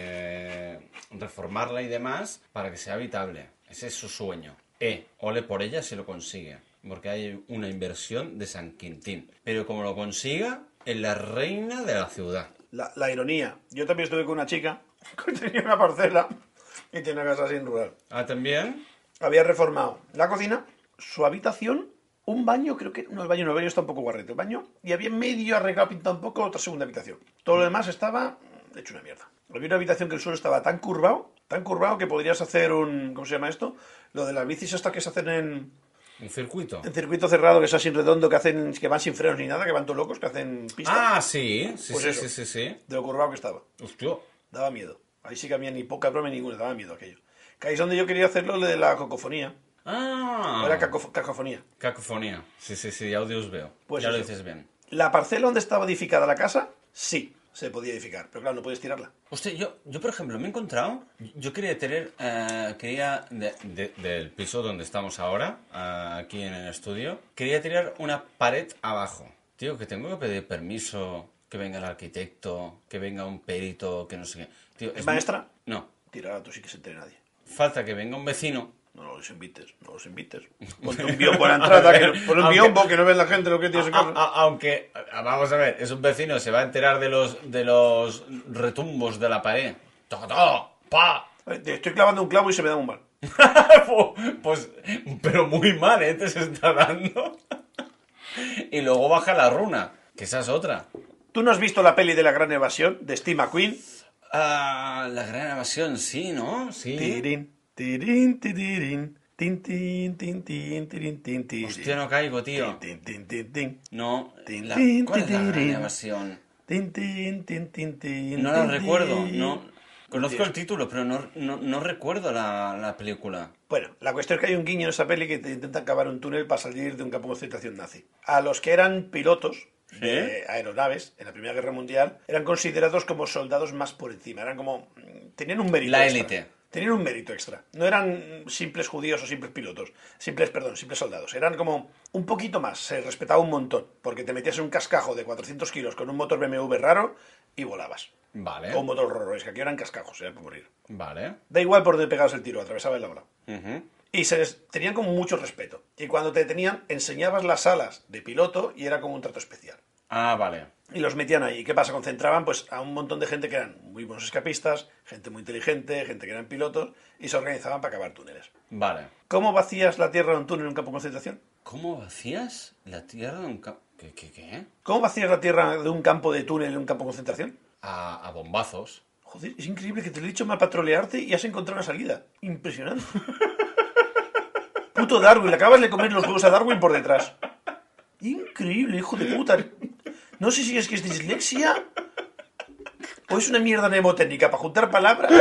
A: re- reformarla y demás para que sea habitable. Ese es su sueño. Eh, ole por ella si lo consigue, porque hay una inversión de San Quintín. Pero como lo consiga, es la reina de la ciudad.
B: La, la ironía. Yo también estuve con una chica que tenía una parcela y tenía una casa sin rural.
A: Ah, también.
B: había reformado la cocina, su habitación, un baño, creo que. No, el baño no, el baño está un poco guarrete. El baño, y había medio arreglado, pintado un poco otra segunda habitación. Todo lo demás estaba mm, hecho una mierda. Había una habitación que el suelo estaba tan curvado, tan curvado que podrías hacer un. ¿Cómo se llama esto? Lo de las bicis estas que se hacen en,
A: Un circuito.
B: en circuito cerrado, que es así redondo, que hacen que van sin frenos ni nada, que van todos locos, que hacen pistas.
A: Ah, sí, sí,
B: Pues
A: sí,
B: eso.
A: sí, sí, sí.
B: De lo curvado que estaba.
A: Hostia.
B: Daba miedo. Ahí sí que había ni poca broma ni ninguna, daba miedo aquello. Que ahí es donde yo quería hacerlo lo de la cacofonía.
A: Ah.
B: Era cacof- cacofonía.
A: Cacofonía. Sí, sí, sí, ya os veo.
B: Pues
A: ya lo
B: eso.
A: dices bien.
B: ¿La parcela donde estaba edificada la casa? Sí. se podía edificar. Pero claro, no podías tirarla.
A: Hostia, yo, yo por ejemplo me he encontrado, yo quería tener, eh, quería, de- de- del piso donde estamos ahora, eh, aquí en el estudio, quería tirar una pared abajo. Tío, que tengo que pedir permiso, que venga el arquitecto, que venga un perito, que no sé qué. Tío,
B: ¿Es maestra?
A: muy- No,
B: Tirar tú sí que se entere nadie.
A: falta que venga un vecino.
B: No los invites, no los invites. Ponte un biombo en la entrada, que, no- pon un
A: Aunque- Ah,
B: biombo que no ves la gente lo que tienes en
A: A-
B: casa.
A: a- aunque, a- vamos a ver, es un vecino, se va a enterar de los, de los retumbos de la pared. ¡Toc, toc! ¡Pa!
B: Eh, Te estoy clavando un clavo y se me da un mal.
A: pues, pero muy mal, ¿eh? Te se está dando. y luego baja la runa, que esa es otra.
B: ¿Tú no has visto la peli de la gran evasión de Steve McQueen?
A: Ah, la gran evasión, sí, ¿no? Sí.
I: Tirín, tirín, tirín, tin, tin, tin, tin, tirín, tin, tirín.
A: Hostia, no caigo, tío.
I: Tin, tin, tin, tin.
A: No,
I: Tin,
A: la-
I: tin,
A: ¿cuál es la
I: tin,
A: gran
I: tin.
A: evasión?
I: Tin, tin, tin, tin, tin,
A: No la
I: tin,
A: recuerdo,
I: tin.
A: no. Conozco el título, pero no, no, no recuerdo la, la película.
B: Bueno, la cuestión es que hay un guiño en esa peli que te intentan cavar un túnel para salir de un campo de concentración nazi. A los que eran pilotos de aeronaves en la Primera Guerra Mundial eran considerados como soldados más por encima. Eran como. mm, Tenían un mérito
A: La
B: extra.
A: élite.
B: Tenían un mérito extra. No eran mm, simples judíos o simples pilotos. Simples, perdón, simples soldados. Eran como un poquito más. Se respetaba un montón. Porque te metías en un cascajo de 400 kilos con un motor BMW raro y volabas.
A: Vale,
B: O un motor Rolls Royce, que aquí eran cascajos, era para morir.
A: vale.
B: Da igual por dónde pegabas el tiro, atravesaba el aula.
A: Ujú.
B: Y se les tenían con mucho respeto. Y cuando te tenían, enseñabas las alas de piloto y era como un trato especial.
A: Ah, vale.
B: Y los metían ahí. ¿Y ¿Qué pasa? Concentraban pues a un montón de gente que eran muy buenos escapistas, gente muy inteligente, gente que eran pilotos, y se organizaban para cavar túneles.
A: Vale.
B: ¿Cómo vacías la tierra de un túnel en un campo de concentración?
A: ¿Cómo hacías la tierra de un ca- ¿Qué, qué, qué?
B: ¿Cómo vacías la tierra de un campo de túnel en un campo de concentración?
A: A, a bombazos.
B: Joder, es increíble que te lo he dicho más para trolearte y has encontrado una salida. Impresionante. Puto Darwin, le acabas de comer los huevos a Darwin por detrás. Increíble, hijo de puta. No sé si es que es dislexia o es una mierda mnemotécnica para juntar palabras.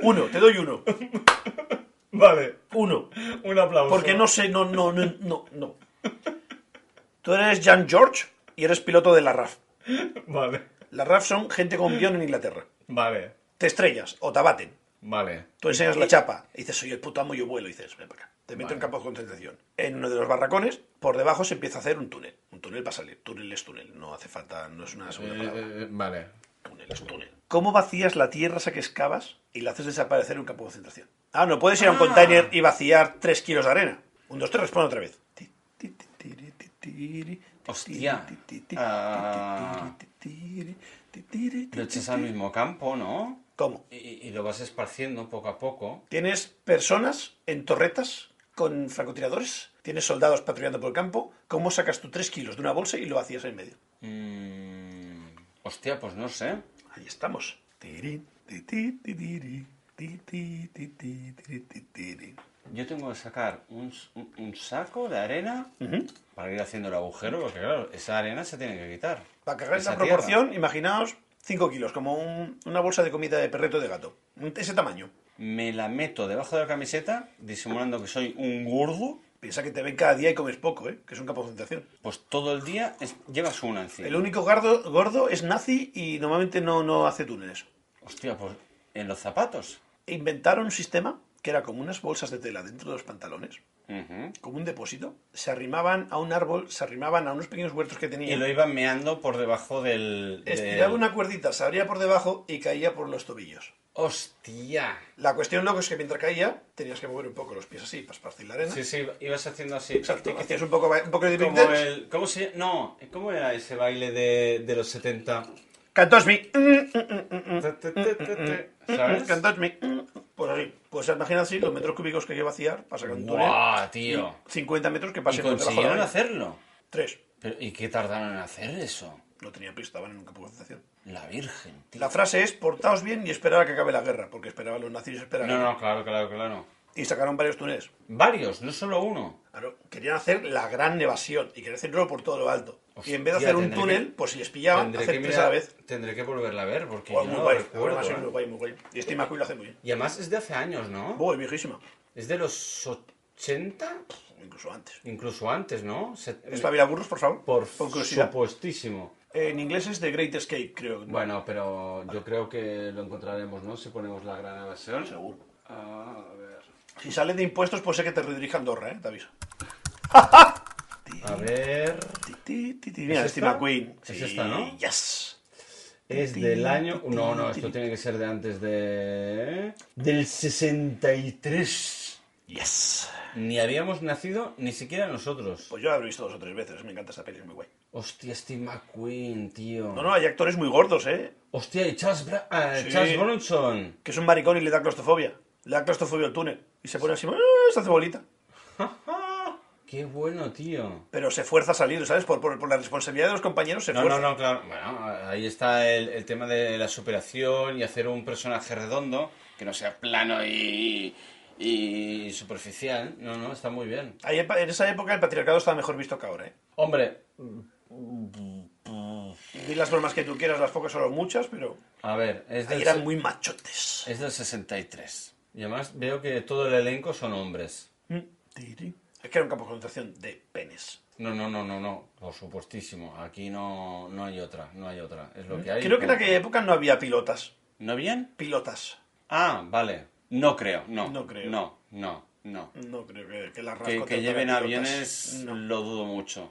B: Uno, te doy uno.
D: Vale,
B: Uno.
D: un aplauso.
B: Porque no sé, no, no, no, no, no. Tú eres Jan George y eres piloto de la RAF.
D: Vale,
B: La RAF son gente con guión en Inglaterra.
D: vale,
B: te estrellas o te abaten.
D: vale.
B: Tú enseñas la chapa y dices, soy el puto amo, yo vuelo. Y dices, ven para acá. Te meto en campo de concentración. En uno de los barracones, por debajo se empieza a hacer un túnel. Un túnel para salir. Túnel es túnel. No hace falta, no es una segunda
D: Eh,
B: palabra.
D: eh, vale.
B: Túnel es túnel. ¿Cómo vacías la tierra esa que excavas y la haces desaparecer en un campo de concentración? Ah, no puedes ir a un container y vaciar 3 kilos de arena. Un, dos, tres, responde otra vez. Ti, ti, ti, tiri, ti, tiri, ti,
A: Hostia.
B: tiri, ti, ti,
A: Ah.
B: ti, tiri, ti, tiri,
A: Lo
B: ti, tiri, ti,
A: echas al
B: tiri.
A: mismo campo, ¿no?
B: ¿Cómo?
A: Y, y lo vas esparciendo poco a poco.
B: Tienes personas en torretas con francotiradores, tienes soldados patrullando por el campo. ¿Cómo sacas tú 3 kilos de una bolsa y lo hacías en medio?
A: Mm, hostia, pues no sé.
B: Ahí estamos.
I: Tirín, ti, ti, ti, tiri, ti, ti, ti, ti, tiri, ti, tirín.
A: Yo tengo que sacar un, s- un- un saco de arena para ir haciendo el agujero, porque claro, esa arena se tiene que quitar.
B: Para cargar
A: Esa
B: esa
A: tierra.
B: proporción, imaginaos 5 kilos, como un- una bolsa de comida de perreto de gato. Ese tamaño.
A: Me la meto debajo de la camiseta, disimulando que soy un gordo,
B: Piensa que te ven cada día y comes poco, ¿eh? que es un campo de concentración.
A: pues todo el día es- llevas una encima.
B: El único gordo, gordo es nazi y normalmente no, no hace túneles.
A: Hostia, pues en los zapatos.
B: Inventaron un sistema que era como unas bolsas de tela dentro de los pantalones
A: Ujú.
B: como un depósito, se arrimaban a un árbol, se arrimaban a unos pequeños huertos que
A: Y
B: tenían.
A: lo iban meando por debajo del... del-
B: Estiraba una cuerdita, se abría por debajo y caía por los tobillos.
A: ¡Hostia!
B: La cuestión luego es que mientras caía, tenías que mover un poco los pies así para esparcir la arena.
A: Sí, sí, ibas haciendo así.
B: Exacto, que hacías un poco, ba- un poco de
A: Como
B: breakdance.
A: el... ¿Cómo se No, ¿cómo era ese baile de, de los 70?
B: Can't touch me. Mm, mm, mm, mm,
A: Te, te, te, te, te,
B: mm,
A: ¿Sabes?
B: can't touch me. Mm. Pues así. Pues imagina así los metros cúbicos que hay que vaciar para sacar un túnel.
A: ¡Guau, tío!
B: 50 metros que
A: Y
B: pasen por debajo de la
A: consiguieron
B: arena.
A: hacerlo.
B: Tres.
A: Pero, ¿Y qué tardaron en hacer eso?
B: No tenía pista, estaban en un campo de concentración.
A: La Virgen, tío.
B: La frase es, portaos bien y esperar a que acabe la guerra, porque esperaban los nazis esperaban.
A: No, no, claro, claro, claro.
B: Y sacaron varios túneles.
A: Varios, no solo uno.
B: Claro, querían hacer la gran evasión y querían hacerlo por todo lo alto. y en vez de
A: Hostia,
B: hacer un
A: tendré
B: túnel,
A: que-
B: pues si les pillaban,
A: tendré,
B: hacer
A: que
B: tres
A: mirar-
B: a la vez.
A: tendré que volverla a ver porque
B: Pues
A: yo
B: muy
A: no
B: guay,
A: recuerdo,
B: además es
A: ¿eh?
B: muy guay, muy guay. Y este McQueen lo hace muy bien.
A: Y además es de hace años, ¿no?
B: Muy viejísima,
A: Es de los 80,
B: incluso antes.
A: Eh, incluso antes, ¿no? Se-
B: ¿Es la Vila Burros, por favor?
E: Por
B: curiosidad.
E: supuestísimo.
B: En inglés es The Great Escape, creo. ¿no?
A: Bueno, pero yo creo que lo encontraremos, ¿no? Si ponemos la gran evasión.
B: Seguro.
A: Ah, a ver.
B: Si sale de impuestos, pues sé que te redirijan Andorra, ¿eh? Te aviso.
A: A ver.
B: Ti, ti, ti, ti. Mira,
A: ¿Es
B: Steve
A: esta?
B: McQueen.
A: Es esta, ¿no?
B: Yes.
A: Es del año. No, no, esto tiene que ser de antes de. Del 63.
B: Yes.
A: Ni habíamos nacido ni siquiera nosotros.
B: Pues yo la he visto dos o tres veces. Me encanta esa peli, es muy guay.
A: Hostia, Steve McQueen, tío.
B: No, no, hay actores muy gordos, ¿eh?
A: Hostia, y Charles, Bra- ah,
B: Sí.
A: Charles Bronson.
B: Que es un maricón y le da claustrofobia. Le da claustrofobia al túnel. Y se pone así, ¡ah! se hace bolita.
A: Qué bueno, tío.
B: Pero se fuerza a salir, ¿sabes? Por, por, por la responsabilidad de los compañeros se
A: No,
B: fuerza.
A: no, no, claro. Bueno, ahí está el, el tema de la superación y hacer un personaje redondo que no sea plano y, y superficial. No, no, está muy bien.
B: Ahí en pa- en esa época el patriarcado estaba mejor visto que ahora, ¿eh?
A: Hombre,
B: Di las normas que tú quieras, las pocas o las muchas, pero
A: a ver, es
B: ahí
A: del,
B: eran
A: se-
B: muy machotes.
A: es del 63. Y además veo que todo el elenco son hombres.
B: Mm. Es que era un campo de concentración de penes.
A: No, no, no, no, no, por supuestísimo. Aquí no, no hay otra, no hay otra. Es lo que hay.
B: Mm. Creo que en
A: Por-
B: aquella época no había pilotas.
A: ¿No bien?
B: Pilotas.
A: Ah, vale. No creo, no.
B: No creo.
A: No, no, no.
B: No creo que, que las
A: Que, que
B: rascotas
A: lleven
B: tengan
A: aviones
B: pilotas. No.
A: lo dudo mucho.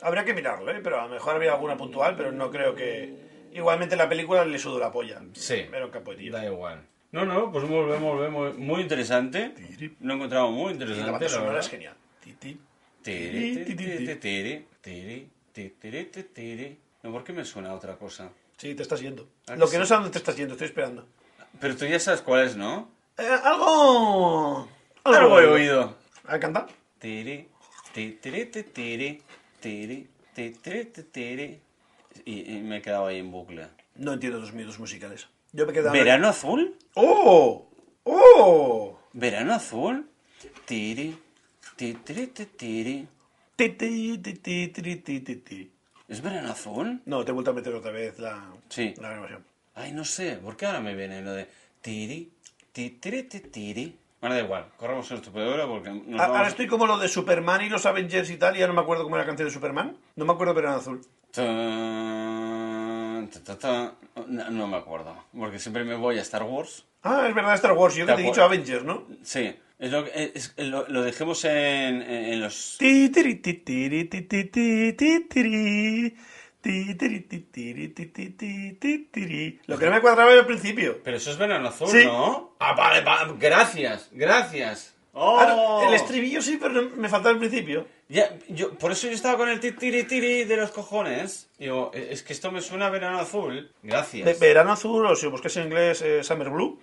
B: Habría que mirarlo, ¿eh? Pero a lo mejor había alguna puntual, pero no creo que... Igualmente la película le sudó la polla.
A: Sí.
B: Era un campo de tío.
A: Da igual. No, no, pues volvemos, volvemos. Muy interesante. Lo he encontrado muy
B: Y
A: interesante.
B: la banda
A: la
B: sonora
A: verdad.
B: es genial. Ti, ti.
A: Tiri, tiri, tiri, tiri, tiri, tiri, tiri, tiri, tiri. No, ¿por qué me suena a otra cosa?
B: Sí, te estás yendo.
A: ¿A
B: Lo
A: que
B: que
A: sí?
B: no sé a dónde te estás yendo, estoy esperando.
A: Pero tú ya sabes cuál es, ¿no?
B: Eh, algo...
A: Algo he oído.
B: ¿Ha cantado?
A: Tiri, ti, tiri, ti, tiri, tiri, ti, tiri, ti, tiri. Y, y me he quedado ahí en bucle.
B: No entiendo los miedos musicales. Yo me quedaba...
A: ¿Verano azul?
B: ¡Oh! ¡Oh!
A: ¿Verano azul? Tiri, ti, tiri, ti, tiri.
B: Ti, ti, ti, ti, ti, ti, ti, ti.
A: ¿Es verano azul?
B: No, te he vuelto a meter otra vez la,
A: Sí.
B: la grabación.
A: Ay, no sé, ¿por qué ahora me viene lo de tiri, ti, tiri, ti, tiri? Bueno, da igual, corramos el estupedora porque nos
B: A-
A: vamos-
B: Ah, Ahora estoy como lo de Superman y los Avengers y tal, y ya no me acuerdo cómo era la canción de Superman. No me acuerdo, pero era en azul.
A: Tan, ta, ta, ta. No, no me acuerdo, porque siempre me voy a Star Wars.
B: Ah, es verdad, Star Wars. Yo que
A: De
B: te he
A: acuerdo.
B: dicho Avengers, ¿no?
A: Sí, es lo, que- es- lo, lo dejemos en, en los
J: Ti, tiri, ti, tiri, ti, ti, ti, ti, tiri. Ti, tiri, ti, tiri, ti, ti, ti, ti, tiri.
B: Lo que no me cuadraba era al principio.
A: Pero eso es verano azul,
B: Sí.
A: ¿no? Ah, vale, vale, gracias, gracias. Oh,
B: Ah, no, el estribillo sí, pero no- me faltaba el principio.
A: Ya, yo, por eso yo estaba con el ti- tiri tiri de los cojones. Digo, e- es que esto me suena a verano azul. Gracias.
B: Ve- Verano azul, o si lo buscas en inglés, eh, Summer Blue.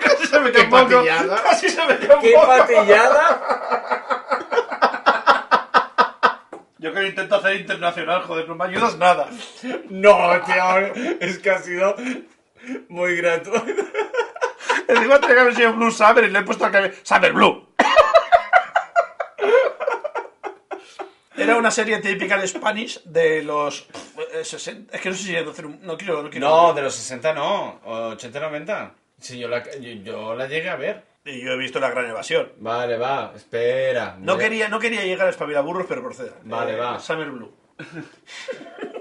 B: Casi se me cae un
K: Qué
B: poco.
K: patillada.
B: Casi se me cae un
A: ¡Qué
B: poco.
A: patillada!
B: Yo que lo intento hacer internacional, joder, no me ayudas nada.
A: No, tío, es que ha sido muy gratuito.
B: Encima tenía que haber sido este Blue Summer y le he puesto al cabello Summer Blue. Era una serie típica de Spanish de los eh, 60. Es que no sé si quiero hacer un- No quiero, no quiero.
A: No, de los 60 no, 80, 90. Sí, yo la, yo, yo la llegué a ver.
B: Y yo he visto la gran evasión.
A: Vale, va, espera.
B: No
A: Voy a-
B: quería, no quería llegar a espabilaburros, pero proceda.
A: Vale, va.
B: Summer Blue.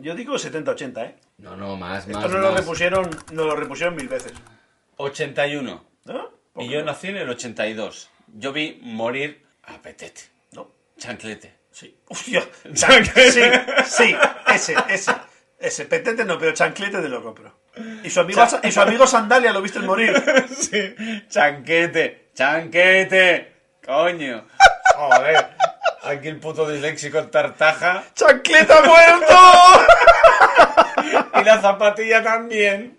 B: Yo digo 70-80, ¿eh?
A: No, no, más, más.
B: Esto no lo
A: más.
B: repusieron, no lo repusieron mil veces.
A: 81.
B: ¿No?
A: Y yo nací en el 82. Yo vi morir a Petet.
B: No.
A: Chanclete.
B: Sí. Hostia. Chanclete. Sí, sí, ese, ese. Ese petete no, pero chanclete de lo compro. Y su amigo, y su amigo Sandalia lo viste morir.
A: Sí. Chanquete. Chanquete. Coño. Joder. Aquí el puto disléxico tartaja.
B: ¡Chancleta muerto!
A: Y la zapatilla también.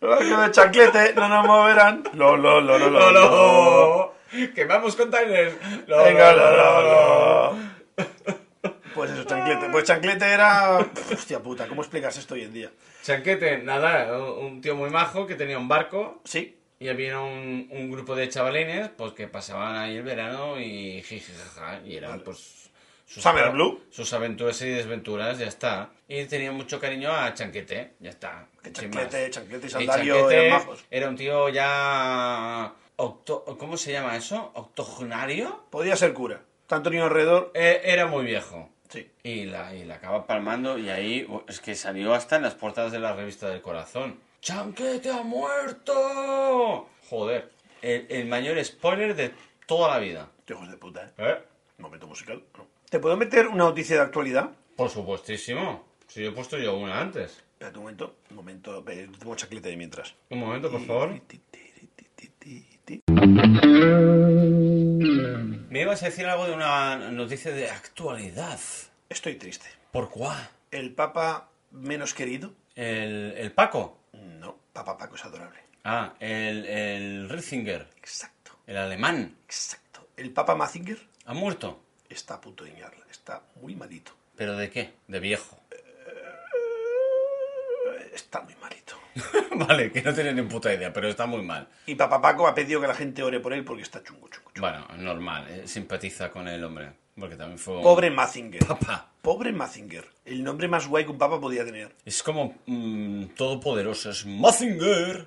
B: Lo de chanclete, no nos moverán. Lo, lo, lo, lo, lo, lo.
A: Lolo. Que vamos con Tyler. Lolo,
B: Venga, lo,
A: lolo, lolo.
B: lo, lo. Pues eso, chanclete. Pues chanclete era. Hostia puta, ¿cómo explicas esto hoy en día?
A: Chanquete, nada, un un tío muy majo que tenía un barco
B: Sí.
A: y había un, un grupo de chavalines pues que pasaban ahí el verano y jiji, jaja, y eran pues sus,
B: Summer Blue.
A: sus aventuras y desventuras, ya está. Y tenía mucho cariño a Chanquete, ya está.
B: Que
A: sin
B: Chanclete,
A: más.
B: Chanclete y
A: Y
B: Sandario eran majos.
A: era un tío ya octo- ¿Cómo se llama eso? ¿Octogenario?
B: Podía ser cura. Tanto niño alrededor.
A: Eh, era muy viejo.
B: Sí.
A: Y la, y la acaba palmando y ahí bu- es que salió hasta en las puertas de la revista del corazón. ¡Chanquete ha muerto! Joder, el, el mayor spoiler de toda la vida.
B: Hijos de puta, ¿eh?
E: ¿Eh?
B: Momento musical. ¿no? ¿Te puedo meter una noticia de actualidad?
E: Por supuestísimo. Si yo he puesto yo una antes.
B: Espérate un momento. Un momento. eh, Tengo chaclete de mientras.
E: Un momento, por favor.
A: Me ibas a decir algo de una noticia de actualidad.
B: Estoy triste.
A: ¿Por cuá?
B: ¿El papa menos querido?
A: El, el Paco.
B: No. Papa Paco es adorable.
A: Ah, el, el Ritzinger.
B: Exacto.
A: El alemán.
B: Exacto. ¿El papa Mazinger?
A: Ha muerto.
B: Está a punto de ñarla. Está muy malito.
A: ¿Pero de qué? De viejo.
B: Eh, Está muy malito.
A: vale, que no tiene ni puta idea, pero está muy mal.
B: Y Papa Paco ha pedido que la gente ore por él porque está chungo, chungo, chungo.
A: Bueno, normal. eh, simpatiza con el hombre. Porque también fue... un-
B: Pobre Mazinger.
A: Papa.
B: Pobre Mazinger. El nombre más guay que un papa podía tener.
A: Es como mm, todopoderoso. Es Mazinger.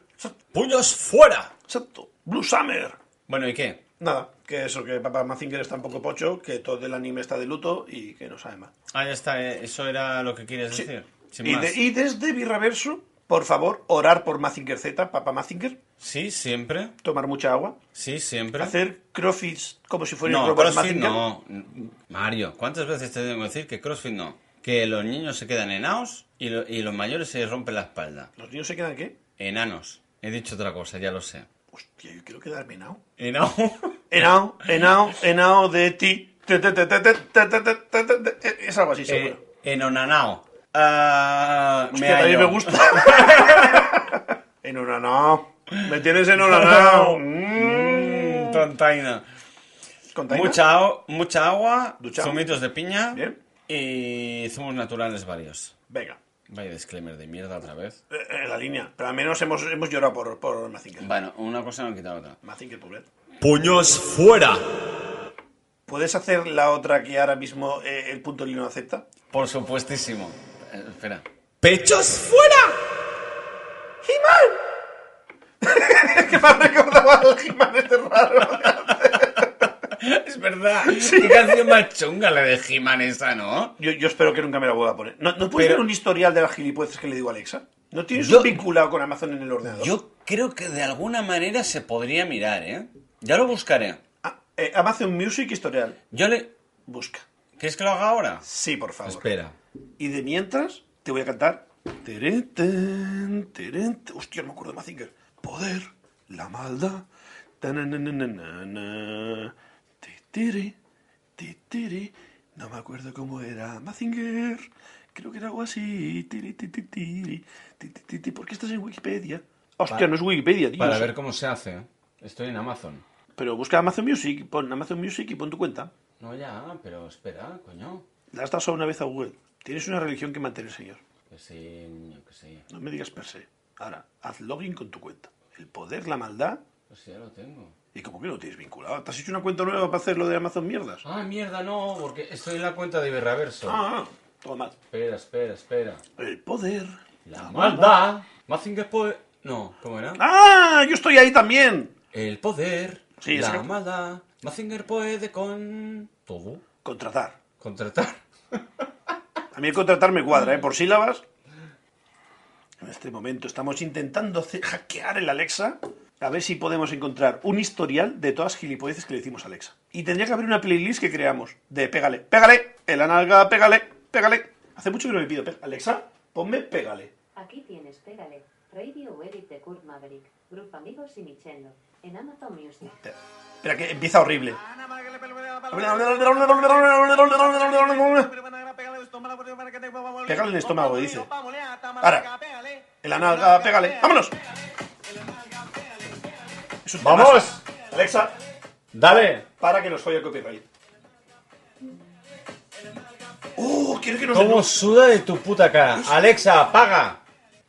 A: Puños fuera.
B: Exacto. Blue Summer.
A: Bueno, ¿y qué?
B: Nada, que eso, que Papa Mazinger está un poco pocho, que todo el anime está de luto y que no sabe más.
A: Ah, ya está. eh, Eso era lo que quieres
B: Sí.
A: decir. Sin
B: Y,
A: más.
B: de- y desde Virreverso, por favor, orar por Mazinger Z, Papa Mazinger,
A: Sí, siempre.
B: tomar mucha agua,
A: Sí, siempre.
B: hacer crofits como si fuera
A: ¿Eh? No,
B: Robert
A: CrossFit
B: Mazinger.
A: no. Mario, ¿cuántas veces te tengo que decir que CrossFit no? Que los niños se quedan enanos y, lo- y los mayores se rompen la espalda.
B: ¿Los niños se quedan qué?
A: Enanos. He dicho otra cosa, ya lo sé.
B: Hostia, yo quiero quedarme enao.
A: Enano.
B: Enao, enao, enao de ti. Te, te, te, te, te, te, te, te, te, te, te, te. Es algo así, seguro.
A: Eh, enonanao. Ah, me
B: Hostia, también me
A: hallo.
B: gusta. enonanao. Me tienes enonanao. Mm.
A: Mm, Tontaina.
B: ¿Container?
A: Mucha, au- mucha agua,
B: Duchao.
A: zumitos de piña
B: Bien.
A: y zumos naturales varios.
B: Venga,
A: Vaya disclaimer de mierda otra vez.
B: eh, eh, la línea. Pero al menos hemos, hemos llorado por, por Mazinger.
A: Bueno, una cosa no quita la otra.
B: Mazinger, pobre.
A: ¡Puños fuera!
B: ¿Puedes hacer la otra que ahora mismo eh, el punto lino acepta?
A: Por supuestísimo. Eh, espera.
B: que me recordaba al Jiménez de raro.
A: Es verdad. Qué canción más chunga la de He-Man esa, ¿no?
B: Yo, yo espero que nunca me la vuelva a poner. ¿No, no puedes
A: Pero-
B: ver un historial de las gilipueces que le digo a Alexa? ¿No tienes
A: Yo-
B: un vinculado con Amazon en el ordenador?
A: Yo creo que de alguna manera se podría mirar, ¿eh? Ya lo buscaré.
B: Ah, eh, Amazon Music historial.
A: Yo le...
B: Busca.
A: ¿Quieres que lo haga ahora?
B: Sí, por favor.
E: Espera.
B: Y de mientras, te voy a cantar. Terén, ten, terén, ten. Hostia, no me acuerdo de Mazinger. Poder, la maldad. tananananana, titiri, titiri. No me acuerdo cómo era Mazinger. Creo que era algo así. Tiri, tiri, tiri, tiri, tiri. ¿Por qué estás en Wikipedia? Hostia, no es Wikipedia, tío.
E: Para ver cómo se hace. Estoy en Amazon.
B: Pero busca Amazon Music, pon Amazon Music y pon tu cuenta.
E: No, ya, pero espera, coño.
B: La has dado solo una vez a Google. Tienes una religión que mantener, señor.
E: Que sí, niño, que sí.
B: No me digas per se. Ahora, haz login con tu cuenta. El poder, la maldad.
E: Pues ya lo tengo.
B: ¿Y como que lo tienes vinculado? ¿Te has hecho una cuenta nueva para hacer lo de Amazon mierdas?
E: Ah, mierda, no, porque estoy en la cuenta de Iberraverso.
B: Ah, ah, todo mal.
E: Espera, espera, espera.
B: El poder.
E: La maldad. Mazinger poder. No, ¿cómo era?
B: ¡Ah! Yo estoy ahí también.
E: El poder.
B: Sí,
E: la
B: exacto.
E: maldad. Mazinger puede con. Todo.
B: Contratar.
E: Contratar.
B: A mí el contratar me cuadra, ¿eh? Por sílabas. En este momento estamos intentando hacer- hackear el Alexa a ver si podemos encontrar un historial de todas las gilipolleces que le decimos a Alexa. Y tendría que haber una playlist que creamos de pégale, pégale, el analga, pégale, pégale. Hace mucho que no me pido, pe- Alexa, ponme pégale.
F: Aquí tienes Pégale, Radio Edit de Kurt Maverick, Grupo Amigos y Michelo, en Amazon Music.
B: Espera, espera que empieza horrible. Pégale en el estómago, dice. Ahora, el analga, pégale. ¡Vámonos! Es un
D: ¡Vamos!
B: temazo. Alexa,
D: ¡Dale!
B: para que nos folle el copyright. ¡Oh! Quiero que nos...
D: ¿Cómo suda de tu puta cara? Alexa, apaga.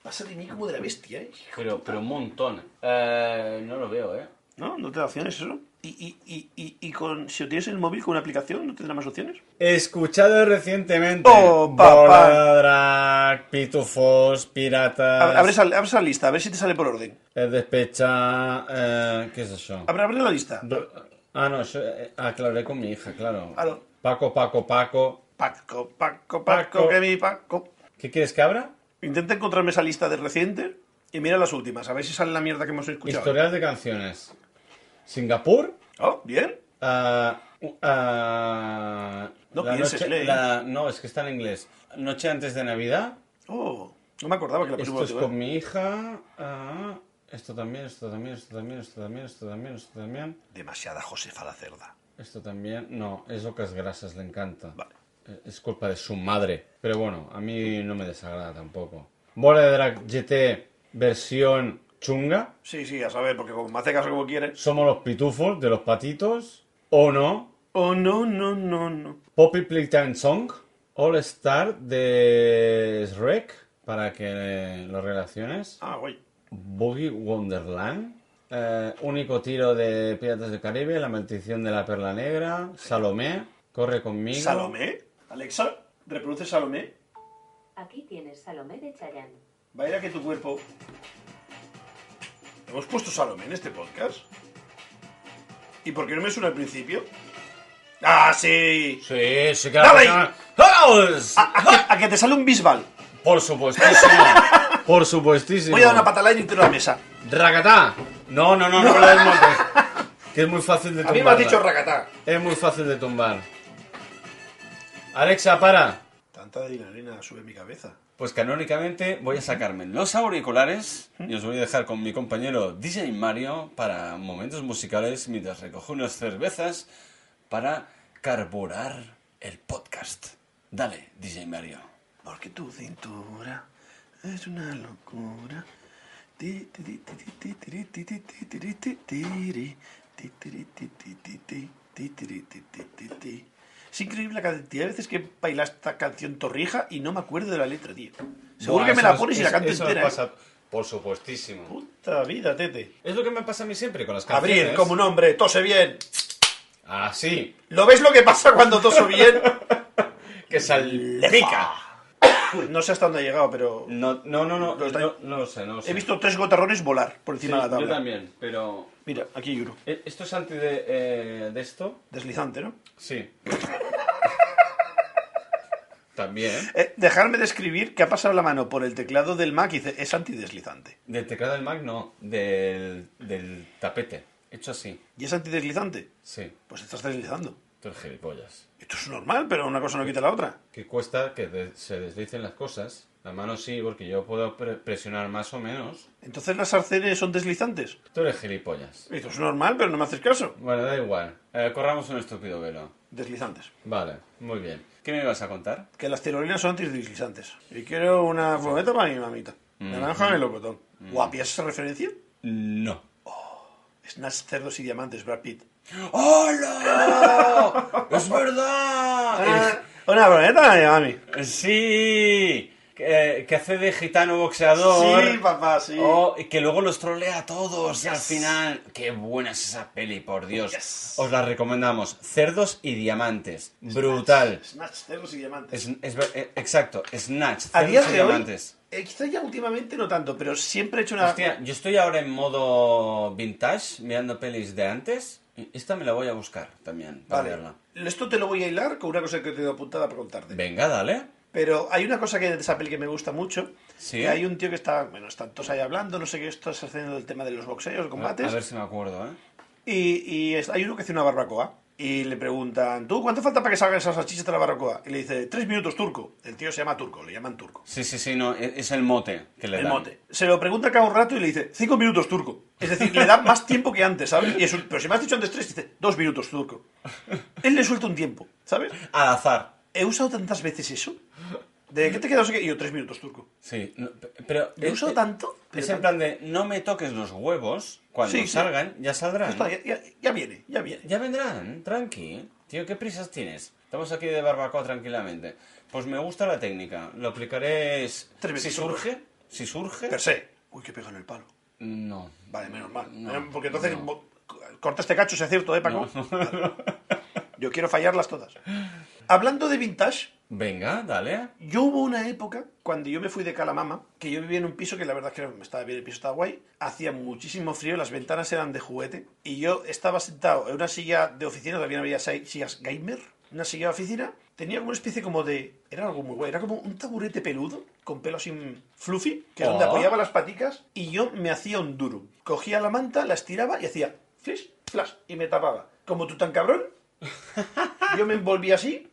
B: Pasa de mí como de la bestia, ¿eh?
E: Pero, pero un montón. Eh, no lo veo, ¿eh?
B: ¿No? ¿No te da opciones eso? ¿Y, y, y, y, y con, si lo tienes en el móvil con una aplicación, no tendrá más opciones?
D: Escuchado recientemente.
B: Oh, papá.
D: Bola, drag, pitufos, piratas.
B: Abre, abres al- abres la lista, a ver si te sale por orden.
D: eh, despecha. eh, ¿Qué es eso?
B: Abre, abre Ah, la lista.
D: Do- Ah, no, eso eh, aclaré con mi hija, claro.
B: Claro.
D: Paco, Paco, Paco.
B: Paco, Paco, Paco,
D: Paco.
B: que mi Paco.
D: ¿Qué quieres que abra?
B: Intenta encontrarme esa lista de reciente y mira las últimas, a ver si sale la mierda que hemos escuchado.
D: Historial de canciones. Singapur.
B: Oh, bien.
D: ah, ah,
B: No
D: la
B: pienses,
D: noche-
B: lee.
D: la- No, es que está en inglés. Noche antes de Navidad.
B: Oh, no me acordaba que la pusimos
D: Esto es
B: activada.
D: con mi hija. ah, esto también, esto también, esto también, esto también, esto también, esto también.
B: Demasiada Josefa la cerda.
D: Esto también. No, es ocas grasas, le encanta.
B: Vale.
D: Eh, Es culpa de su madre. Pero bueno, a mí no me desagrada tampoco. Bola de Drag GT versión chunga.
B: Sí, sí, a saber, porque como me hace caso como quiere.
D: Somos los pitufos de los patitos. O no.
B: Oh, no, no, no, no.
D: Poppy Playtime Song. All Star de Shrek. Para que lo relaciones.
B: Ah, guay.
D: Boogie Wonderland, eh, Único tiro de Piratas del Caribe, La maldición de la perla negra, Salomé, Corre conmigo.
B: ¿Salomé? Alexa, reproduce Salomé.
F: Aquí tienes Salomé de Chayanne.
B: Vaya que tu cuerpo. ¿Hemos puesto Salomé en este podcast? ¿Y por qué no me suena al principio? ¡Ah, sí!
D: Sí, sí que
B: ¡Dale
D: la
B: ahí!
D: ¡Vamos!
B: A, a que, a que te sale un bisbal.
D: Por supuestísimo. Por supuestísimo.
B: Voy a dar una patalada y te la mesa.
D: ¡Racatá! No, no, no, no, me la desmontes. Que es muy fácil de
B: A
D: tumbar.
B: mí me has dicho racatá.
D: Es muy fácil de tumbar. Alexa, para.
B: Tanta adrenalina sube mi cabeza.
A: Pues canónicamente voy a sacarme los auriculares y os voy a dejar con mi compañero DJ Mario para momentos musicales mientras recojo unas cervezas para carburar el podcast. Dale, DJ Mario.
B: Porque tu cintura es una locura. Ti, ti, ti, ti, ti, ti, ti, ti, ti, ti, ti, ti, tiri. Ti, tiri, ti, ti, ti, ti, ti, tiri, ti, ti, ti, ti. Es increíble la cantidad de veces que bailas esta canción torrija y no me acuerdo de la letra, tío. Seguro
D: Buah,
B: que me
D: eso
B: la
D: nos-
B: pones y la
D: eso-
B: canto
D: eso nos
B: entera. ¿eh?
D: pasa- Por supuestísimo.
B: Puta vida, tete.
D: Es lo que me pasa a mí siempre con las canciones.
B: Abrir como un hombre, tose bien.
D: Ah, sí.
B: ¿Lo ves lo que pasa cuando toso bien?
D: Que salpica.
B: No sé hasta dónde ha llegado, pero
D: No, no, no, no,
B: Lo
D: no,
B: está-
D: no, lo sé, no lo sé.
B: he visto tres gotarrones volar por
D: Sí,
B: encima de la
D: Yo
B: tabla.
D: también, pero...
B: Mira, aquí hay uno.
D: ¿E- ¿Esto es anti de, eh, de esto?
B: Deslizante, ¿no?
D: Sí. también.
B: Eh, dejarme describir que ha pasado la mano por el teclado del Mac y dice, es antideslizante.
D: Del teclado del Mac, no. Del, del tapete. Hecho así.
B: ¿Y es antideslizante?
D: Sí.
B: Pues estás deslizando.
D: Tú eres gilipollas.
B: Esto es normal, pero una cosa no quita la otra.
D: Que cuesta que de- se deslicen las cosas. La mano sí, porque yo puedo pre- presionar más o menos.
B: Entonces las arcenes son deslizantes.
D: Tú eres gilipollas.
B: Esto es normal, pero no me haces caso.
D: Bueno, da igual.
A: Eh, corramos un estúpido velo.
B: Deslizantes.
D: Vale, muy bien.
A: ¿Qué me ibas a contar?
B: Que las tirolinas son antideslizantes. Y quiero una fumeta para mi mamita.
A: Mm.
B: Naranja en el locotón. ¿Guapias esa referencia?
A: No.
B: Snatch, cerdos y diamantes, Brad Pitt.
A: ¡Hola! ¡Es
B: Ah.
D: Ah.
A: verdad!
B: Eh, Una brometa para mi mami.
A: Eh, Sí, que, que hace de gitano boxeador.
B: papá, sí.
A: Oh,
B: Oh,
A: y que luego los trolea a todos y al final. Qué buena es esa peli, por Dios.
B: Yes.
A: Os la recomendamos. Cerdos y diamantes. Brutal.
B: Snatch, cerdos y diamantes.
A: Es, es ver- eh, exacto, Snatch.
B: A
A: Cerdos
B: día
A: y
B: de hoy,
A: diamantes.
B: eh, quizá ya últimamente no tanto, pero siempre he hecho una...
A: Hostia, yo estoy ahora en modo vintage, mirando pelis de antes. Y Esta me la voy a buscar también para
B: vale.
A: verla.
B: Esto te lo voy a hilar con una cosa que he tenido apuntada para contarte.
A: Venga, dale.
B: Pero hay una cosa que de esa peli que me gusta mucho.
A: Sí.
B: Que hay un tío que está, bueno, están todos ahí hablando, no sé qué, estás haciendo el tema de los boxeos,
A: A, a
B: combates.
A: ver si me acuerdo, ¿eh?
B: Y, y es- hay uno que hace una barbacoa. Y le preguntan, ¿tú cuánto falta para que salgan esas salchichas de la barbacoa? Y le dice, tres minutos turco. El tío se llama turco, le llaman turco.
A: Sí, sí, sí, no, e- es el mote que le
B: El
A: dan.
B: mote. Se lo pregunta cada un rato y le dice, cinco minutos turco. Es decir, le da más tiempo que antes, ¿sabes? Y es un- pero si me has dicho antes tres, dice, dos minutos turco. Él le suelta un tiempo, ¿sabes?
A: Al azar.
B: He usado tantas veces eso. ¿De qué te quedas? Y yo, tres minutos turco.
A: Sí, no, pe- pero...
B: ¿Lo
A: es-
B: uso
A: es-
B: tanto?
A: Es
B: Pero
A: en plan de, no me toques los huevos, cuando
B: Sí, sí.
A: salgan, ya
B: Ya
A: saldrán.
B: está, ya, ya- ya viene, ya viene.
A: Ya vendrán, tranqui. Tío, ¿qué prisas tienes? Estamos aquí de barbacoa tranquilamente. Pues me gusta la técnica, lo aplicaré... s-
B: Tres
A: Si
B: veces.
A: surge, si surge...
B: Per se. Uy, que pega en el palo.
A: No.
B: Vale, menos mal.
A: No,
B: Eh, Porque entonces
A: no.
B: mo- Corta este cacho, si es cierto, ¿eh, Paco? Vale. Yo quiero fallarlas todas. Hablando de vintage,
L: Venga, dale.
B: yo hubo una época, cuando yo me fui de Calamama, que yo vivía en un piso que la verdad es que no- estaba bien, el piso estaba guay, hacía muchísimo frío, las ventanas eran de juguete, y yo estaba sentado en una silla de oficina, también había si- sillas gamer, una silla de oficina, tenía como una especie como de... Era algo muy guay, era como un taburete peludo, con pelo sin fluffy, que es donde
L: Oh.
B: apoyaba las paticas, y yo me hacía un duro. Cogía la manta, la estiraba y hacía flash, flash, y me tapaba. Como tú tan cabrón, yo me envolvía así,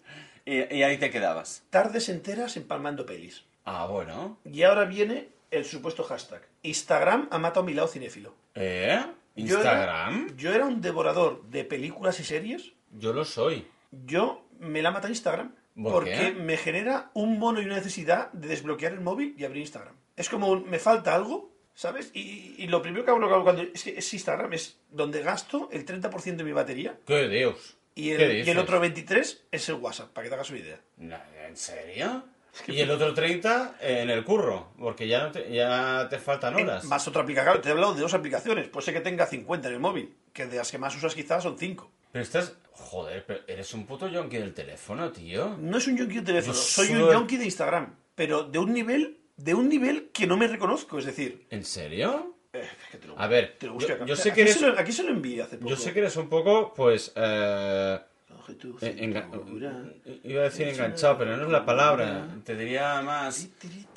L: Y, y ahí te quedabas.
B: tardes enteras empalmando pelis.
L: Ah, bueno.
B: Y ahora viene el supuesto hashtag. Instagram ha matado mi lado cinéfilo.
L: ¿Eh?
B: Yo era-
L: ¿Instagram?
B: Yo era un devorador de películas y series.
A: Yo lo soy.
B: Yo me la mata Instagram.
L: ¿Por
B: porque
L: qué?
B: me genera un mono y una necesidad de desbloquear el móvil y abrir Instagram. Es como un- me falta algo, ¿sabes? Y, y lo primero que hago, lo que hago cuando es, que es Instagram es donde gasto el 30% de mi batería
A: ¡Qué Dios!
B: y
A: ¿Qué
B: el, y el
A: dices?
B: otro 23% es el WhatsApp, para que te hagas una idea.
A: No, ¿En serio? Y el otro 30 en el curro, porque ya, no te, ya te faltan
B: Eh,
A: horas.
B: Más otra aplicación. Claro, te he hablado de dos aplicaciones. Pues sé que tenga 50 en el móvil, que de las que más usas quizás son 5.
A: Pero estás... Joder, pero eres un puto yonki del teléfono, tío.
B: No es un yonki de teléfono,
A: Yo
B: soy un
A: suelo-
B: yonki de Instagram, pero de un nivel de un nivel que no me reconozco, es decir,
A: ¿En serio?
B: eh, es que te lo,
A: A ver,
B: te lo busqué
A: yo-
B: acá.
A: yo sé
B: aquí
A: que
B: se
A: eres-
B: lo, aquí se lo envié hace poco.
A: Yo sé que eres un poco, pues... eh,
B: Coge tu
A: enga-
B: cintura.
A: Iba a decir enganchado, pero no es la palabra.
L: Te diría más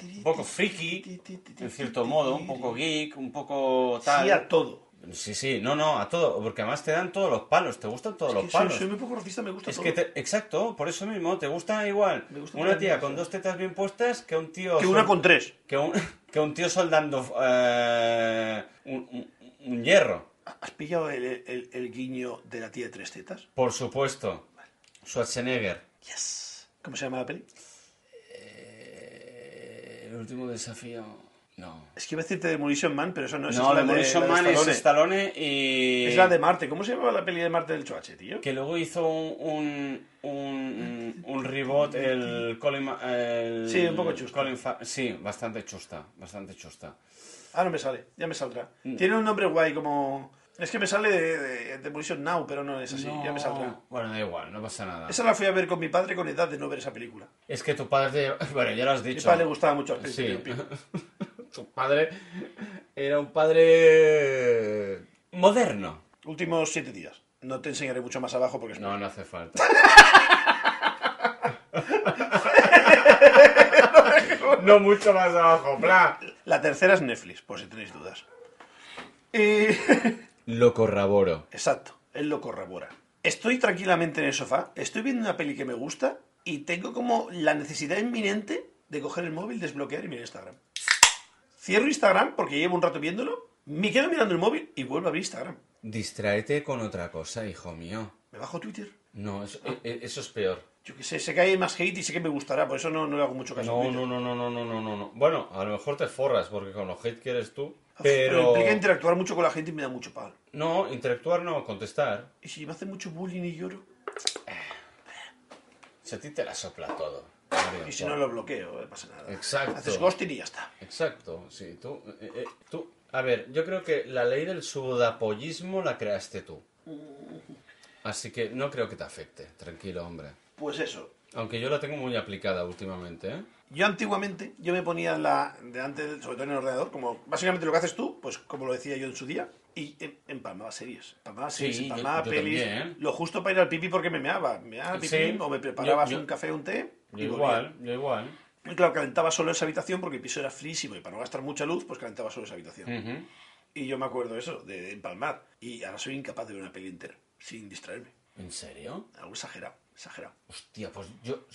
L: un poco friki, en cierto modo, un poco geek, un poco
B: Sí a
L: tal.
B: todo.
A: Sí, sí, no, no, a todo, porque además te dan todos los palos, te gustan todos
B: Que
A: los
B: soy,
A: palos.
B: soy muy poco racista, me gusta
A: Es
B: todo.
A: que, te- exacto, por eso mismo, te gusta igual
B: Me gusta
A: una
B: todo.
A: tía con dos tetas bien puestas que un tío...
B: Que una
A: sol-
B: con tres.
A: que, un, que un tío soldando eh, un, un- un hierro,
B: ¿Has pillado el, el- el guiño de la tía de tres tetas?
A: por supuesto. Schwarzenegger.
B: ¿Cómo se llama la peli?
A: Eh, El último desafío... No.
B: Es que iba a decirte Demolition Man, pero eso no es
L: No,
B: la
L: de Demolition
B: la
L: Man es
B: Stallone.
L: Stallone y...
B: Es la de Marte. ¿Cómo se llamaba la peli de Marte del Choache, tío?
L: Que luego hizo un, un, un, un reboot el Colin... Ma- el-
B: Sí, un poco chusta.
L: Colin Fa- sí, bastante chusta, bastante chusta.
B: Ah, no me sale. Ya me saldrá. Tiene un nombre guay como... Es que me sale de, de Demolition Now, pero no es así. Ya me saldrá.
A: Bueno, da igual, no pasa nada.
B: Esa la fui a ver con mi padre con edad de no ver esa película. A
A: Es que tu padre... Bueno, ya lo has
B: Mi
A: dicho.
B: padre le gustaba mucho al
A: Sí.
B: principio.
A: tu padre era un padre moderno.
B: Últimos siete días. No te enseñaré mucho más abajo porque es...
A: No, no hace falta. no mucho más abajo, bla.
B: La tercera es Netflix, por si tenéis dudas. Eh,
A: Lo corroboro.
B: Exacto. Él lo corrobora. Estoy tranquilamente en el sofá, estoy viendo una peli que me gusta y tengo como la necesidad inminente de coger el móvil, desbloquear y mirar Instagram. Cierro Instagram porque llevo un rato viéndolo, me quedo mirando el móvil y vuelvo a abrir Instagram.
A: Distráete con otra cosa, hijo mío.
B: Me bajo Twitter.
A: No, eso, e- e- eso es peor.
B: Yo que sé, sé que hay más hate y sé que me gustará, por eso no, no le hago mucho caso. a
A: No,
B: Twitter.
A: no, no, no, no, no, no, no, no. Bueno, a lo mejor te forras porque con los hate que eres tú.
B: Pero
A: Pero...
B: implica interactuar mucho con la gente y me da mucho palo.
A: No, interactuar no, contestar.
B: Y si me hace mucho bullying y lloro,
A: Si a ti te la sopla todo.
B: y si no lo bloqueo, no pasa nada.
A: Exacto.
B: Haces ghosting y ya está.
A: Exacto, sí, tú, eh, eh, tú. A ver, yo creo que la ley del sudapollismo la creaste tú. Así que no creo que te afecte, tranquilo, hombre.
B: Pues eso,
A: Aunque yo la tengo muy aplicada últimamente, ¿eh?
B: Yo antiguamente, yo me ponía la delante, del- sobre todo en el ordenador, como básicamente lo que haces tú, pues como lo decía yo en su día, y em- empalmaba series, empalmaba series,
A: Sí, yo-
B: empalmaba
A: yo
B: pelis,
A: también.
B: lo justo para ir al pipi porque me meaba, me meaba al pipi
A: Sí,
B: o me preparabas
A: yo- yo-
B: un café, un té,
A: Yo
B: y volvía.
A: igual, yo igual.
B: Y claro, calentaba solo esa habitación porque el piso era frísimo y para no gastar mucha luz, pues calentaba solo esa habitación.
A: Ujú.
B: Y yo me acuerdo eso, de, de empalmar, y ahora soy incapaz de ver una peli entera, sin distraerme,
A: ¿En serio?
B: algo exagerado, exagerado.
A: Hostia, pues yo...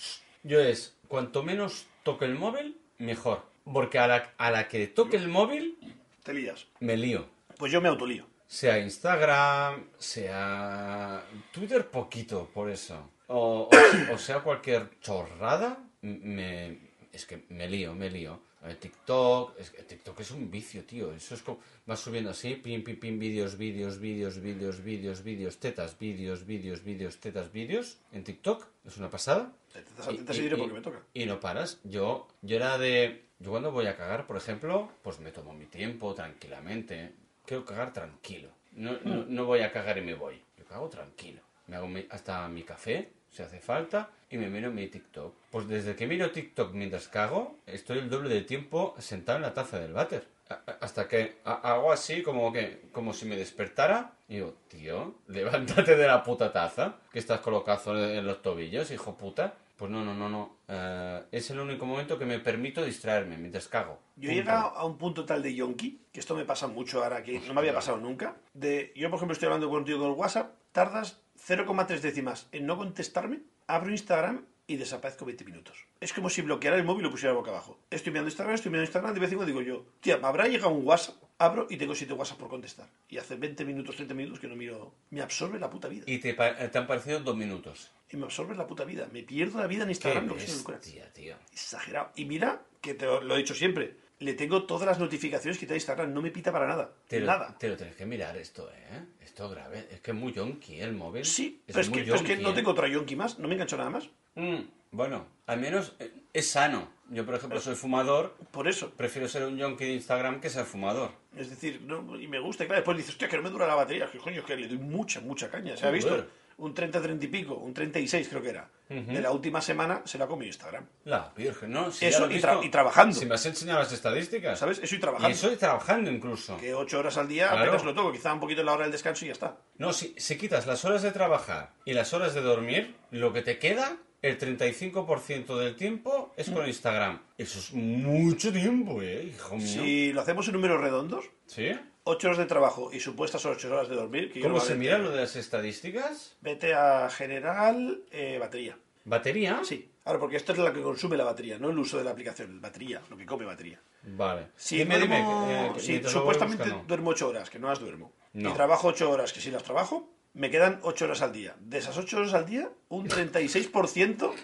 A: Yo es, cuanto menos toque el móvil, mejor. Porque a la, a la que toque el móvil,
B: Te lías.
A: me lío.
B: Pues yo me autolío.
A: Sea Instagram, sea Twitter poquito, por eso. O, o- o sea cualquier chorrada, m- me, es que me lío, me lío. A ver, TikTok, es que TikTok es un vicio, tío. Eso es como, vas subiendo así, pim, pim, pim, vídeos, vídeos, vídeos, vídeos, vídeos, vídeos, tetas, vídeos, vídeos, vídeos, tetas, vídeos. En TikTok, es una pasada.
B: Te atentas al tetas y diré porque me toca.
A: Y no paras. Yo, yo era de. Yo cuando voy a cagar, por ejemplo, pues me tomo mi tiempo tranquilamente. Quiero cagar tranquilo. No, no- no voy a cagar y me voy. Yo cago tranquilo. Me hago mi- hasta mi café, si hace falta, y me miro mi TikTok. Pues desde que miro TikTok mientras cago, estoy el doble de tiempo sentado en la taza del váter. A- a- Hasta que ha- hago así, como que como si me despertara. Y digo, tío, levántate de la puta taza, que estás con los calzones en los tobillos, hijo puta. Pues no, no, no, no. Eh, es el único momento que me permito distraerme mientras cago.
B: Yo he
A: Punto.
B: llegado a un punto tal de yonki, que esto me pasa mucho ahora, que no me había pasado nunca. De, yo, por ejemplo, estoy hablando contigo con el WhatsApp, tardas 0,3 décimas en no contestarme, abro Instagram y desaparezco 20 minutos. Es como si bloqueara el móvil y lo pusiera boca abajo. Estoy mirando Instagram, estoy mirando Instagram, de vez en cuando digo yo, tía, me habrá llegado un WhatsApp, abro y tengo 7 WhatsApp por contestar. Y hace 20 minutos, 30 minutos que no miro. Me absorbe la puta vida.
A: Y te, pa- te han parecido dos minutos.
B: Y me absorbe la puta vida. Me pierdo la vida en
A: Qué
B: Instagram, lo que es una locura.
A: bestia, tío.
B: Exagerado. Y mira, que te lo he dicho siempre, le tengo todas las notificaciones quitadas de Instagram, no me pita para nada.
A: Te lo,
B: nada.
A: te lo tienes que mirar esto, ¿eh? Esto es grave. Es que es muy yonki ¿eh? el móvil.
B: Sí, pero es,
A: muy
B: que, pero es que
A: yonki,
B: no
A: ¿eh?
B: tengo otra yonki más, no me engancho nada más.
A: Mm, bueno, al menos eh, es sano. Yo, por ejemplo, soy fumador.
B: Por eso.
A: Prefiero ser un yonki de Instagram que ser fumador.
B: Es decir, no, y me gusta, y claro, después dices, hostia, que no me dura la batería, que coño, es que le doy mucha, mucha caña. ¿Se ha visto?
A: Joder.
B: Un 30, 30 y pico, un 36 creo que era. De la última semana se la ha comido Instagram.
A: La virgen, ¿no? Si
B: Eso,
A: ya lo he
B: y tra-
A: visto.
B: y trabajando.
A: Si me has enseñado las estadísticas.
B: ¿Sabes? Eso y
A: Y
B: trabajando.
A: eso y trabajando incluso.
B: Que 8 horas al día
A: Claro.
B: apenas lo toco, quizá un poquito en la hora del descanso y ya está.
A: No, si, si quitas las horas de trabajar y las horas de dormir, lo que te queda, el 35% del tiempo es
B: Mm.
A: con Instagram. Eso es mucho tiempo, ¿eh? Hijo mío.
B: Si lo hacemos en números redondos,
A: ¿Sí?
B: 8 horas de trabajo y supuestas 8 horas de dormir. Que yo
A: ¿Cómo se
B: normalmente-
A: mira lo de las estadísticas?
B: Vete a general, eh, batería.
A: ¿Batería?
B: Sí. Ahora, porque esto es la que consume la batería, no el uso de la aplicación. Batería, lo que come batería.
A: Vale.
B: Si
A: dime, dime.
B: duermo-
A: eh, que-
B: si
A: mientras lo voy
B: supuestamente
A: buscando.
B: duermo 8 horas, que no las duermo.
A: No.
B: Y trabajo 8 horas, que sí las trabajo, me quedan 8 horas al día. De esas 8 horas al día, un 36%.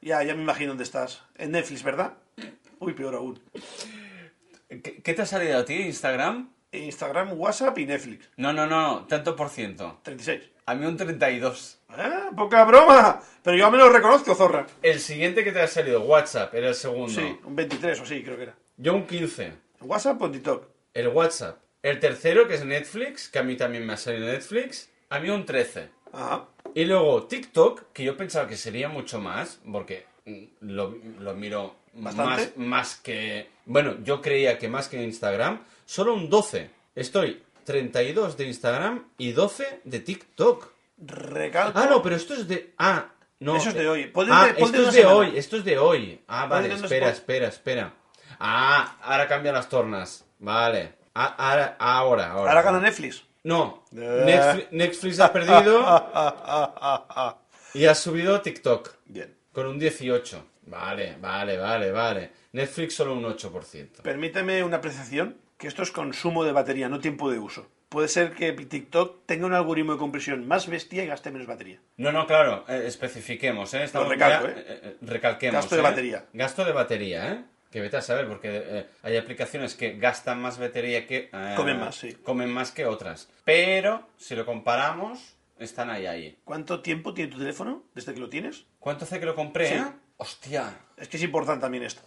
B: ya, ya me imagino dónde estás. En Netflix, ¿verdad? Uy, peor aún.
A: ¿Qué, qué te ha salido a ti Instagram?
B: Instagram, WhatsApp y Netflix.
A: No, no, no, tanto por ciento.
B: 36.
A: A mí un 32.
B: ¡Ah, poca broma! Pero yo me lo reconozco, zorra.
A: El siguiente que te ha salido, WhatsApp, era el segundo.
B: Sí, un 23 o así, creo que era.
A: Yo un 15.
B: WhatsApp o TikTok.
A: El WhatsApp. El tercero, que es Netflix, que a mí también me ha salido Netflix, a mí un 13.
B: Ajá.
A: Y luego TikTok, que yo pensaba que sería mucho más, porque mm, lo, lo miro
B: ¿Bastante?
A: más, más que... Bueno, yo creía que más que Instagram, solo un 12. Estoy 32 de Instagram y 12 de TikTok.
B: Recalco.
A: Ah, no, pero esto es de... Ah, no.
B: Eso es de hoy. Ponte-
A: Ah,
B: ponte
A: esto
B: una
A: es de
B: semana.
A: hoy, esto es de hoy. Ah, vale,
B: Ponte una
A: espera,
B: semana.
A: espera, espera. Ah, ahora cambian las tornas. Vale. Ah, ahora, ahora, ahora.
B: Ahora gana Netflix. Eh.
A: No, Netflix, Netflix ha perdido y ha subido TikTok
B: Bien.
A: con un 18. Vale, vale, vale, vale. Netflix solo un 8%.
B: Permíteme una apreciación, que esto es consumo de batería, no tiempo de uso. Puede ser que TikTok tenga un algoritmo de compresión más bestia y gaste menos batería.
A: No, no, claro, eh, especifiquemos, ¿eh? Estamos
B: Lo recalco,
A: ya-
B: ¿eh?
A: recalquemos.
B: Gasto de
A: ¿eh?
B: batería.
A: Gasto de batería, ¿eh? Que vete a saber, porque eh, hay aplicaciones que gastan más batería que... eh,
B: Comen más, sí.
A: Comen más que otras. Pero, si lo comparamos, están ahí, ahí.
B: ¿Cuánto tiempo tiene tu teléfono desde que lo tienes?
A: ¿Cuánto hace que lo compré,
B: Sí.
A: eh? Hostia,
B: Es que es importante también esto.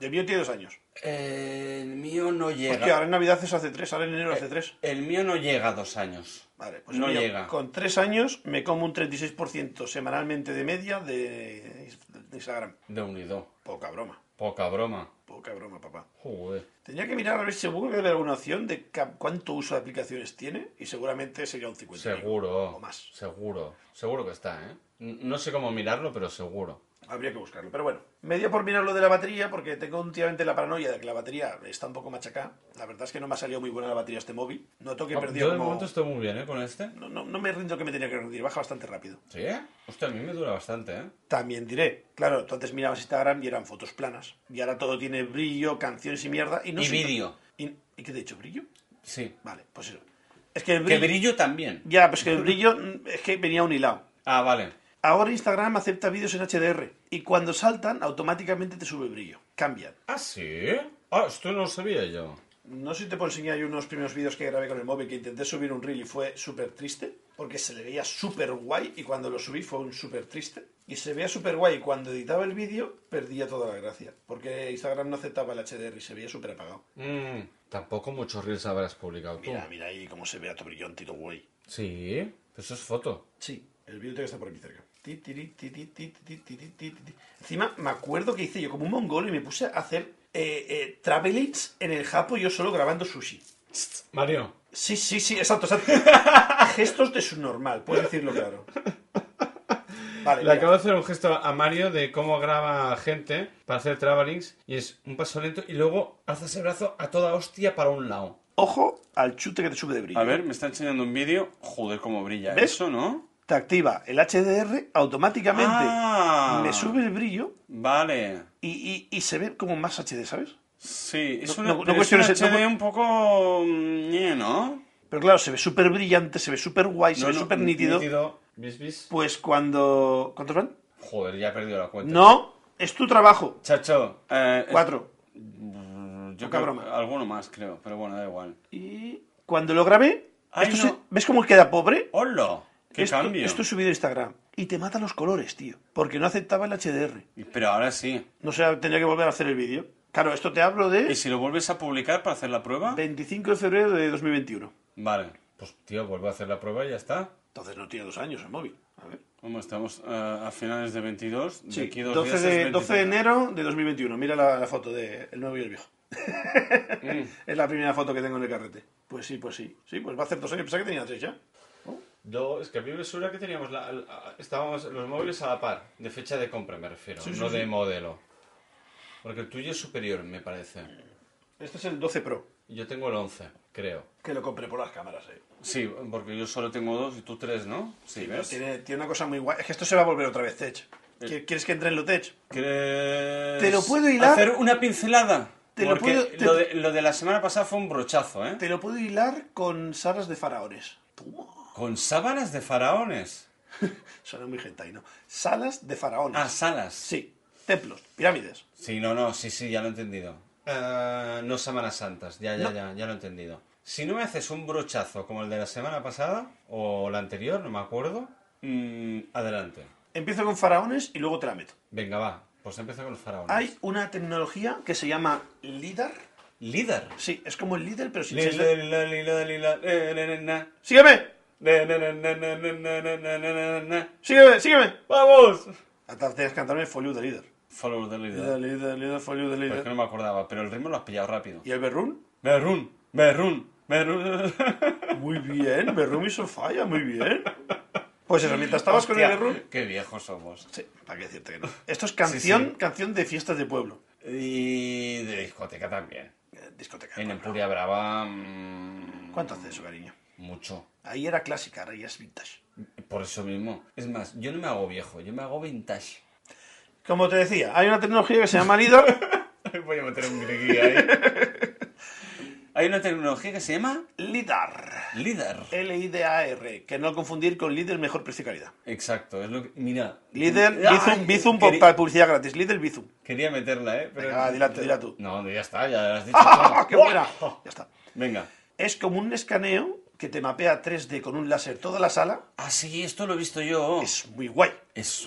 B: El mío tiene dos años.
A: eh, el mío no llega.
B: Porque ahora en Navidad eso hace tres, ahora en enero hace tres.
A: El mío no llega a dos años.
B: Vale, pues
A: no
B: el mío,
A: llega.
B: con tres años me como un 36% semanalmente de media de de Instagram.
A: De unido.
B: Poca broma,
A: Poca broma.
B: poca broma, papá.
A: Joder.
B: Tendría que mirar a ver si seguro que hay alguna opción de ca- cuánto uso de aplicaciones tiene y seguramente sería un 50.
A: Seguro.
B: Pues O más.
A: Seguro. Seguro que está, ¿eh? N- No sé cómo mirarlo, pero seguro.
B: Habría que buscarlo. Pero bueno, me dio por mirar lo de la batería porque tengo últimamente la paranoia de que la batería está un poco machacada. La verdad es que no me ha salido muy buena la batería este móvil. Noto que he
A: Ah,
B: perdido
A: Yo de
B: como...
A: momento estoy muy bien, ¿eh? Con este.
B: No, no, no me rindo que me tenía que rendir, baja bastante rápido.
A: Sí, ¿eh? Hostia, a mí me dura bastante, ¿eh?
B: También diré, claro, tú antes mirabas Instagram y eran fotos planas. Y ahora todo tiene brillo, canciones y mierda. Y, no
A: Y
B: sé-
A: vídeo.
B: ¿Y, ¿y qué te he dicho? ¿Brillo?
A: Sí.
B: Vale, pues eso. Es que el
A: Que
B: brillo...
A: brillo también.
B: Ya, pues que el brillo mm, es que venía un hilado.
A: Ah, vale.
B: Ahora Instagram acepta vídeos en HDR y cuando saltan automáticamente te sube el brillo. Cambian.
A: Ah, sí. Ah, esto no lo sabía yo.
B: No sé si te puedo enseñar yo unos primeros vídeos que grabé con el móvil que intenté subir un reel y fue súper triste porque se le veía súper guay y cuando lo subí fue un súper triste. Y se veía súper guay y cuando editaba el vídeo perdía toda la gracia porque Instagram no aceptaba el HDR y se veía súper apagado.
A: Mm,
E: Tampoco muchos reels habrás publicado tú.
C: Mira, mira ahí cómo se ve a tu brillantito, güey.
E: Sí, pero eso es foto.
B: Sí, el videoteca está por aquí cerca. Ti, tiri, ti, ti, ti, ti, ti, ti, ti, ti. Encima me acuerdo que hice yo como un mongol y me puse a hacer eh, eh, travelings en el Japo yo solo grabando sushi.
E: Mario,
B: Sí, sí, sí, exacto, exacto. Gestos de subnormal, puedes decirlo claro. Vale,
E: Le
B: mira.
E: acabo de hacer un gesto a Mario de cómo graba gente para hacer travelings y es un paso lento y luego alza ese brazo a toda hostia para un lado.
B: Ojo al chute que te sube de brillo.
A: A ver, me está enseñando un vídeo. Joder, cómo brilla
B: ¿Ves?
A: eso, ¿no?
B: Te activa el HDR automáticamente.
A: Ah.
B: Me sube el brillo
A: Vale.
B: y, y- y se ve como más HD, ¿sabes?
A: Sí, es
B: No-
A: una,
B: no- no
A: pero es
B: cuestiones-
A: una
B: no
A: HD
B: cu-
A: un poco... mm, ñe, ¿no?
B: Pero claro, se ve súper brillante, se ve súper guay, se
A: No,
B: ve
A: no,
B: súper nítido.
E: ¿Vis, vis?
B: Pues cuando... ¿Cuántos van?
A: Joder, ya he perdido la cuenta.
B: No, es tu trabajo.
A: Chacho. eh, es-
B: Cuatro.
A: Mm, Yo
B: Poca
A: creo
B: broma.
A: alguno más, creo. Pero bueno, da igual.
B: Y cuando lo grabé...
A: Ay,
B: esto se-
A: no.
B: ¿Ves cómo queda pobre?
A: ¡Hola! ¡Qué
B: esto,
A: cambio!
B: Esto es subido a Instagram. Y te mata los colores, tío. Porque no aceptaba el HDR.
A: Y- Pero ahora sí.
B: No sé, tendría que volver a hacer el vídeo. Claro, esto te hablo
A: ¿Y
B: de
A: si lo vuelves a publicar para hacer la prueba?
B: 25 de febrero de 2021.
A: Vale. Pues tío, vuelvo a hacer la prueba y ya está.
B: Entonces no tiene dos años el móvil. A ver.
A: Vamos, estamos eh, a finales de 22.
B: Sí,
A: de aquí dos
B: 12,
A: días es
B: de, 12 de
A: 23.
B: enero de 2021. Mira la, la foto del nuevo y el viejo.
A: Mm.
B: es la primera foto que tengo en el carrete. Pues sí, pues sí. Sí, pues va a hacer dos años. Pensaba que tenía tres ya.
E: No, es que a mí me suena que teníamos la- la- estábamos los móviles a la par, de fecha de compra me refiero,
B: Sí, sí,
E: no
B: sí.
E: de modelo. Porque el tuyo es superior, me parece.
B: Este es el 12 Pro.
E: Yo tengo el 11, creo.
B: Que lo compré por las cámaras, eh.
A: Sí, porque yo solo tengo dos y tú tres, ¿no? Sí, ¿ves?
B: Tiene, tiene una cosa muy guay. Es que esto se va a volver otra vez Tech. ¿Qui- ¿Quieres que entre en lo Tech?
A: ¿Quieres
B: Te lo puedo hilar.
A: hacer una pincelada?
B: Te lo
A: porque lo,
B: puedo- te-
A: de, lo de la semana pasada fue un brochazo, ¿eh?
B: Te lo puedo hilar con salas de faraones. Toma.
A: Con sábanas de faraones.
B: Suena muy hentai, ¿no? Salas de faraones.
A: Ah, salas.
B: Sí. Templos, pirámides.
A: Sí, no, no, sí, sí, ya lo he entendido. Eh, no Semanas Santas, ya, ya, ya, ya lo he entendido. Si no me haces un brochazo como el de la semana pasada, o la anterior, no me acuerdo, mm, adelante.
B: Empiezo con faraones y luego te la meto.
A: Venga, va, pues empieza con los faraones.
B: Hay una tecnología que se llama LIDAR.
A: ¡Líder!
B: Sí, es como el líder, pero sin
A: Li-
B: ser-
A: li- la- li- la- li- la- eh, na- na- na.
B: ¡Sígueme!
A: Na- na- na- na- na- na- na- na- na- na- na- na.
B: ¡Sígueme! ¡Sígueme!
A: ¡Vamos!
B: Hasta tenías que cantarme For You the Leader.
A: Follow the leader.
B: Leader, leader, leader, for you the
A: Pero es que
B: leader.
A: Pues no me acordaba, pero el ritmo lo has pillado rápido.
B: ¿Y el Berrún?
A: Berrun, Berrun, Berrun.
B: Muy bien, Berrún y Sofía, muy bien. Pues eso, mientras estabas con el Berrún...
A: Qué viejos somos.
B: Sí, para qué decirte que no. Esto es canción, canción de fiestas de pueblo.
A: Y de discoteca también.
B: Eh, discoteca.
A: En Empuria Brava. mm,
B: ¿Cuánto hace eso, cariño?
A: Mucho.
B: Ahí era clásica, ahora ya es vintage.
A: Por eso mismo. Es más, yo no me hago viejo, yo me hago vintage.
B: Como te decía, hay una tecnología que se llama LIDAR.
A: Voy a meter un griegui ahí. Hay una tecnología que se llama
B: LIDAR.
A: LIDAR.
B: L-I-D-A-R, que no confundir con líder mejor precio y calidad.
A: Exacto, es lo que. Mira.
B: Líder,
A: Ay,
B: Bizum, Bizum
A: quería,
B: para publicidad gratis. Líder, Bizum.
A: quería meterla, ¿eh? Pero...
B: Venga, dila tú, dila tú.
A: No, ya está, ya la has dicho.
B: ¡Ah,
A: todo.
B: ¡Qué buena! Ya está.
A: Venga.
B: Es como un escaneo que te mapea 3D con un láser toda la sala.
A: Ah, sí, esto lo he visto yo. Es,
B: Es muy guay.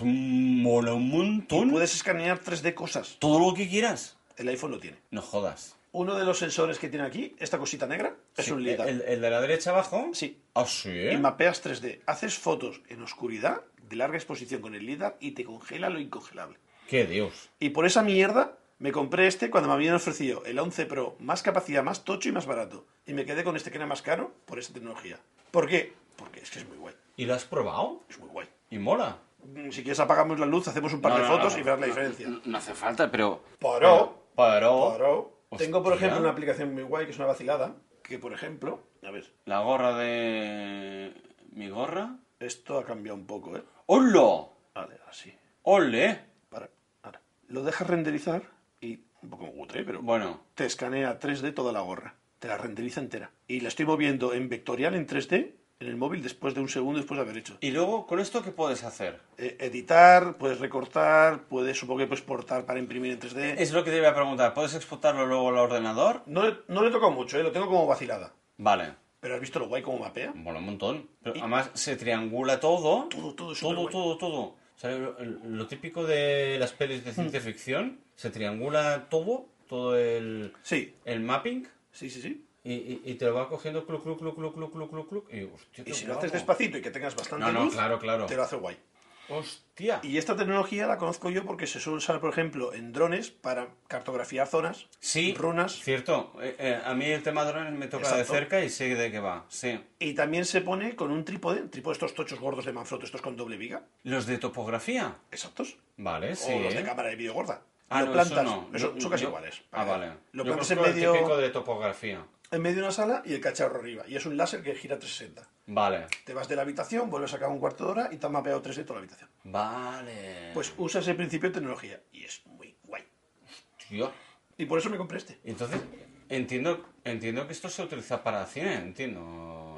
A: un mola un montón.
B: Puedes escanear 3D cosas.
A: Todo lo que quieras.
B: El iPhone lo tiene.
A: No jodas.
B: Uno de los sensores que tiene aquí, esta cosita negra, es
A: Sí,
B: un LIDAR.
A: El, el de la derecha abajo.
B: Sí.
A: Ah, sí.
B: Y mapeas 3D. Haces fotos en oscuridad de larga exposición con el LIDAR y te congela lo incongelable.
A: Qué dios.
B: Y por esa mierda me compré este cuando me habían ofrecido el 11 Pro, más capacidad, más tocho y más barato. Y me quedé con este que era más caro por esa tecnología. ¿Por qué? Porque es que es muy guay.
A: ¿Y lo has probado?
B: Es muy guay.
A: Y mola.
B: Mm, Si quieres apagamos la luz, hacemos un par de fotos y verás la diferencia.
A: No hace falta, pero.
B: Paró.
A: Paró.
B: Paró. Tengo, por
A: Hostia.
B: ejemplo, una aplicación muy guay que es una vacilada. Que, por ejemplo, a ver,
A: La gorra de. Mi gorra.
B: esto ha cambiado un poco, ¿eh?
A: ¡Hola!
B: Vale, así.
A: ¡Ole!
B: Para, ahora. Lo dejas renderizar y un poco gutre, pero
A: Bueno,
B: te escanea 3D toda la gorra, te la renderiza entera. Y la estoy moviendo en vectorial en 3D en el móvil después de un segundo después de haber hecho.
A: y luego, ¿con esto qué puedes hacer?
B: Eh, editar, puedes recortar, puedes supongo que puedes portar para imprimir en 3D.
A: Es lo que te iba a preguntar. ¿Puedes exportarlo luego al ordenador?
B: No, le- no le he tocado mucho, eh, lo tengo como vacilada.
A: Vale.
B: Pero has visto lo guay como mapea.
A: Mola un montón. Pero además se triangula todo.
B: Todo, todo,
A: Todo,
B: superguay.
A: todo, todo. O sea, lo, lo típico de las
B: Hmm.
A: pelis de ciencia ficción, se triangula todo, todo el,
B: Sí,
A: el mapping
B: Sí, sí, sí.
A: Y, y- y te lo va cogiendo cluc, cluc, cluc, cluc, cluc, cluc, cluc, cluc, Y, hostia,
B: Y
A: qué
B: si lo
A: guapo.
B: haces despacito y que tengas bastante
A: No, no,
B: luz,
A: claro, claro.
B: te lo hace guay.
A: Hostia.
B: Y esta tecnología la conozco yo porque se suele usar, por ejemplo, en drones para cartografiar zonas,
A: Sí,
B: runas,
A: cierto. Eh, eh, a mí el tema de drones me toca de
B: Exacto.
A: cerca y sé de qué va. Sí.
B: y también se pone con un trípode, trípode estos tochos gordos de Manfrotto, estos con doble viga,
A: ¿Los de topografía?
B: exactos,
A: Vale, sí.
B: o los de
A: ¿eh?
B: cámara de vídeo gorda.
A: Ah,
B: lo
A: no,
B: plantas,
A: eso no.
B: eso-
A: Yo-
B: son casi
A: yo-
B: iguales.
A: Ah, vale. Yo
B: Lo plantas en
A: conozco el típico
B: medio,
A: de topografía.
B: en medio de una sala y el cacharro arriba, y es un láser que gira 360.
A: Vale.
B: Te vas de la habitación, vuelves a cada un cuarto de hora y te han mapeado 3D toda la habitación.
A: Vale.
B: Pues usa ese principio de tecnología y es muy guay.
A: Tío.
B: Y por eso me compré este.
A: Entonces, entiendo, entiendo que esto se utiliza para cine, entiendo,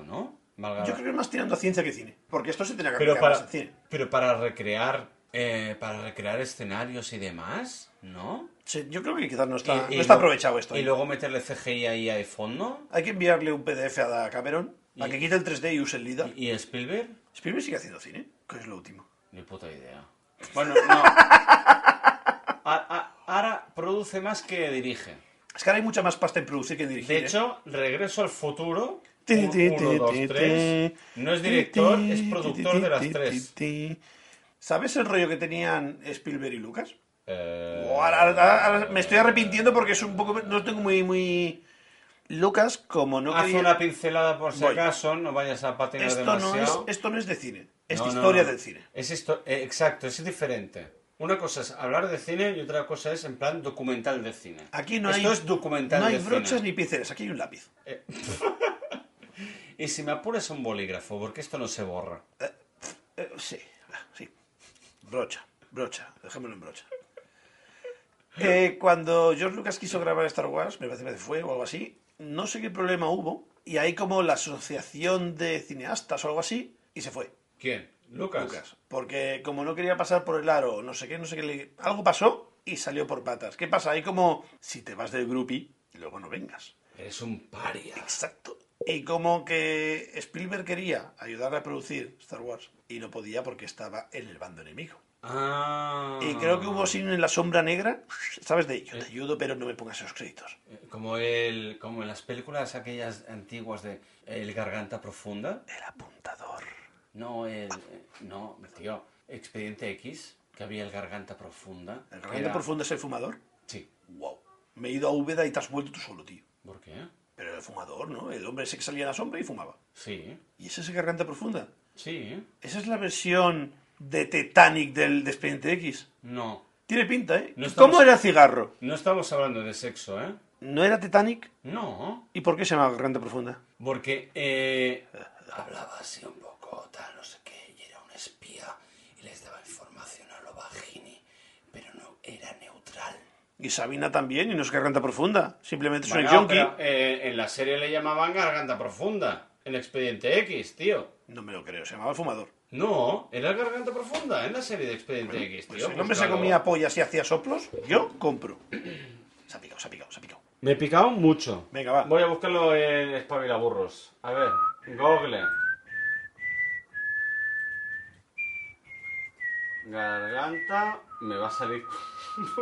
A: ¿no? Valga
B: Yo
A: la-
B: creo que es más tirando a ciencia que cine, porque esto se tenía que
A: pero
B: aplicar
A: para,
B: más en cine.
A: pero para recrear eh, para recrear escenarios y demás, ¿no?
B: Sí, yo creo que quizás no está,
A: Y- y
B: no está
A: lo-
B: aprovechado esto.
A: Y
B: ¿eh?
A: luego meterle CGI ahí de fondo.
B: Hay que enviarle un PDF a Da Cameron para
A: Y-
B: que quite el 3D y use el LIDAR.
A: ¿Y, y Spielberg?
B: Spielberg sigue haciendo cine, que es lo último.
A: Ni puta idea. Bueno, no. A- a- ahora produce más que dirige.
B: Es que ahora hay mucha más pasta en producir que en dirigir.
A: De
B: ¿eh?
A: hecho, Regreso al Futuro,
M: Ti, ti,
A: 1,
M: ti,
A: 2,
M: ti,
A: 3,
M: ti.
A: no es director,
M: Ti,
A: es
M: ti,
A: productor
M: ti,
A: de las
M: ti,
A: tres.
M: ti, ti.
B: ¿sabes el rollo que tenían Spielberg y Lucas?
A: Eh,
B: O ahora- ahora- ahora me estoy arrepintiendo porque es un poco. No tengo muy. muy... Lucas, como no
A: Haz
B: quería-
A: una pincelada por si
B: Voy.
A: acaso, no vayas a patinar
B: esto no, es,
A: demasiado.
B: esto no es de cine, es
A: No,
B: de
A: no,
B: historia
A: no.
B: del cine.
A: Es histo- eh, exacto, es diferente. Una cosa es hablar de cine y otra cosa es en plan documental de cine.
B: Aquí no
A: Esto
B: hay,
A: es documental
B: no hay
A: de
B: brochas
A: cine.
B: ni pinceles, aquí hay un lápiz.
A: Y si me apuras un bolígrafo, porque esto no se borra.
B: Eh, sí, ah, sí. Brocha, brocha, dejémoslo en brocha. Eh, cuando George Lucas quiso grabar Star Wars, me parece que fue o algo así, no sé qué problema hubo, y ahí como la asociación de cineastas o algo así, y se fue.
A: ¿Quién? Lucas.
B: Lucas. Porque como no quería pasar por el aro, no sé qué, no sé qué, le- algo pasó y salió por patas. ¿Qué pasa? Ahí como, si te vas del groupie, luego no vengas.
A: Eres un paria.
B: Exacto. Y como que Spielberg quería ayudarle a producir Star Wars y no podía porque estaba en el bando enemigo.
A: Ah.
B: Y creo que hubo sin en la sombra negra, ¿sabes? De yo te ayudo, pero no me pongas esos créditos.
A: Eh, Como, el, como en las películas aquellas antiguas de El Garganta Profunda.
B: El apuntador.
A: No, el, eh, no, tío. Expediente X, que había el Garganta Profunda.
B: El
A: que
B: grande
A: era-
B: profundo es el fumador.
A: Sí.
B: Wow. Me he ido a Úbeda y te has vuelto tú solo, tío.
A: ¿Por qué?
B: Pero el fumador, ¿no? El hombre ese que salía a la sombra y fumaba.
A: Sí,
B: ¿Y ese es el garganta profunda?
A: sí.
B: Esa es la versión de Titanic del de Expediente X.
A: No.
B: Tiene pinta, ¿eh?
A: No estamos-
B: ¿Cómo era el cigarro?
A: No estamos hablando de sexo, ¿eh?
B: ¿No era Titanic?
A: No.
B: ¿Y por qué se llama garganta profunda?
A: Porque eh, hablaba así un poco, tal, no sé qué, y era un espía y les daba información a lo bajini, pero no era neutral.
B: Y Sabina también, y no es garganta profunda. Simplemente es un
A: Bueno,
B: yonki.
A: pero, eh, en la serie le llamaban Garganta Profunda, en Expediente X, tío.
B: No me lo creo, se llamaba el fumador.
A: No, era Garganta Profunda, en la serie de Expediente X, tío.
B: Pues si el hombre se
A: búscalo.
B: comía pollas y hacía soplos, yo compro. Se ha picado, se ha picado, se ha picado.
A: Me he picado mucho.
B: Venga, va.
A: Voy a buscarlo en Espabilaburros. A ver, Google. Garganta. Me va a salir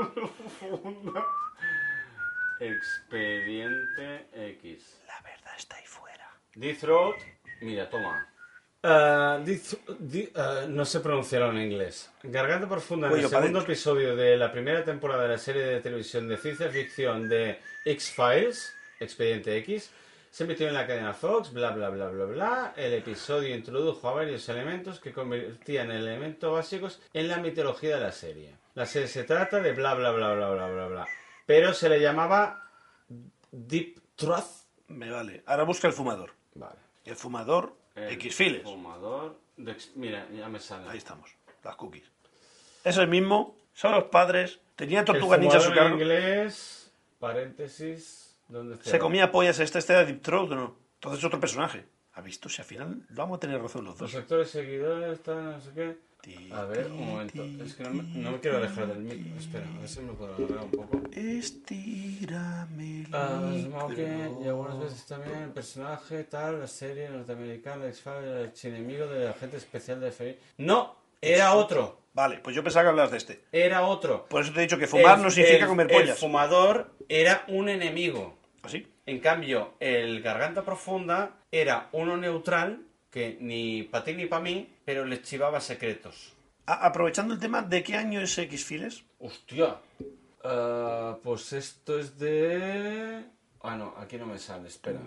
A: profunda. Expediente X.
B: La verdad está ahí fuera.
A: D-Throat. Mira, toma. Ah, no sé pronunciarlo en inglés. Garganta Profunda, en
B: Cuello
A: el
B: pa'
A: segundo
B: dentro.
A: episodio de la primera temporada de la serie de televisión de ciencia ficción de X-Files, Expediente X, se emitió en la cadena Fox, bla bla bla bla bla. El episodio introdujo a varios elementos que convertían en elementos básicos en la mitología de la serie. La serie se trata de bla bla bla bla bla bla bla. Pero se le llamaba Deep Truth.
B: Me vale. Ahora busca el fumador.
A: Vale.
B: El fumador
A: El
B: X files.
A: Fumador. de ex- Mira, ya me sale.
B: Ahí estamos. Las cookies. Es el mismo. Son los padres. Tenía tortugas
A: El
B: ninja a su
A: fumador en
B: cargo.
A: inglés, paréntesis, ¿dónde
B: Se
A: cierra?
B: comía pollas. Este, este era Deep Throat, ¿no? Entonces es otro personaje. ¿Ha visto? Si al final vamos a tener razón los
A: Los
B: dos.
A: actores seguidores, tal, no sé
B: Ti,
A: qué. A ver, un momento. Es que no me, no me quiero alejar del micro. Espera, a ver si me puedo agarrar un poco.
B: Estírame el
A: Ah, Smoke,
B: micro.
A: y algunas veces también el personaje, tal, la serie norteamericana, X-Files, el archienemigo del agente especial de FBI. ¡No! Era otro.
B: Vale, pues yo pensaba que hablabas de este.
A: Era otro.
B: Por eso te he dicho que fumar
A: El-
B: no significa
A: el-
B: comer
A: El
B: pollas.
A: fumador era un enemigo.
B: ¿Así?
A: En cambio, el Garganta Profunda era uno neutral que ni para ti ni para mí, pero les chivaba secretos.
B: A- aprovechando el tema, ¿de qué año es X-Files?
A: Hostia. Ah, pues esto es de... Ah, no, aquí no me sale, espera.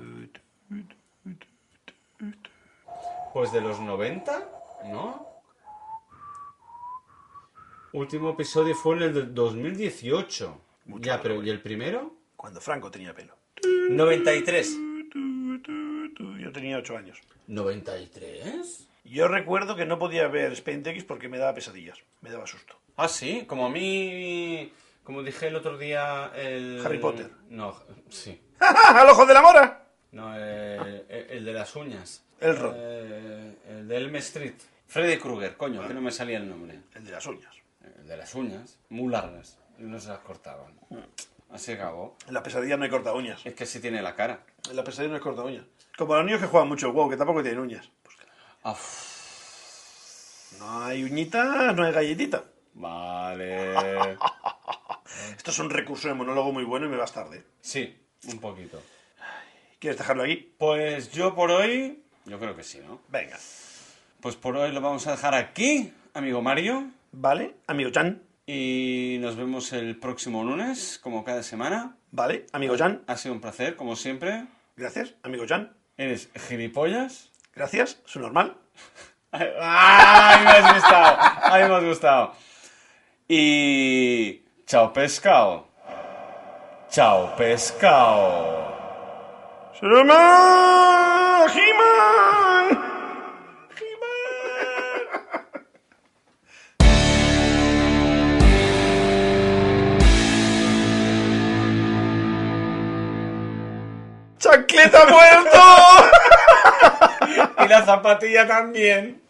A: Pues de los 90, ¿no? Último episodio fue en el del 2018. ya, pero ¿y el primero?
B: Cuando Franco tenía pelo.
A: 93.
B: Yo tenía 8 años.
A: ¿93?
B: Yo recuerdo que no podía ver Expediente X porque me daba pesadillas, me daba susto.
A: Ah, sí, como a mí... Como dije el otro día el...
B: Harry Potter.
A: No, sí.
B: ¡Al ojo de la mora!
A: No, el, el- el de las uñas.
B: El Rod.
A: Eh, el de Elm Street. Freddy Krueger, coño, que no me salía el nombre.
B: El de las uñas.
A: El de las uñas, muy largas. Y no se las cortaban. Así acabó.
B: En la pesadilla no hay corta uñas.
A: Es que sí tiene la cara.
B: En la pesadilla no hay corta uñas. Como los niños que juegan mucho al WoW, que tampoco tienen uñas. Pues claro.
A: Af.
B: No hay uñitas, no hay galletita.
A: Vale.
B: Esto es un recurso de monólogo muy bueno y me vas tarde.
A: Sí, un poquito.
B: ¿Quieres dejarlo aquí?
A: Pues yo por hoy... Yo creo que sí, ¿no?
B: Venga.
A: Pues por hoy lo vamos a dejar aquí, amigo Mario.
B: ¿Vale? Amigo Chan.
A: Y nos vemos el próximo lunes, como cada semana.
B: ¿Vale? Amigo Chan.
A: Ha sido un placer, como siempre.
B: Gracias. Amigo Chan.
A: Eres gilipollas.
B: Gracias. Su normal.
A: ¡Ay, me has gustado! ¡Ay, me has gustado! Y... ¡Chao, pescado! ¡Chao, pescado!
B: ¡Su normal! ¡He-Man! ¡Chancleta muerto!
A: Y la zapatilla también.